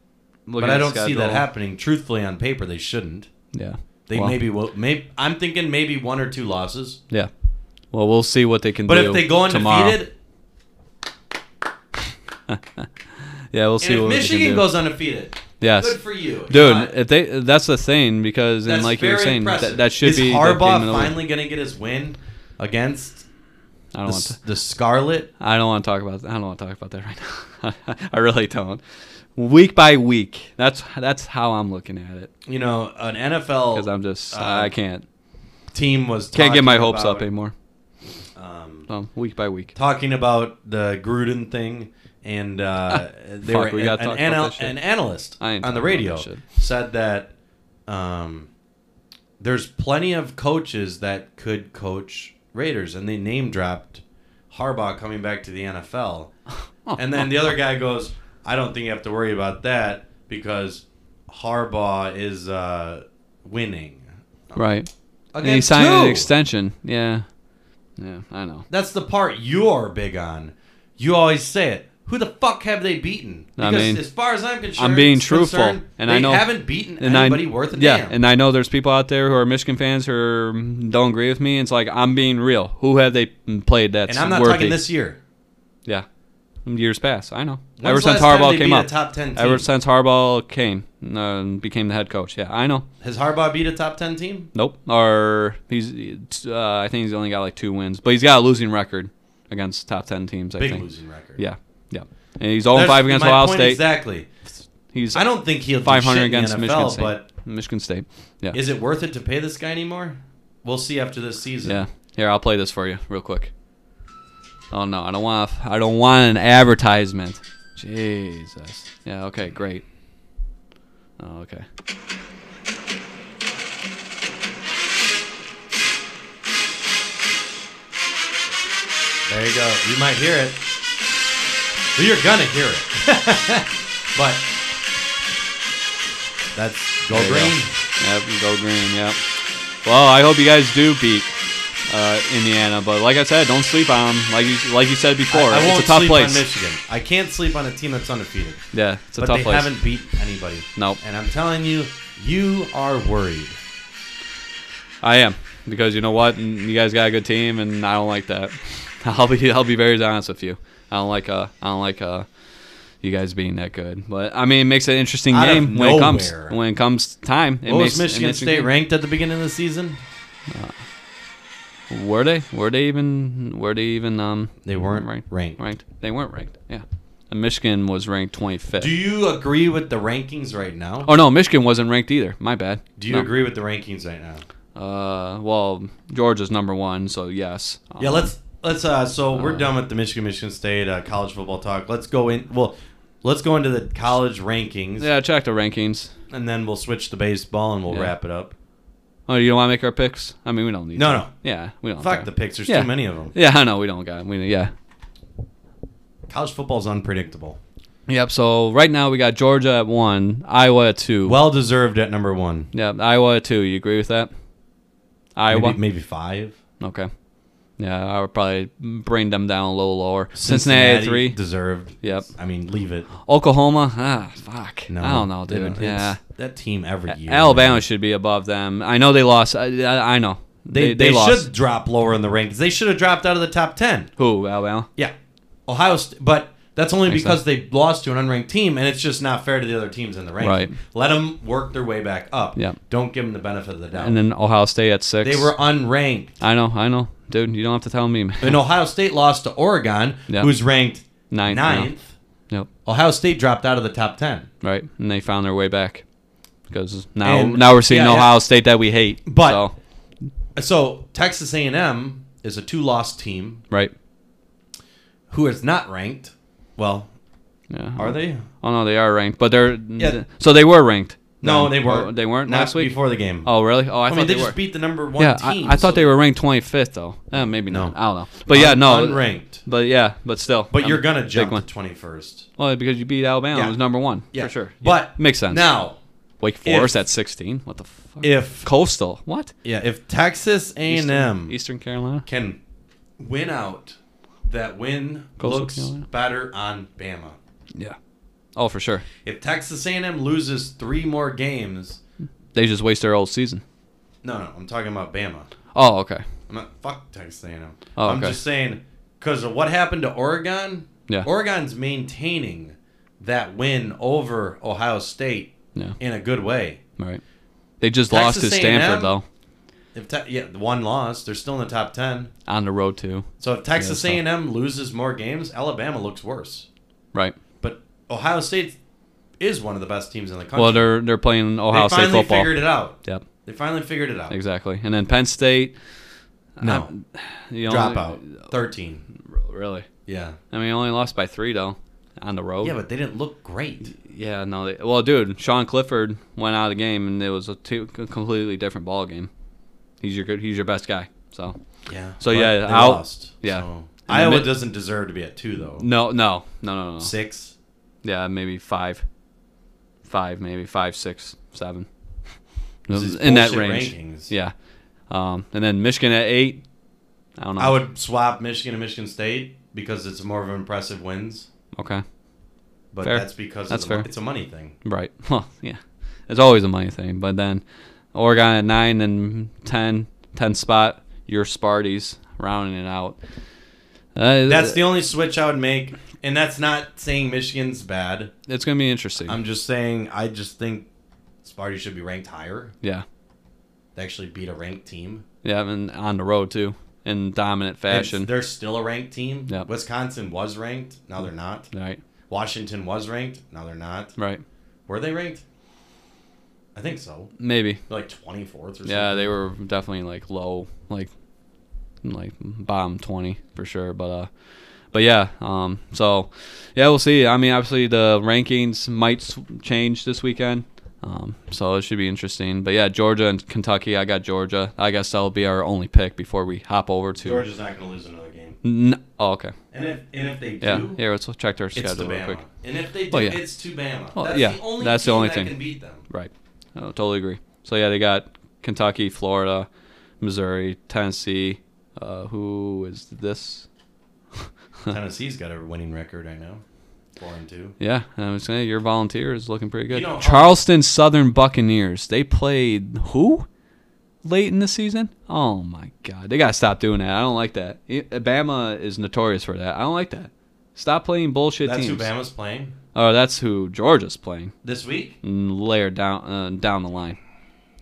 S2: but I don't see that happening. Truthfully, on paper, they shouldn't.
S1: Yeah,
S2: They
S1: Well,
S2: maybe will. Maybe I'm thinking maybe one or two losses.
S1: Yeah. Well, we'll see what they can
S2: But
S1: do.
S2: if they go
S1: tomorrow.
S2: undefeated, <laughs>
S1: yeah, we'll
S2: and
S1: see
S2: if
S1: what we can
S2: Michigan
S1: do.
S2: goes undefeated,
S1: Yes.
S2: good for you,
S1: Dude,
S2: Not-
S1: if they that's the thing because and
S2: That's
S1: like you were
S2: very
S1: saying that,
S2: impressive.
S1: that should
S2: is
S1: be the
S2: Harbaugh
S1: game of the week.
S2: finally going to get his win against
S1: I don't
S2: the,
S1: want
S2: s-
S1: to.
S2: the Scarlet?
S1: I don't want to talk about. I don't want to talk about that right now. <laughs> I really don't. Week by week, that's that's how I'm looking at it
S2: You know, an NFL
S1: because I'm just
S2: uh,
S1: I can't
S2: team was
S1: can't get my
S2: talking
S1: hopes up
S2: about,
S1: anymore.
S2: Um,
S1: Um, week by week.
S2: talking about the Gruden thing, and uh,
S1: <laughs>
S2: they
S1: Fuck,
S2: were
S1: we gotta
S2: an,
S1: talk
S2: an,
S1: about
S2: anal-
S1: that shit.
S2: an analyst
S1: I ain't
S2: on
S1: talking
S2: the
S1: about
S2: radio
S1: that shit.
S2: said that um, there's plenty of coaches that could coach Raiders, and they name dropped Harbaugh coming back to the NFL, and then the other guy goes, "I don't think you have to worry about that because Harbaugh is uh, winning."
S1: Right. And he
S2: Again,
S1: signed an
S2: two.
S1: extension. Yeah. Yeah, I know.
S2: That's the part you're big on. You always say it. Who the fuck have they beaten?
S1: I
S2: Because
S1: mean,
S2: as far as I'm concerned,
S1: I'm being
S2: it's
S1: truthful,
S2: concerned,
S1: and
S2: they
S1: I know-
S2: haven't beaten
S1: and
S2: anybody
S1: I,
S2: worth a
S1: yeah,
S2: damn.
S1: and I know there's people out there who are Michigan fans who are, don't agree with me. It's like I'm being real. Who have they played that's
S2: And I'm not
S1: worthy?
S2: talking this year.
S1: Yeah, years past. I know.
S2: When's
S1: Ever
S2: the
S1: since
S2: last time
S1: Harbaugh
S2: they
S1: came
S2: beat a
S1: up,
S2: top 10 team?
S1: ever since Harbaugh came uh, and became the head coach. Yeah, I know.
S2: Has Harbaugh beat a top ten team?
S1: Nope. Or he's. Uh, I think he's only got like two wins, but he's got a losing record against top ten teams. I
S2: Big
S1: think.
S2: losing record.
S1: Yeah, yeah. And he's 0
S2: That's
S1: 5 against
S2: my
S1: Ohio
S2: point
S1: State.
S2: Exactly.
S1: He's
S2: I don't think he'll do
S1: 500
S2: shit in the
S1: against
S2: NFL,
S1: Michigan State.
S2: But
S1: Michigan State. Yeah.
S2: is it worth it to pay this guy anymore? We'll see after this season.
S1: Yeah. Here, I'll play this for you real quick. Oh no, I don't want. a- I don't want an advertisement. Jesus. Yeah. Okay. Great. Oh, okay.
S2: There you go. You might hear it. Well, you're gonna hear it. <laughs> but that's go
S1: There you
S2: green.
S1: Yep. Go green. Yep. Well, I hope you guys do beat uh, Indiana, but like I said, don't sleep on 'em. Like you, like you said before,
S2: I, I won't
S1: it's a tough
S2: sleep
S1: place.
S2: on Michigan. I can't sleep on a team that's undefeated.
S1: Yeah, it's a
S2: but
S1: tough
S2: they
S1: place.
S2: haven't beat anybody.
S1: Nope.
S2: And I'm telling you, you are worried.
S1: I am because you know what, N- you guys got a good team, and I don't like that. <laughs> I'll be I'll be very honest with you. I don't like uh I don't like uh you guys being that good. But I mean, it makes an interesting
S2: Out of
S1: game when it comes
S2: nowhere.
S1: when it comes time. It
S2: What
S1: makes
S2: was
S1: an
S2: Michigan
S1: interesting
S2: State
S1: game.
S2: ranked at the beginning of the season?
S1: Were they were they even were they even um
S2: They weren't
S1: ranked
S2: ranked.
S1: ranked they weren't ranked yeah. And Michigan was ranked 25th.
S2: Do you agree with the rankings right now?
S1: oh no, Michigan wasn't ranked either. My bad.
S2: Do you
S1: No.
S2: agree with the rankings right now?
S1: Uh, well, Georgia's number one, so yes.
S2: Yeah,
S1: Um,
S2: let's let's uh so
S1: Uh-huh.
S2: we're done with the Michigan Michigan State uh, college football talk. Let's go in well, let's go into the college rankings
S1: yeah check the rankings.
S2: and then we'll switch to baseball and we'll
S1: Yeah.
S2: wrap it up.
S1: Oh, you don't want to make our picks? I mean, we don't need.
S2: No,
S1: to.
S2: no.
S1: Yeah, we don't.
S2: Fuck
S1: care.
S2: the picks, there's
S1: Yeah.
S2: too many of them.
S1: Yeah, I know we don't got. We yeah.
S2: College football's unpredictable.
S1: Yep. So right now we got Georgia at one, Iowa at two.
S2: Well deserved at number 1.
S1: Yep, Iowa at two. You agree with that? Iowa.
S2: Maybe, maybe 5.
S1: Okay. Yeah, I would probably bring them down a little lower. Cincinnati,
S2: Cincinnati
S1: at three.
S2: deserved.
S1: Yep.
S2: I mean, leave it.
S1: Oklahoma. Ah, fuck.
S2: No,
S1: I don't know,
S2: they
S1: dude.
S2: don't-
S1: yeah.
S2: it's- that team every year.
S1: Alabama
S2: man.
S1: should be above them. I know they lost. I, I, I know.
S2: They, they,
S1: lost.
S2: should drop lower in the rankings. They should have dropped out of the top ten.
S1: Who Alabama?
S2: Yeah, Ohio, St- but that's only
S1: Makes
S2: because
S1: sense.
S2: they lost to an unranked team, and it's just not fair to the other teams in the ranking.
S1: Right.
S2: Let them work their way back up.
S1: Yeah.
S2: Don't give them the benefit of the doubt.
S1: And then Ohio State at six.
S2: they were unranked,
S1: I know. I know, dude. You don't have to tell me. Man.
S2: and Ohio State lost to Oregon,
S1: Yeah.
S2: who's ranked
S1: Ninth, yeah.
S2: ninth.
S1: Yep.
S2: Ohio State dropped out of the top ten,
S1: Right, and they found their way back because now
S2: And-
S1: now we're seeing
S2: yeah, yeah.
S1: Ohio State that we hate.
S2: But-
S1: so,
S2: so Texas A and M is a two-loss team
S1: right,
S2: who is not ranked. Well,
S1: yeah.
S2: are they?
S1: Oh no, they are ranked, but they're
S2: Yeah.
S1: so they were ranked.
S2: No,
S1: then.
S2: they weren't.
S1: Oh, they weren't
S2: Not
S1: last week.
S2: before the game.
S1: Oh really? Oh, I,
S2: I,
S1: thought
S2: mean, they,
S1: were.
S2: just beat the number one
S1: yeah,
S2: team.
S1: I, I thought
S2: so-
S1: they were ranked 25th though. Eh, maybe
S2: No.
S1: not. I don't know. But yeah,
S2: Un-
S1: no,
S2: unranked.
S1: But yeah, but still.
S2: But
S1: um,
S2: you're gonna
S1: big
S2: jump
S1: one.
S2: to twenty first.
S1: Well, because you beat Alabama,
S2: Yeah.
S1: it was number one
S2: Yeah,
S1: for sure.
S2: But
S1: Makes sense.
S2: Now,
S1: Wake Forest at 16. What the fuck?
S2: if
S1: Coastal. What?
S2: yeah, if Texas A and
S1: Eastern,
S2: M
S1: Eastern Carolina.
S2: can win out, that win
S1: Coastal
S2: looks
S1: Carolina.
S2: better on Bama.
S1: Yeah. Oh, for sure.
S2: If Texas A&M loses three more games,
S1: They just waste their whole season.
S2: no, no, I'm talking about Bama.
S1: Oh, okay.
S2: I'm not fuck Texas A&M.
S1: Oh,
S2: I'm
S1: okay.
S2: just saying because of what happened to Oregon.
S1: Yeah.
S2: Oregon's maintaining that win over Ohio State
S1: Yeah.
S2: in a good way.
S1: All right. They just
S2: Texas
S1: lost to
S2: A&M?
S1: Stanford though
S2: If te- yeah, one loss, they're still in the top ten.
S1: on the road too.
S2: So if Texas
S1: Yeah,
S2: A&M loses more games, Alabama looks worse.
S1: Right.
S2: But Ohio State is one of the best teams in the country.
S1: Well, they're they're playing Ohio
S2: they
S1: State
S2: finally
S1: football.
S2: figured it out.
S1: Yep.
S2: They finally figured it out.
S1: Exactly. And then Penn State.
S2: No,
S1: You only-
S2: dropout thirteen.
S1: Really.
S2: Yeah.
S1: I mean, only lost by three though on the road.
S2: Yeah, but they didn't look great.
S1: Yeah, no. They, well, dude, Sean Clifford went out of the game, and it was a two, a completely different ball game. He's your good. He's your best guy. So
S2: Yeah.
S1: So,
S2: but
S1: yeah,
S2: they
S1: I'll-
S2: lost.
S1: yeah.
S2: So.
S1: the
S2: Iowa
S1: mid-
S2: doesn't deserve to be at two though.
S1: no, no, no, no, no.
S2: Six.
S1: Yeah, maybe five, five, maybe five, six, seven.
S2: This is
S1: In that
S2: bullshit
S1: range.
S2: rankings.
S1: Yeah, um, and then Michigan at eight. I don't know.
S2: I would swap Michigan and Michigan State because it's more of an impressive wins.
S1: okay,
S2: But
S1: Fair.
S2: that's because
S1: That's
S2: of the,
S1: fair.
S2: it's a money thing.
S1: right. <laughs> Well, yeah, it's always a money thing. But then Oregon at nine and 10, 10 spot. Your Sparties rounding it out. Uh,
S2: That's the only switch I would make, and that's not saying Michigan's bad.
S1: It's gonna be interesting.
S2: I'm just saying I just think Sparty should be ranked higher.
S1: yeah,
S2: They actually beat a ranked team.
S1: yeah, and on the road too, in dominant
S2: And
S1: fashion.
S2: They're still a ranked team.
S1: Yep.
S2: Wisconsin was ranked. Now they're not.
S1: Right,
S2: Washington was ranked. Now they're not.
S1: right.
S2: Were they ranked? I think so.
S1: Maybe.
S2: They're like 24th or something.
S1: Yeah, they were definitely like low, like like bottom twenty for sure. But uh, but yeah, um, so yeah, we'll see. I mean, obviously the rankings might s- change this weekend. Um, so it should be interesting. But yeah, Georgia and Kentucky. I got Georgia. I guess that'll be our only pick before we hop over to.
S2: Georgia's not going to lose another game.
S1: N- oh, okay.
S2: And if, and if they do,
S1: Yeah. Here, let's check their
S2: it's to
S1: schedule real
S2: Bama.
S1: quick.
S2: And if they do,
S1: Well, yeah.
S2: it's to Bama.
S1: Well,
S2: that's
S1: yeah,
S2: the only
S1: that's the
S2: team
S1: only
S2: that
S1: thing.
S2: can beat them.
S1: Right. I totally agree. So yeah, they got Kentucky, Florida, Missouri, Tennessee. Uh, who is this?
S2: Tennessee's got a winning record right now. 4 and 2.
S1: Yeah, I was saying your volunteer is looking pretty good.
S2: You know-
S1: Charleston Southern Buccaneers. They played who? Late in the season? Oh my God! They gotta stop doing that. I don't like that. I- Bama is notorious for that. I don't like that. Stop playing bullshit
S2: That's
S1: teams.
S2: who Bama's playing
S1: Oh, that's who Georgia's playing.
S2: this week?
S1: Mm, Later down uh, down the line.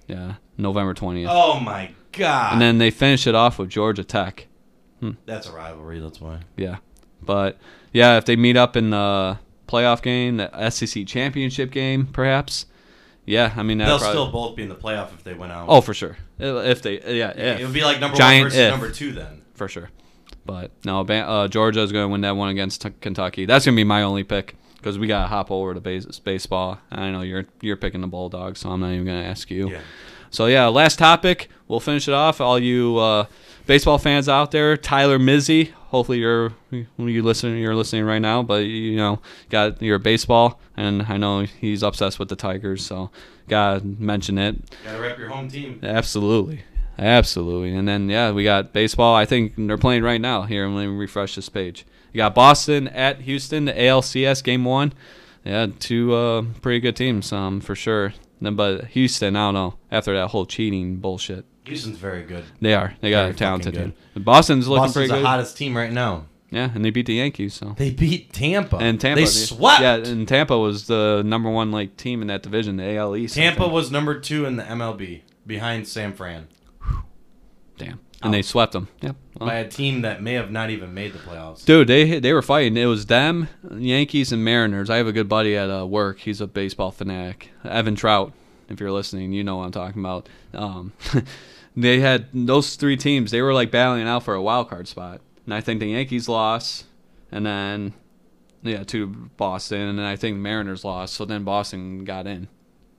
S1: Yeah, November twentieth.
S2: Oh my god.
S1: and then they finish it off with Georgia Tech.
S2: that's a rivalry, that's why.
S1: Yeah, but yeah, if they meet up in the playoff game, the SEC championship game, perhaps. Yeah, I mean that
S2: They'll
S1: probably.
S2: still both be in the playoff if they went out.
S1: oh, for sure. If they, yeah, if.
S2: it would be like number
S1: Giant
S2: one versus
S1: if.
S2: number two then.
S1: for sure. But no, Ba- uh, Georgia's going to win that one against T- Kentucky. That's going to be my only pick because we got to hop over to base- baseball. I know you're you're picking the Bulldogs, so I'm not even going to ask you.
S2: Yeah.
S1: So yeah, last topic. We'll finish it off. All you uh, baseball fans out there, Tyler Mizzy. Hopefully you're you listening. You're listening right now, but you know, got your baseball, and I know he's obsessed with the Tigers, so gotta mention it.
S2: Gotta rep your home team.
S1: Absolutely. Absolutely. And then, yeah, we got baseball. I think they're playing right now here. Let me refresh this page. You got Boston at Houston, the ALCS game one. Yeah, two uh, pretty good teams um, for sure. Then, But Houston, I don't know, after that whole cheating bullshit.
S2: Houston's very good.
S1: They are. They got
S2: Very
S1: a talented
S2: fucking
S1: team. Boston's looking
S2: Boston's
S1: pretty
S2: the
S1: good.
S2: hottest team right now.
S1: yeah, and they beat the Yankees, so.
S2: They beat Tampa.
S1: And Tampa.
S2: They swept.
S1: Yeah, and Tampa was the number one like team in that division, the AL East. I
S2: Tampa
S1: think.
S2: was number two in the MLB behind San Fran
S1: Damn. And
S2: Oh.
S1: they swept them. Yep. Well,
S2: by a team that may have not even made the playoffs.
S1: Dude, they they were fighting. It was them, Yankees, and Mariners. I have a good buddy at uh, work. He's a baseball fanatic, Evan Trout. If you're listening, you know what I'm talking about. Um, <laughs> they had those three teams. They were like battling out for a wild card spot, and I think the Yankees lost, and then yeah, to Boston, and then I think Mariners lost. So then Boston got in.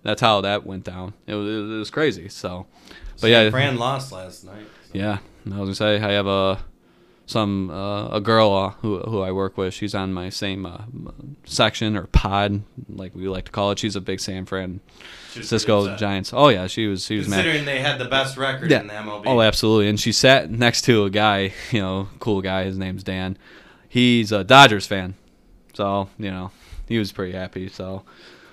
S1: That's how that went down. It was it was crazy. So, but
S2: San
S1: yeah,
S2: Fran lost last night. so-
S1: yeah, I was gonna say I have a some uh, a girl uh, who who I work with. She's on my same uh, m- section or pod, like we like to call it. She's a big San Fran
S2: She was pretty
S1: Cisco
S2: upset.
S1: Giants. Oh yeah, she was she was mad.
S2: Considering they had the best record
S1: Yeah.
S2: in the MLB.
S1: Oh, absolutely. And she sat next to a guy, you know, cool guy. His name's Dan. he's a Dodgers fan, so you know he was pretty happy. So,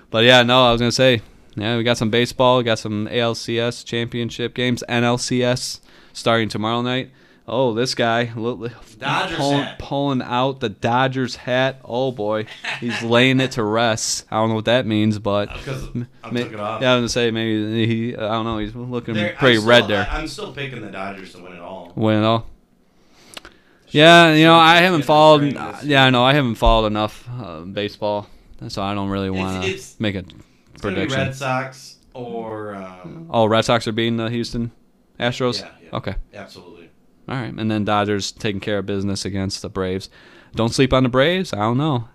S1: but yeah, no, I was gonna say, yeah, we got some baseball, we got some ALCS championship games, NLCS starting tomorrow night. Oh, this guy li-
S2: Dodgers
S1: pulling,
S2: hat.
S1: pulling out the Dodgers hat. Oh boy, he's laying it to rest. I don't know what that means, but
S2: Because I
S1: Ma-
S2: took it off.
S1: Yeah, I was gonna say maybe he. I don't know. He's looking
S2: There- I'm
S1: pretty
S2: still-
S1: red there.
S2: I, am still picking the Dodgers to win it all.
S1: Win it all. Yeah, you know I haven't
S2: Yeah,
S1: followed. uh,
S2: during this-
S1: Yeah, I know I haven't followed enough uh, baseball, so I don't really
S2: It's-
S1: want to
S2: it's-
S1: make a
S2: It's gonna be
S1: prediction.
S2: Red Sox or um,
S1: Oh, Red Sox are beating the Houston Astros.
S2: Yeah, yeah.
S1: Okay,
S2: absolutely.
S1: all right, and then Dodgers taking care of business against the Braves. Don't sleep on the Braves. I don't know.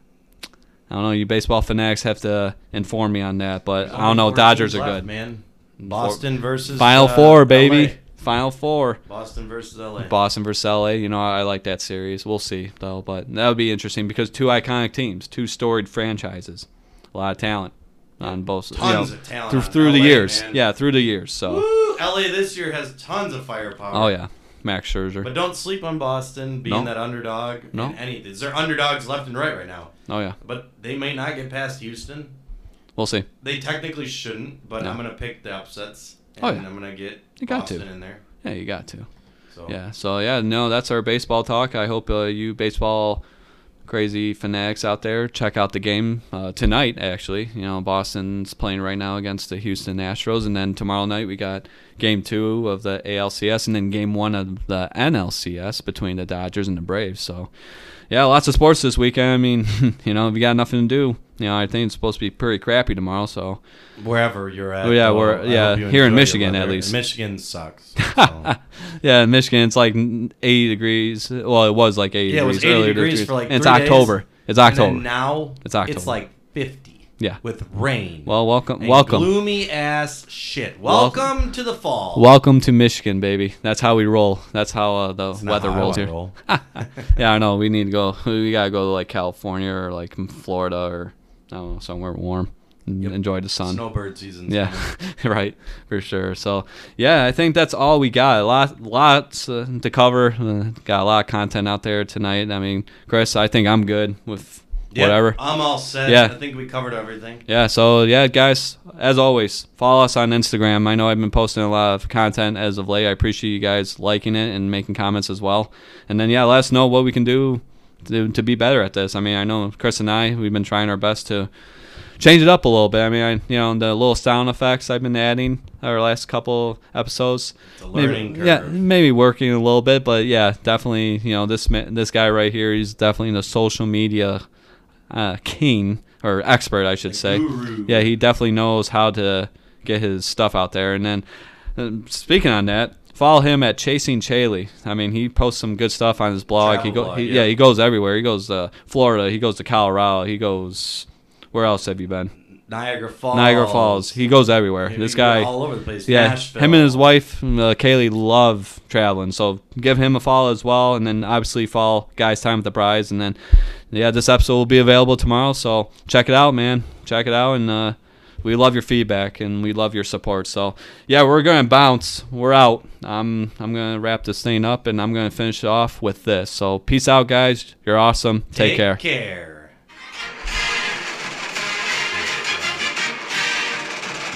S1: I don't know. You baseball fanatics have to inform me on that, but
S2: There's
S1: I
S2: only
S1: don't know.
S2: four
S1: Dodgers
S2: teams
S1: are
S2: left,
S1: good.
S2: man. Boston versus
S1: Final
S2: uh,
S1: four, baby.
S2: LA.
S1: Final four.
S2: Boston versus LA.
S1: Boston versus LA. You know, I like that series. We'll see though, but that would be interesting because two iconic teams, two storied franchises, a lot of talent on both. you
S2: Tons
S1: know,
S2: of talent
S1: through,
S2: on
S1: through the
S2: LA,
S1: years.
S2: man.
S1: Yeah, through the years. So,
S2: Woo! LA this year has tons of firepower.
S1: oh yeah, Max Scherzer.
S2: But don't sleep on Boston being
S1: No.
S2: that underdog. in
S1: No.
S2: anything. They're underdogs left and right right now.
S1: oh yeah,
S2: But they may not get past Houston.
S1: we'll see.
S2: They technically shouldn't, but
S1: No.
S2: I'm gonna pick the upsets. And
S1: Oh, yeah.
S2: I'm gonna get
S1: You got to.
S2: Boston in there.
S1: Yeah, you got to.
S2: So
S1: Yeah. So yeah, no, that's our baseball talk. I hope uh, you baseball crazy fanatics out there check out the game uh, tonight. Actually, you know Boston's playing right now against the Houston Astros, and then tomorrow night we got game two of the ALCS, and then game one of the NLCS between the Dodgers and the Braves. So yeah, lots of sports this weekend. I mean, <laughs> you know, if you got nothing to do, you know, I think it's supposed to be pretty crappy tomorrow. So
S2: wherever you're at.
S1: Oh, yeah,
S2: though,
S1: we're-
S2: I hope
S1: yeah,
S2: you
S1: here in
S2: enjoy your
S1: Michigan, at
S2: weather.
S1: least.
S2: Michigan sucks. so.
S1: <laughs> yeah, in Michigan it's like 80 degrees. Well, it was like 80
S2: Yeah, it was
S1: degrees
S2: 80
S1: earlier
S2: degrees
S1: this
S2: for
S1: week.
S2: like
S1: And it's
S2: three days.
S1: October. It's October.
S2: And then now
S1: It's October.
S2: It's like 50.
S1: Yeah.
S2: With rain.
S1: Well, welcome,
S2: and
S1: welcome,
S2: Gloomy ass shit.
S1: Welcome.
S2: Welcome, to the fall.
S1: welcome to Michigan, baby. That's how we roll. That's how uh, the
S2: It's not
S1: weather
S2: how I
S1: rolls
S2: wanna
S1: here.
S2: roll.
S1: <laughs> yeah, I know. We need to go. <laughs> We gotta go to like California or like Florida or I don't know somewhere warm. and Enjoy the sun.
S2: Snowbird
S1: <laughs>
S2: season.
S1: Yeah, right, for sure. So, yeah, I think that's all we got. A lot, lots uh, to cover. Uh, got a lot of content out there tonight. I mean, Chris, I think I'm good with whatever.
S2: I'm all set.
S1: Yeah.
S2: I think we covered everything.
S1: Yeah. So, yeah, guys, as always, follow us on Instagram. I know I've been posting a lot of content as of late. I appreciate you guys liking it and making comments as well. And then, yeah, let us know what we can do to, to be better at this. I mean, I know Chris and I, we've been trying our best to change it up a little bit. I mean, I, you know, the little sound effects I've been adding our last couple episodes.
S2: The learning
S1: maybe, Yeah,
S2: curve.
S1: maybe working a little bit, but yeah, definitely. You know, this ma- this guy right here, he's definitely the social media uh, king or expert, I should say.
S2: guru.
S1: Yeah, he definitely knows how to get his stuff out there. And then, um, speaking on that. Follow him at Chasing Chaley. I mean, he posts some good stuff on his blog. he
S2: Travel
S1: go,
S2: blog,
S1: he,
S2: yeah.
S1: yeah, he goes everywhere. He goes to Florida. He goes to Colorado. He goes. Where else have you been?
S2: Niagara Falls.
S1: Niagara Falls. He goes everywhere.
S2: Yeah,
S1: this
S2: we
S1: guy,
S2: were all over the place.
S1: yeah,
S2: Nashville.
S1: him and his wife uh, Kaylee love traveling. So give him a follow as well, and then obviously follow Guys Time with the Prize, and then yeah, this episode will be available tomorrow. So check it out, man. Check it out, and uh, we love your feedback and we love your support. So yeah, we're gonna bounce. We're out. I'm I'm gonna wrap this thing up, and I'm gonna finish off with this. So peace out, guys. You're awesome. Take, care.
S2: Take care.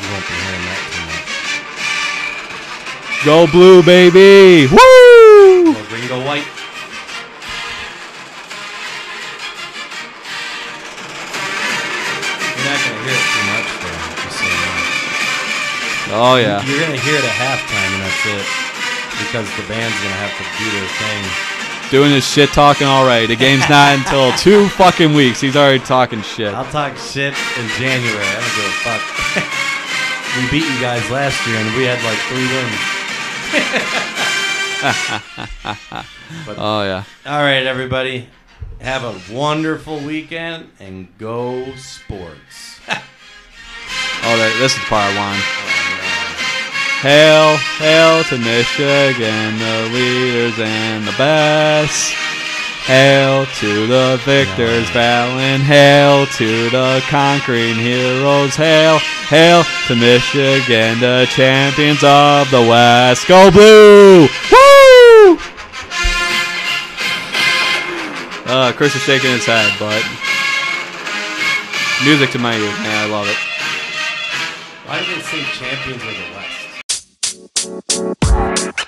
S2: You won't be hearing that
S1: Go blue, baby. Woo! <laughs>
S2: too much. Go green, go white. You're not gonna hear it too much, though. Just so you know.
S1: Oh yeah.
S2: You're gonna hear it at halftime, and that's it, because the band's gonna have to do their thing.
S1: doing his shit talking already. The game's not until two fucking weeks. He's already talking
S2: <laughs>
S1: shit.
S2: I'll talk shit in January. I don't give a fuck. <laughs> we beat you guys last year, and we had like three wins. but,
S1: Oh yeah.
S2: all right, everybody, have a wonderful weekend and go sports.
S1: Oh, that, this is part one. Hail, hail to Michigan, the leaders and the best. Hail to the victors, battling. Hail to the conquering heroes. Hail, hail to Michigan, the champions of the West. Go blue! Woo! Oh, Uh, Chris is shaking his head, but music to my ears. Man, I love it.
S2: Why did they say champions of the West?